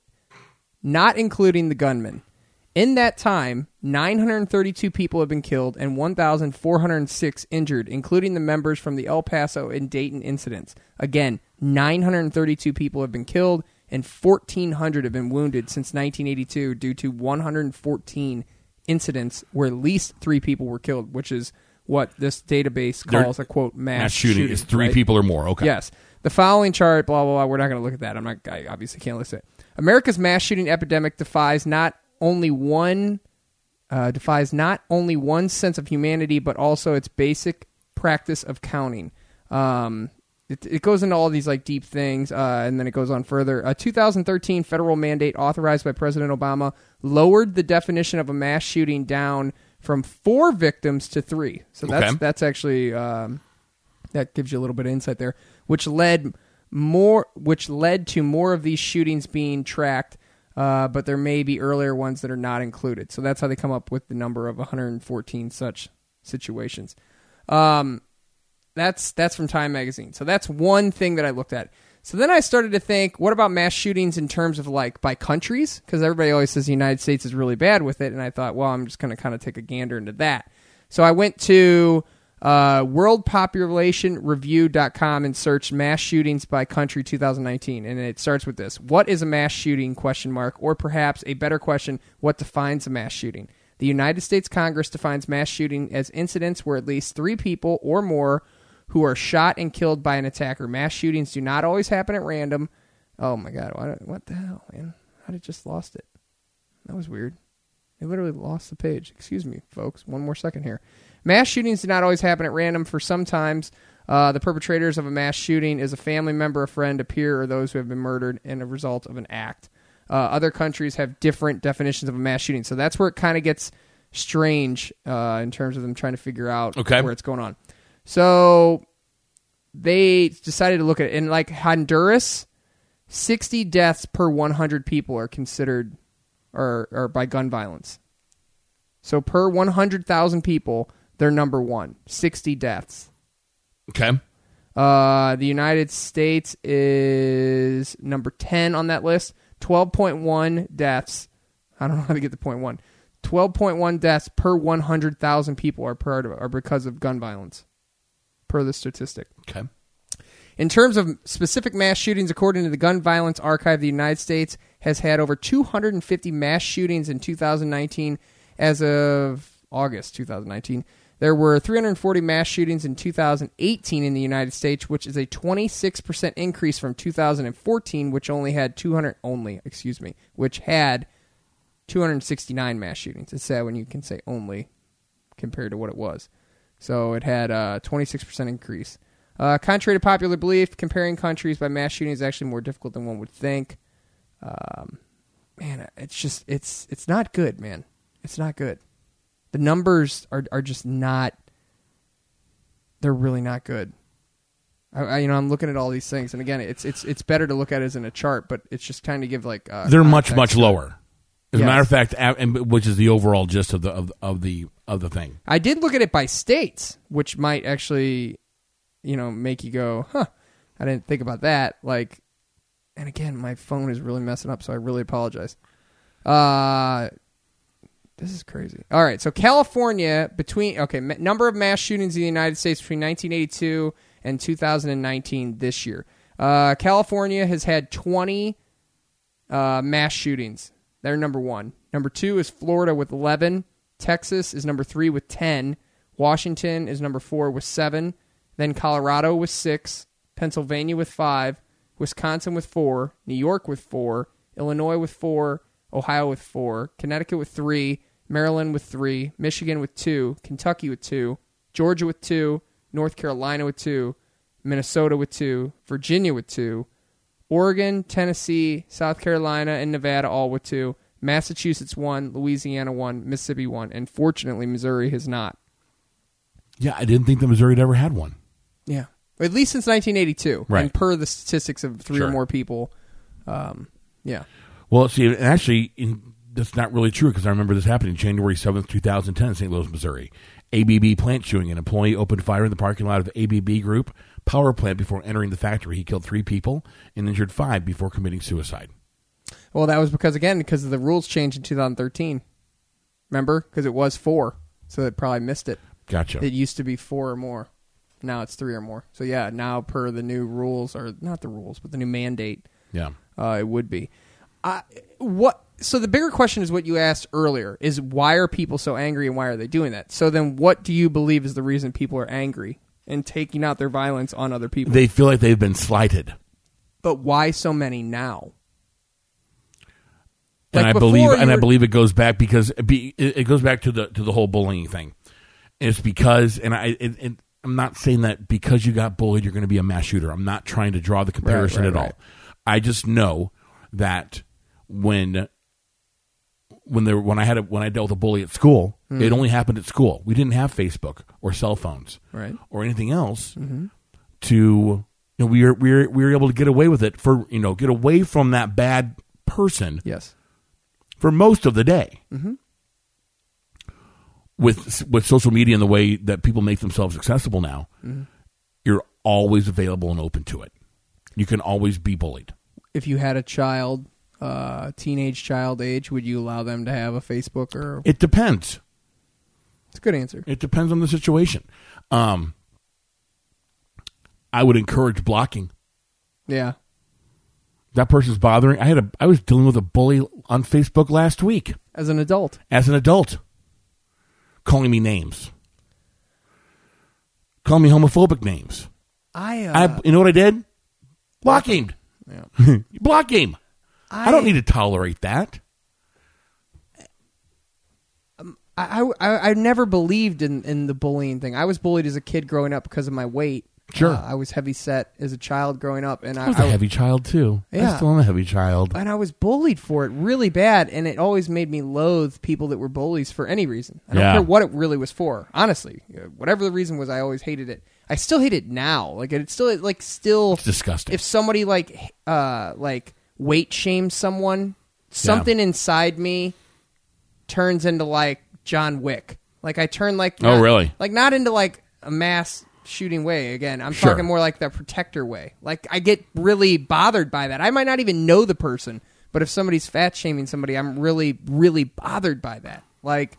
S6: not including the gunman. In that time, 932 people have been killed and 1,406 injured, including the members from the El Paso and Dayton incidents. Again, 932 people have been killed and 1,400 have been wounded since 1982 due to 114 incidents where at least three people were killed, which is what this database
S5: They're-
S6: calls a quote mass,
S5: Mass shooting, is three
S6: right?
S5: people or more. Okay.
S6: Yes. The following chart, blah, blah, blah. We're not going to look at that. I'm not, I obviously can't list it. America's mass shooting epidemic defies not only one, uh, defies not only one sense of humanity, but also its basic practice of counting. Um, it, it goes into all these like deep things, uh, and then it goes on further. A 2013 federal mandate authorized by President Obama lowered the definition of a mass shooting down from four victims to three. So that's
S5: Okay.
S6: that's actually um, that gives you a little bit of insight there, which led more, which led to more of these shootings being tracked. Uh, but there may be earlier ones that are not included. So that's how they come up with the number of 114 such situations. Um, that's that's from Time magazine. So that's one thing that I looked at. So then I started to think, what about mass shootings in terms of like by countries? Because everybody always says the United States is really bad with it, and I thought, well, I'm just going to kind of take a gander into that. So I went to uh, worldpopulationreview.com and search mass shootings by country 2019 and it starts with this what is a mass shooting question mark or perhaps a better question what defines a mass shooting the united states congress defines mass shooting as incidents where at least three people or more who are shot and killed by an attacker mass shootings do not always happen at random oh my god what, what the hell man i did just lost it that was weird I literally lost the page. Excuse me, folks. One more second here. Mass shootings do not always happen at random. For sometimes, uh, the perpetrators of a mass shooting is a family member, a friend, a peer, or those who have been murdered in a result of an act. Uh, other countries have different definitions of a mass shooting, so that's where it kind of gets strange uh, in terms of them trying to figure out
S5: Okay.
S6: where it's going on. So they decided to look at it in like Honduras. 60 deaths per 100 people are considered or, or by gun violence. So per 100,000 people, they're number one. 60 deaths.
S5: Okay.
S6: Uh, the United States is number 10 on that list. 12.1 deaths. I don't know how to get the point one. 12.1 deaths per 100,000 people are, per, are because of gun violence, per the statistic.
S5: Okay.
S6: In terms of specific mass shootings, according to the Gun Violence Archive, the United States has had over 250 mass shootings in 2019 as of August 2019. There were 340 mass shootings in 2018 in the United States, which is a 26% increase from 2014, which only had 200 only, excuse me, which had 269 mass shootings. It's sad when you can say only compared to what it was. So it had a 26% increase. Uh, contrary to popular belief, comparing countries by mass shooting is actually more difficult than one would think. Um, man, it's just it's it's not good, man. It's not good. The numbers are are just not. They're really not good. I, I you know I'm looking at all these things, and again, it's it's it's better to look at it as in a chart, but it's just kind of give like uh,
S5: They're much
S6: context.
S5: much lower. As a
S6: Yes.
S5: matter of fact, a- and, which is the overall gist of the of, of the of the thing.
S6: I did look at it by states, which might actually, you know, make you go, huh, I didn't think about that. Like, and again, my phone is really messing up, so I really apologize. Uh, this is crazy. All right, so California between okay, ma- number of mass shootings in the United States between 1982 and 2019 this year. Uh, California has had 20 uh, mass shootings. They're number one. Number two is Florida with 11. Texas is number three with 10. Washington is number four with seven. Then Colorado with six. Pennsylvania with five. Wisconsin with four. New York with four. Illinois with four. Ohio with four. Connecticut with three. Maryland with three. Michigan with two. Kentucky with two. Georgia with two. North Carolina with two. Minnesota with two. Virginia with two. Oregon, Tennessee, South Carolina, and Nevada all with two. Massachusetts one, Louisiana one, Mississippi one, and fortunately Missouri has not.
S5: Yeah, I didn't think that Missouri had ever had one.
S6: Yeah, at least since 1982,
S5: Right.
S6: And per the statistics of three
S5: Sure.
S6: or more people, um, yeah,
S5: Well, see, and actually, in, that's not really true because I remember this happening January 7th, 2010, in St. Louis, Missouri. ABB plant shooting. An employee opened fire in the parking lot of ABB Group power plant before entering the factory. He killed three people and injured five before committing suicide.
S6: Well, that was because again because of the rules change in 2013. Remember, because it was four, so they probably missed it.
S5: Gotcha.
S6: It used to be four or more. Now it's three or more. So yeah, now per the new rules, or not the rules, but the new mandate,
S5: Yeah.
S6: uh, it would be. I, what? So the bigger question is what you asked earlier: is why are people so angry and why are they doing that? So then, what do you believe is the reason people are angry and taking out their violence on other people?
S5: They feel like they've been slighted.
S6: but why so many now?
S5: and
S6: Like
S5: I
S6: before
S5: believe
S6: you
S5: and I
S6: were-
S5: believe it goes back because it, be, it it goes back to the to the whole bullying thing. It's because and I it, it, I'm not saying that because you got bullied you're going to be a mass shooter. I'm not trying to draw the comparison
S6: right,
S5: at all.
S6: right.
S5: I just know that when when there when I had a, when I dealt with a bully at school,
S6: Hmm.
S5: it only happened at school. We didn't have Facebook or cell phones
S6: Right. Mm-hmm.
S5: or anything else to you know we were we were we were able to get away with it for you know get away from that bad person
S6: Yes.
S5: for most of the day. With with social media and the way that people make themselves accessible now, you're always available and open to it. You can always be bullied.
S6: If you had a child, uh, teenage child age, would you allow them to have a Facebook or
S5: It depends.
S6: It's a good answer.
S5: It depends on the situation. Um, I would encourage blocking.
S6: Yeah.
S5: That person's bothering. I had a I was dealing with a bully on Facebook last week
S6: As an adult.
S5: as an adult, calling me names, calling me homophobic names.
S6: I, uh,
S5: I you know what I did? Block him. <laughs> Block him. I, don't need to tolerate that.
S6: I, I, I- I never believed in, in the bullying thing. I was bullied as a kid growing up because of my weight.
S5: Sure.
S6: Uh, I was heavy set as a child growing up, and I,
S5: I was
S6: I-
S5: a heavy child too.
S6: Yeah.
S5: I still am a heavy child.
S6: and I was bullied for it really bad, and it always made me loathe people that were bullies for any reason. I don't
S5: Yeah.
S6: care what it really was for. Honestly, Uh, whatever the reason was, I always hated it. I still hate it now. Like it still it, like still
S5: It's disgusting.
S6: If somebody like h- uh like weight shames someone, something inside me turns into like John Wick. Like I turn like
S5: Oh,
S6: not-
S5: really?
S6: Like not into like a mass shooting way again. I'm
S5: Sure.
S6: talking more like the protector way. Like I get really bothered by that. I might not even know the person, but if somebody's fat shaming somebody, I'm really really bothered by that. Like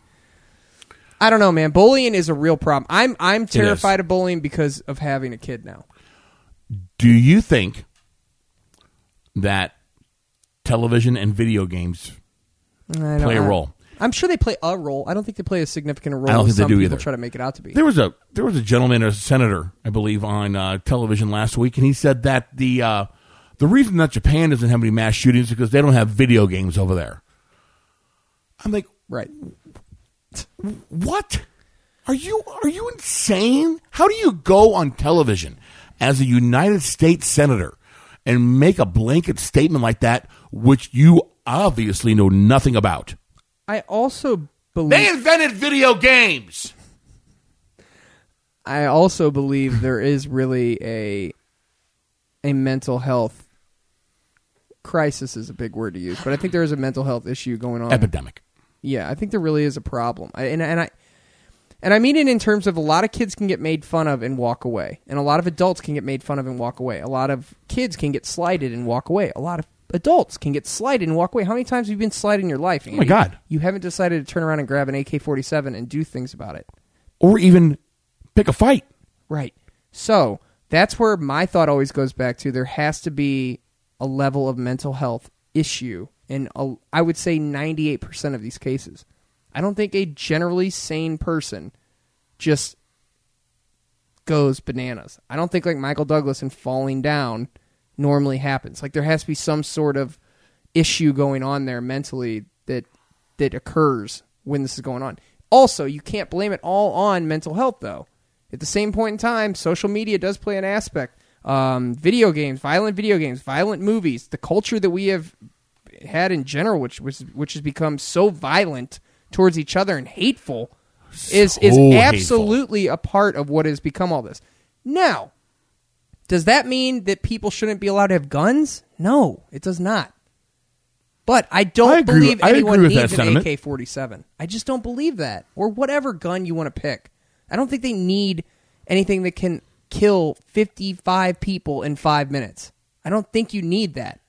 S6: I don't know, man. Bullying is a real problem. I'm I'm terrified of bullying because of having a kid now.
S5: Do you think that television and video games
S6: I don't-
S5: play a
S6: I-
S5: role?
S6: I'm sure they play a role. I don't think they play as significant a role
S5: I don't
S6: as
S5: think they
S6: some
S5: do
S6: people
S5: either.
S6: try to make it out to be.
S5: There was a there was a gentleman, a senator, I believe, on uh, television last week, and he said that the uh, the reason that Japan doesn't have any mass shootings is because they don't have video games over there. I'm like,
S6: right.
S5: what? Are you are you insane? How do you go on television as a United States senator and make a blanket statement like that, which you obviously know nothing about?
S6: I also believe
S5: They invented video games.
S6: I also believe there is really a a mental health crisis is a big word to use, but I think there is a mental health issue going on.
S5: Epidemic.
S6: Yeah, I think there really is a problem, I, and and I and I mean it in terms of a lot of kids can get made fun of and walk away, and a lot of adults can get made fun of and walk away. A lot of kids can get slighted and walk away. A lot of adults can get slighted and walk away. How many times have you been slighted in your life?
S5: Oh my
S6: Andy?
S5: God.
S6: You haven't decided to turn around and grab an AK forty seven and do things about it.
S5: Or even pick a fight.
S6: Right. So that's where my thought always goes back to. There has to be a level of mental health issue in, a, I would say, 98% of these cases. I don't think a generally sane person just goes bananas. I don't think like Michael Douglas and falling down normally happens. Like there has to be some sort of issue going on there mentally that that occurs when this is going on. Also, you can't blame it all on mental health though. At the same point in time, social media does play an aspect. Um, video games, violent video games, violent movies, the culture that we have had in general, which which, which has become so violent towards each other and hateful, is is
S5: So
S6: absolutely
S5: hateful.
S6: absolutely a part of what has become all this. Now, does that mean that people shouldn't be allowed to have guns? No, it does not. But I don't
S5: I agree with-
S6: believe
S5: I agree
S6: anyone
S5: with that
S6: needs an
S5: sentiment.
S6: AK forty seven. I just don't believe that. Or whatever gun you want to pick. I don't think they need anything that can kill fifty five people in five minutes. I don't think you need that.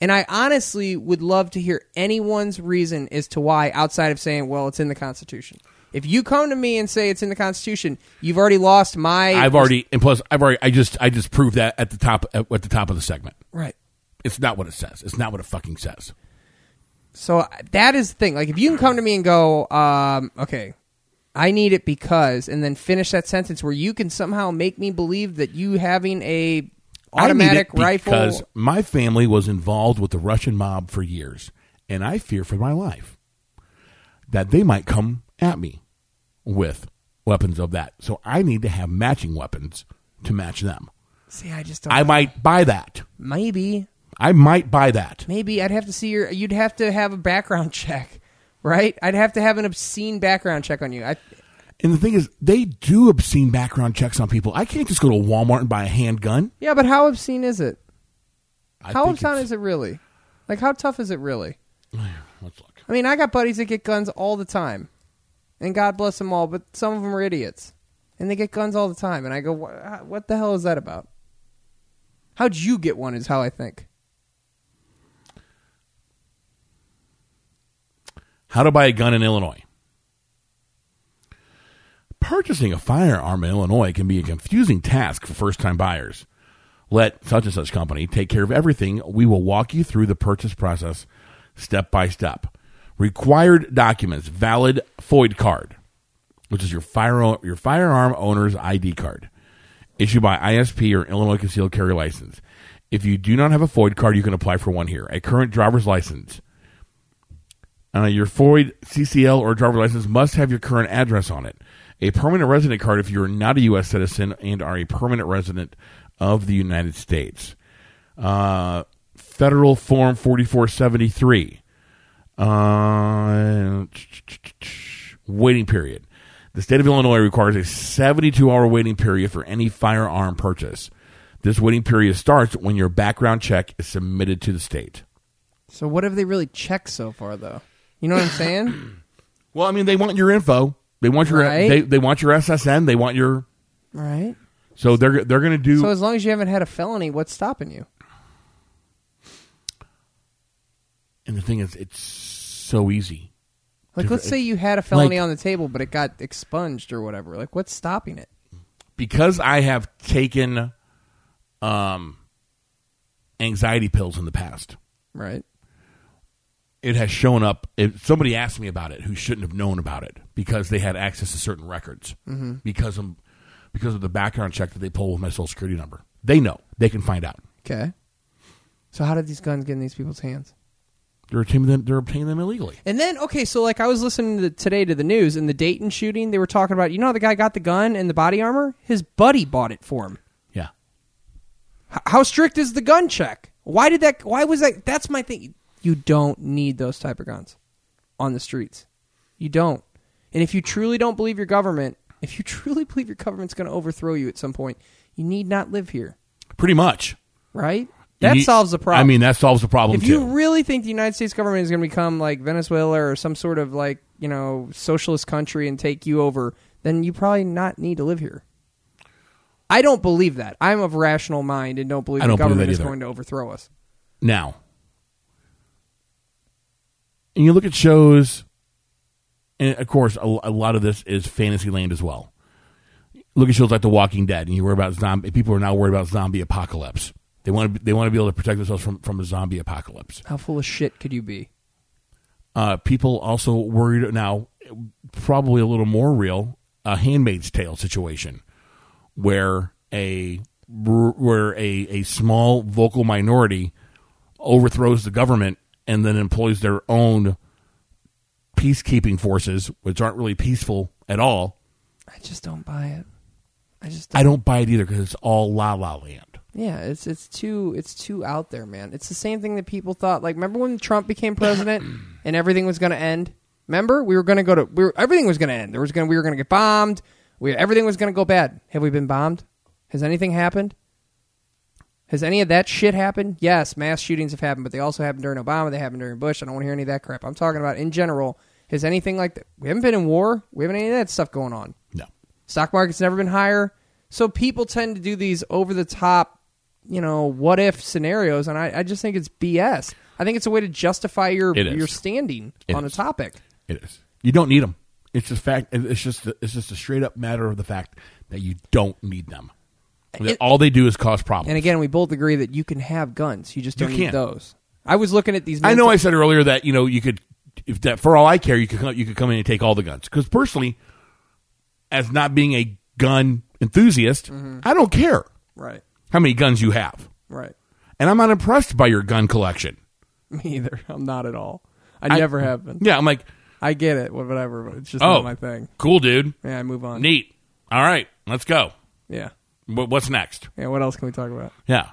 S6: And I honestly would love to hear anyone's reason as to why, outside of saying, well, it's in the Constitution. If you come to me and say it's in the Constitution, you've already lost my.
S5: I've already and plus I've already I just I just proved that at the top at the top of the segment.
S6: Right.
S5: It's not what it says. It's not what it fucking says.
S6: So I- that is the thing. Like, if you can come to me and go, um, okay, I need it because, and then finish that sentence where you can somehow make me believe that you having a automatic
S5: I need it
S6: rifle.
S5: because my family was involved with the Russian mob for years, and I fear for my life that they might come at me with weapons of that. So I need to have matching weapons to match them.
S6: See, I just don't.
S5: I might buy that.
S6: maybe
S5: I might buy that.
S6: Maybe I'd have to see your. You'd have to have a background <laughs> check, right? I'd have to have an obscene background check on you. I,
S5: And the thing is, they do obscene background checks on people. I can't just go to Walmart and buy a handgun.
S6: yeah, but how obscene is it?
S5: I
S6: how
S5: think
S6: obscene
S5: it's-
S6: is it really? Like how tough is it really?
S5: <sighs> Let's look.
S6: I mean, I got buddies that get guns all the time, and God bless them all, but some of them are idiots, and they get guns all the time, and I go, "Wha- what the hell is that about? How'd you get one? Is how I think.
S5: How to buy a gun in Illinois. Purchasing a firearm in Illinois can be a confusing task for first time buyers. Let such and such company take care of everything. We will walk you through the purchase process step by step. Required documents, valid FOID card, which is your, fire, your firearm owner's ID card, issued by ISP or Illinois Concealed Carry License. If you do not have a FOID card, you can apply for one here. A current driver's license. Uh, your FOID, CCL, or driver's license must have your current address on it. A permanent resident card if you are not a U.S. citizen and are a permanent resident of the United States. Uh, Federal Form 4473. Uh, waiting period. The state of Illinois requires a 72 hour waiting period for any firearm purchase. This waiting period starts when your background check is submitted to the state.
S6: So what have they really checked so far, though? You know
S5: <coughs>
S6: what I'm saying?
S5: Well, I mean, they want your info. They want your
S6: Right.
S5: they, they want your SSN. They want your
S6: right.
S5: so they're they're going to do.
S6: So as long as you haven't had a felony, what's stopping you?
S5: and the thing is, it's so easy.
S6: Like,
S5: Dude,
S6: let's
S5: it-
S6: say you had a felony
S5: like-
S6: on the table, but it got expunged or whatever. Like, what's stopping it?
S5: because I have taken um, anxiety pills in the past,
S6: Right.
S5: it has shown up. If somebody asked me about it, who shouldn't have known about it because they had access to certain records
S6: Mhm.
S5: because of because of the background check that they pull with my social security number. They know they can find out.
S6: Okay. So how did these guns get in these people's hands?
S5: They're obtaining them. They're obtaining them illegally.
S6: And then okay, so like I was listening to today to the news and the Dayton shooting, they were talking about you know how the guy got the gun and the body armor. His buddy bought it for him.
S5: Yeah.
S6: H- how strict is the gun check? Why did that? Why was that? That's my thing. You don't need those type of guns on the streets. You don't. And if you truly don't believe your government, if you <laughs> truly believe your government's going to overthrow you at some point, you need not live here,
S5: Pretty much.
S6: right?
S5: You
S6: That
S5: need-
S6: solves the problem.
S5: I mean, that solves the problem
S6: if
S5: too.
S6: you really think the United States government is going to become like Venezuela or some sort of like you know socialist country and take you over, then you probably not need to live here. I don't believe that. I'm of rational mind and don't believe
S5: I don't
S6: the
S5: believe
S6: government
S5: that
S6: is
S5: either.
S6: going to overthrow us.
S5: now. And you look at shows, and of course, a, a lot of this is fantasy land as well. Look at shows like The Walking Dead, and you worry about zombie. People are now worried about zombie apocalypse. They want to. They want to be able to protect themselves from from a zombie apocalypse.
S6: How full of shit could you be?
S5: Uh, people also worried now, probably a little more real, a Handmaid's Tale situation, where a where a, a small vocal minority overthrows the government and then employs their own peacekeeping forces, which aren't really peaceful at all.
S6: I just don't buy it. I just
S5: I don't buy it either because it's all la la land.
S6: Yeah, it's it's too it's too out there, man. It's the same thing that people thought. Like, remember when Trump became president and everything was going to end? Remember, we were going to go to we were, everything was going to end. There was going to we were going to get bombed. We everything was going to go bad. Have we been bombed? Has anything happened? Has any of that shit happened? Yes, mass shootings have happened, but they also happened during Obama. They happened during Bush. I don't want to hear any of that crap. I'm talking about in general. Has anything like that? We haven't been in war. We haven't any of that stuff going on.
S5: No.
S6: Stock market's never been higher. So people tend to do these over the top, you know, what if scenarios, and I, I just think it's BS. I think it's a way to justify your
S5: It is.
S6: your standing
S5: It
S6: on
S5: is.
S6: a topic.
S5: It is. You don't need them. It's just fact. It's just it's just a straight up matter of the fact that you don't need them. That
S6: It-
S5: all they do is cause problems.
S6: And again, we both agree that you can have guns. You just
S5: You
S6: don't
S5: can.
S6: need those. I was looking at these.
S5: I know
S6: mental-
S5: I said earlier that you know you could, if that for all I care, you could come, you could come in and take all the guns. Because personally, as not being a gun enthusiast,
S6: Mm-hmm.
S5: I don't care
S6: Right.
S5: how many guns you have,
S6: Right. <laughs>
S5: and I'm not impressed by your gun collection.
S6: Me either. I'm not at all. I, never have been.
S5: Yeah, I'm like,
S6: I get it. Whatever. But it's just
S5: oh,
S6: not my thing.
S5: Cool, dude.
S6: Yeah. I move on.
S5: Neat. All right, let's go.
S6: Yeah.
S5: Wh- What's next?
S6: Yeah. What else can we talk about?
S5: Yeah.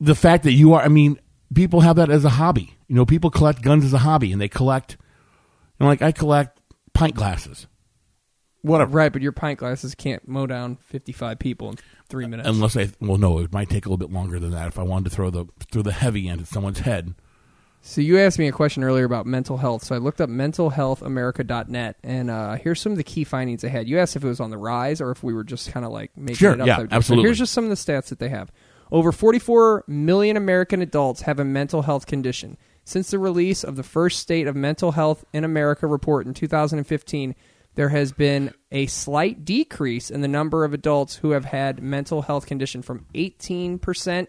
S5: The fact that you are, I mean, people have that as a hobby. You know, people collect guns as a hobby and they collect, you know, like I collect pint glasses. Whatever.
S6: Right. But your pint glasses can't mow down 55 people in three minutes.
S5: Unless I, well, no, it might take a little bit longer than that if I wanted to throw the throw the heavy end at someone's head.
S6: So you asked me a question earlier about mental health. So I looked up mentalhealthamerica.net, and uh, here's some of the key findings they had. You asked if it was on the rise or if we were just kind of like making
S5: Sure,
S6: it up.
S5: yeah,
S6: So
S5: absolutely.
S6: here's just some of the stats that they have. Over 44 million American adults have a mental health condition. Since the release of the first State of Mental Health in America report in 2015, there has been a slight decrease in the number of adults who have had mental health condition from 18%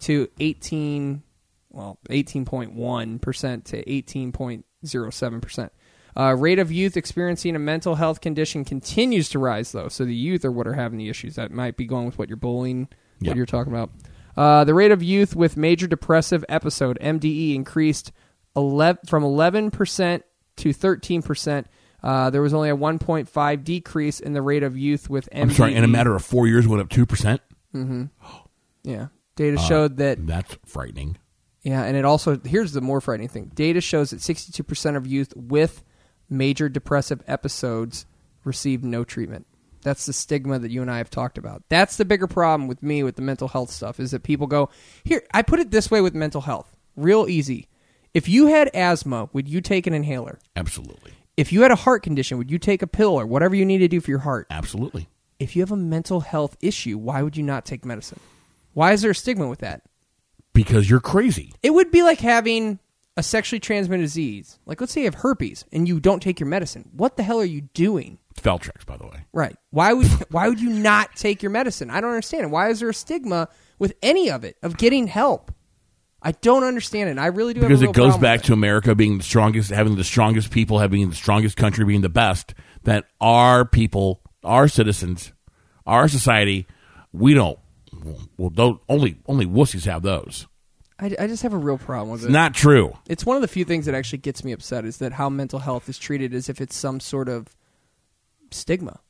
S6: to 18 well 18.1% to 18.07%. Uh, rate of youth experiencing a mental health condition continues to rise, though. So the youth are what are having the issues. That might be going with what you're bullying,
S5: Yeah.
S6: what you're talking about. Uh, the rate of youth with major depressive episode (MDE) increased 11, from 11 percent to 13 percent. Uh, there was only a 1.5 decrease in the rate of youth with E. MDE.
S5: I'm sorry. In a matter of four years, it went up two percent.
S6: hmm Yeah,
S5: Uh,
S6: data showed that
S5: That's frightening.
S6: yeah, and it also here's the more frightening thing. Data shows that 62% of youth with major depressive episodes receive no treatment. That's the stigma that you and I have talked about. That's the bigger problem with me with the mental health stuff is that people go, "Here, I put it this way with mental health. Real easy. If you had asthma, would you take an inhaler?
S5: Absolutely.
S6: If you had a heart condition, would you take a pill or whatever you need to do for your heart?
S5: Absolutely.
S6: If you have a mental health issue, why would you not take medicine? Why is there a stigma with that?
S5: Because you're crazy.
S6: It would be like having a sexually transmitted disease. Like, let's say you have herpes and you don't take your medicine. What the hell are you doing?
S5: It's Valtrex, by the way.
S6: Right. Why would why would you not take your medicine? I don't understand. it. Why is there a stigma with any of it of getting help? I don't understand it. I really do
S5: because
S6: have a
S5: it
S6: real
S5: goes
S6: problem
S5: back
S6: with
S5: to America being the strongest, having the strongest people, having the strongest country, being the best. That our people, our citizens, our society, we don't. Well, do only only wussies have those.
S6: it. I, I just have a real problem with
S5: It's
S6: it.
S5: not true.
S6: It's one of the few things that actually gets me upset is that how mental health is treated as if it's some sort of stigma.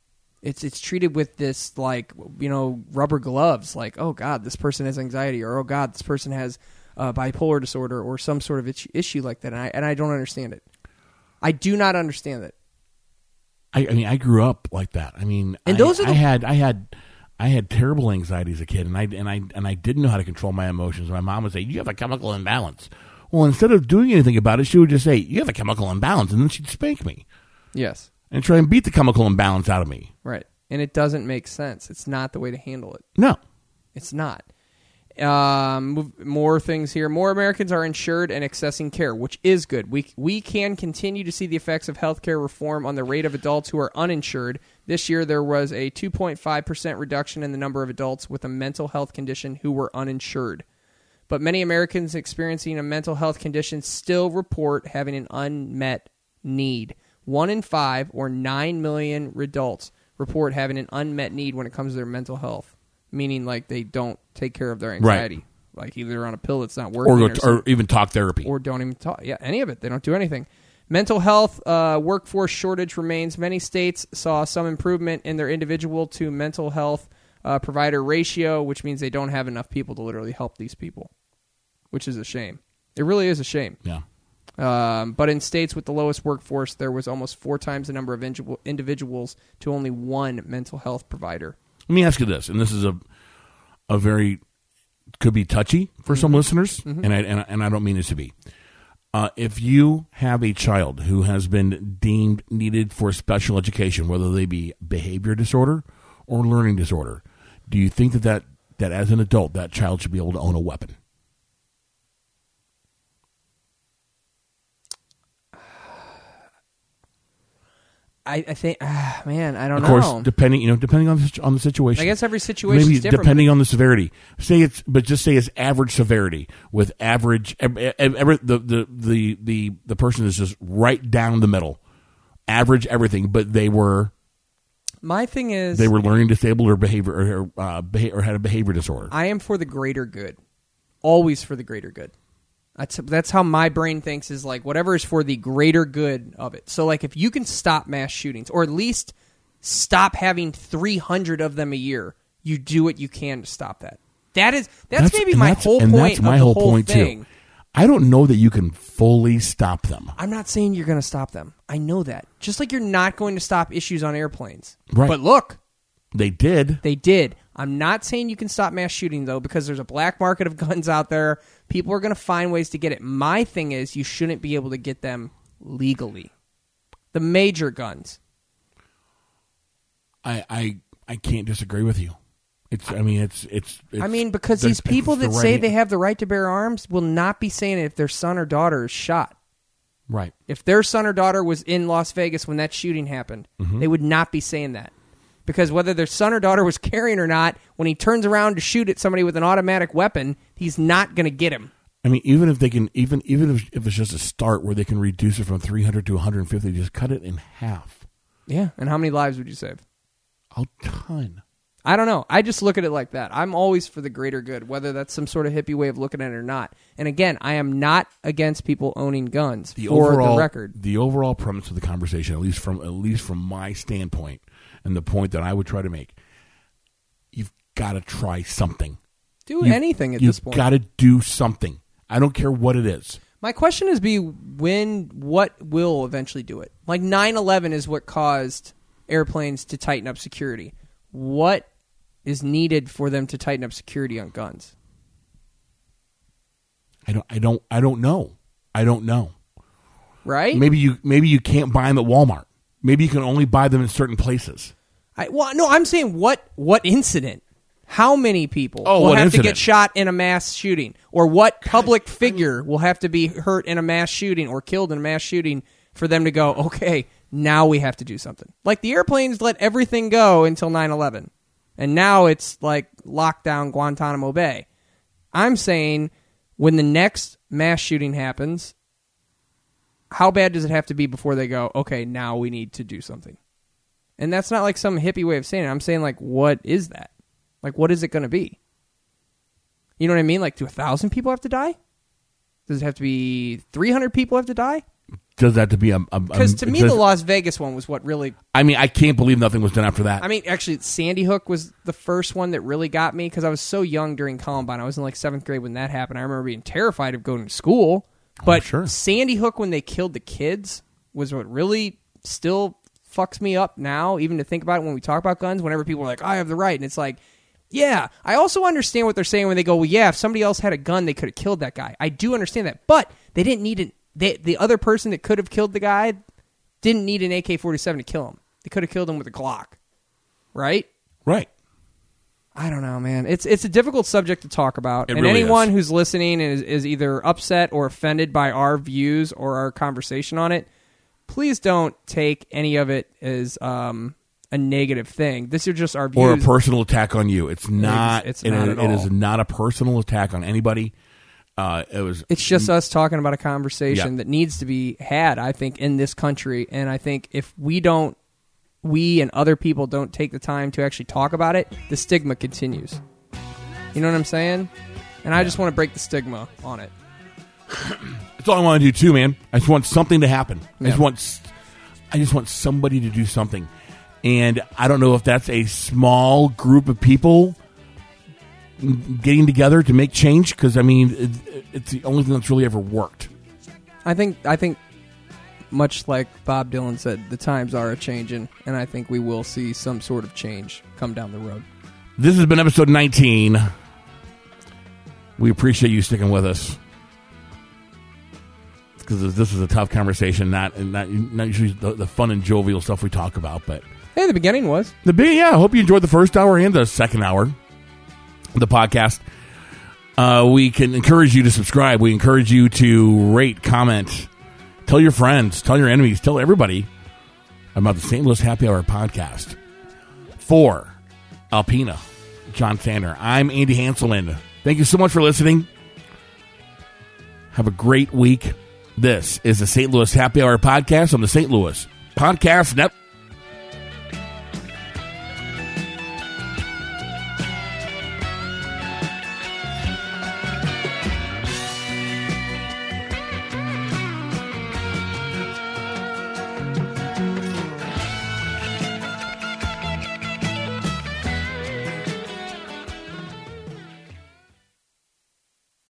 S6: It's it's treated with this like you know rubber gloves, like oh god, this person has anxiety, or oh god, this person has uh, bipolar disorder, or some sort of itch- issue like that, and I and I don't understand it. I do not understand it.
S5: I, I mean, I grew up like that. I mean,
S6: And
S5: I-
S6: those are the-
S5: I had I had I had terrible anxiety as a kid, and I and I and I didn't know how to control my emotions. My mom would say, "You have a chemical imbalance." Well, instead of doing anything about it, she would just say, "You have a chemical imbalance," and then she'd spank me
S6: Yes,
S5: and try and beat the chemical imbalance out of me.
S6: right, and it doesn't make sense. It's not the way to handle it.
S5: No,
S6: It's not. Um, move- more things here. More Americans are insured and accessing care, which is good. We we can continue to see the effects of healthcare reform on the rate of adults who are uninsured. This year, there was a 2.5 percent reduction in the number of adults with a mental health condition who were uninsured. But many Americans experiencing a mental health condition still report having an unmet need. One in five, or 9 million adults, report having an unmet need when it comes to their mental health, meaning like they don't take care of their anxiety. Like either they're on a pill that's not working
S5: or go
S6: or
S5: or even talk therapy.
S6: or don't even talk. Yeah, any of it. They don't do anything. Mental health uh, workforce shortage remains. Many states saw some improvement in their individual to mental health uh, provider ratio, which means they don't have enough people to literally help these people, which is a shame. It really is a shame.
S5: yeah.
S6: Um, but in states with the lowest workforce, there was almost four times the number of individual- individuals to only one mental health provider.
S5: Let me ask you this, and this is a a very could be touchy for some listeners, and I and, I- and I don't mean this to be. Uh, if you have a child who has been deemed needed for special education, whether they be behavior disorder or learning disorder, do you think that that, that as an adult that child should be able to own a weapon?
S6: I, I think, ah, man, I
S5: Of
S6: don't know.
S5: course, depending you know depending on the, situ- on the situation.
S6: I guess every situation's
S5: Maybe
S6: different,
S5: depending on the severity. Say it's but just say it's average severity with average ev- ev- ever the, the the the the person is just right down the middle, average everything. But they were
S6: My thing is,
S5: they were learning disabled or behavior or or, uh, beha- or had a behavior disorder.
S6: I am for the greater good, always for the greater good. That's that's how my brain thinks is like whatever is for the greater good of it. So like if you can stop mass shootings or at least stop having 300 of them a year, you do what you can to stop that. That is that's, maybe
S5: and
S6: my
S5: that's-
S6: whole
S5: and
S6: point.
S5: That's my
S6: of the
S5: whole point
S6: thing.
S5: too. I don't know that you can fully stop them.
S6: I'm not saying you're going to stop them. I know that. Just like you're not going to stop issues on airplanes.
S5: Right.
S6: But look,
S5: They did.
S6: They did. I'm not saying you can stop mass shooting though, because there's a black market of <laughs> guns out there. People are going to find ways to get it. My thing is, you shouldn't be able to get them legally. The major guns.
S5: I I I can't disagree with you. It's. I mean, it's. It's. it's
S6: I mean, because
S5: the-
S6: these people
S5: it's the
S6: that say
S5: right-
S6: they have the right to bear arms will not be saying it if their son or daughter is shot.
S5: right.
S6: If their son or daughter was in Las Vegas when that shooting happened,
S5: Mm-hmm.
S6: they would not be saying that. Because whether their son or daughter was carrying or not, when he turns around to shoot at somebody with an automatic weapon, he's not going to get him.
S5: I mean, even if they can, even even if, if it's just a start where they can reduce it from three hundred to one hundred and fifty, just cut it in half.
S6: Yeah. And how many lives would you save?
S5: A ton.
S6: I don't know. I just look at it like that. I'm always for the greater good, whether that's some sort of hippie way of looking at it or not. And again, I am not against people owning guns
S5: the
S6: for
S5: overall
S6: the record.
S5: the overall premise of the conversation, at least from at least from my standpoint, and the point that I would try to make, you've got to try something.
S6: Do
S5: You've-
S6: anything at
S5: you've
S6: this point.
S5: Got to do something. I don't care what it is.
S6: My question is be when what will eventually do it? Like 9/11 is what caused airplanes to tighten up security. What is needed for them to tighten up security on guns?
S5: I don't. I don't. I don't know. I don't know.
S6: Right?
S5: Maybe you. Maybe you can't buy them at Walmart. Maybe you can only buy them in certain places.
S6: I, well, no, I'm saying what what incident? How many people
S5: Oh,
S6: will
S5: what
S6: have to
S5: incident?
S6: get shot in a mass shooting,
S5: <laughs>
S6: or what public figure will have to be hurt in a mass shooting or killed in a mass shooting for them to go? Okay, now we have to do something. Like the airplanes let everything go until 9/11, and now it's like lockdown Guantanamo Bay. I'm saying when the next mass shooting happens, how bad does it have to be before they go? Okay, now we need to do something. And that's not like some hippie way of saying it. I'm saying like, what is that? Like, what is it going to be? You know what I mean? Like, do a thousand people have to die? Does it have to be three hundred people have to die?
S5: Does that have to be a? a- a-
S6: Because to me,
S5: does-
S6: the Las Vegas one was what really.
S5: I mean, I can't believe nothing was done after that.
S6: I mean, actually, Sandy Hook was the first one that really got me because I was so young during Columbine. I was in like seventh grade when that happened. I remember being terrified of going to school. But
S5: sure.
S6: Sandy Hook, when they killed the kids, was what really still fucks me up now, even to think about it when we talk about guns. Whenever people are like, I have the right. And it's like, yeah. I also understand what they're saying when they go, well, yeah, if somebody else had a gun, they could have killed that guy. I do understand that. But they didn't need it. They, the other person that could have killed the guy didn't need an AK 47 to kill him. They could have killed him with a Glock. Right?
S5: right.
S6: I don't know, man. It's it's a difficult subject to talk about,
S5: It
S6: and
S5: really
S6: anyone
S5: is.
S6: who's listening and is, is either upset or offended by our views or our conversation on it, please don't take any of it as um, a negative thing. This are just our views.
S5: or a personal attack on you. It's not.
S6: it's
S5: it-
S6: not at
S5: it is
S6: all.
S5: not a personal attack on anybody. Uh, it was.
S6: it's just us talking about a conversation
S5: Yeah.
S6: that needs to be had, I think, in this country. And I think if we don't, we and other people don't take the time to actually talk about it, the stigma continues. You know what I'm saying? And I just want to break the stigma on it.
S5: That's all I want to do too, man. I just want something to happen. I just
S6: Yeah.
S5: want. s- I just want somebody to do something, and I don't know if that's a small group of people getting together to make change. Because I mean, it, it's the only thing that's really ever worked.
S6: I think I think much like Bob Dylan said, the times are a changing, and I think we will see some sort of change come down the road.
S5: This has been episode 19. We appreciate you sticking with us because this is a tough conversation, not not, not usually the, the fun and jovial stuff we talk about. But
S6: Hey, the beginning was.
S5: the big, yeah, I hope you enjoyed the first hour and the second hour of the podcast. Uh, we can encourage you to subscribe. We encourage you to rate, comment, tell your friends, tell your enemies, tell everybody about the St. Louis Happy Hour podcast. For Alpina, John Sander, I'm Andy Hanselman. Thank you so much for listening. Have a great week. This is the St. Louis Happy Hour podcast on the St. Louis Podcast Network.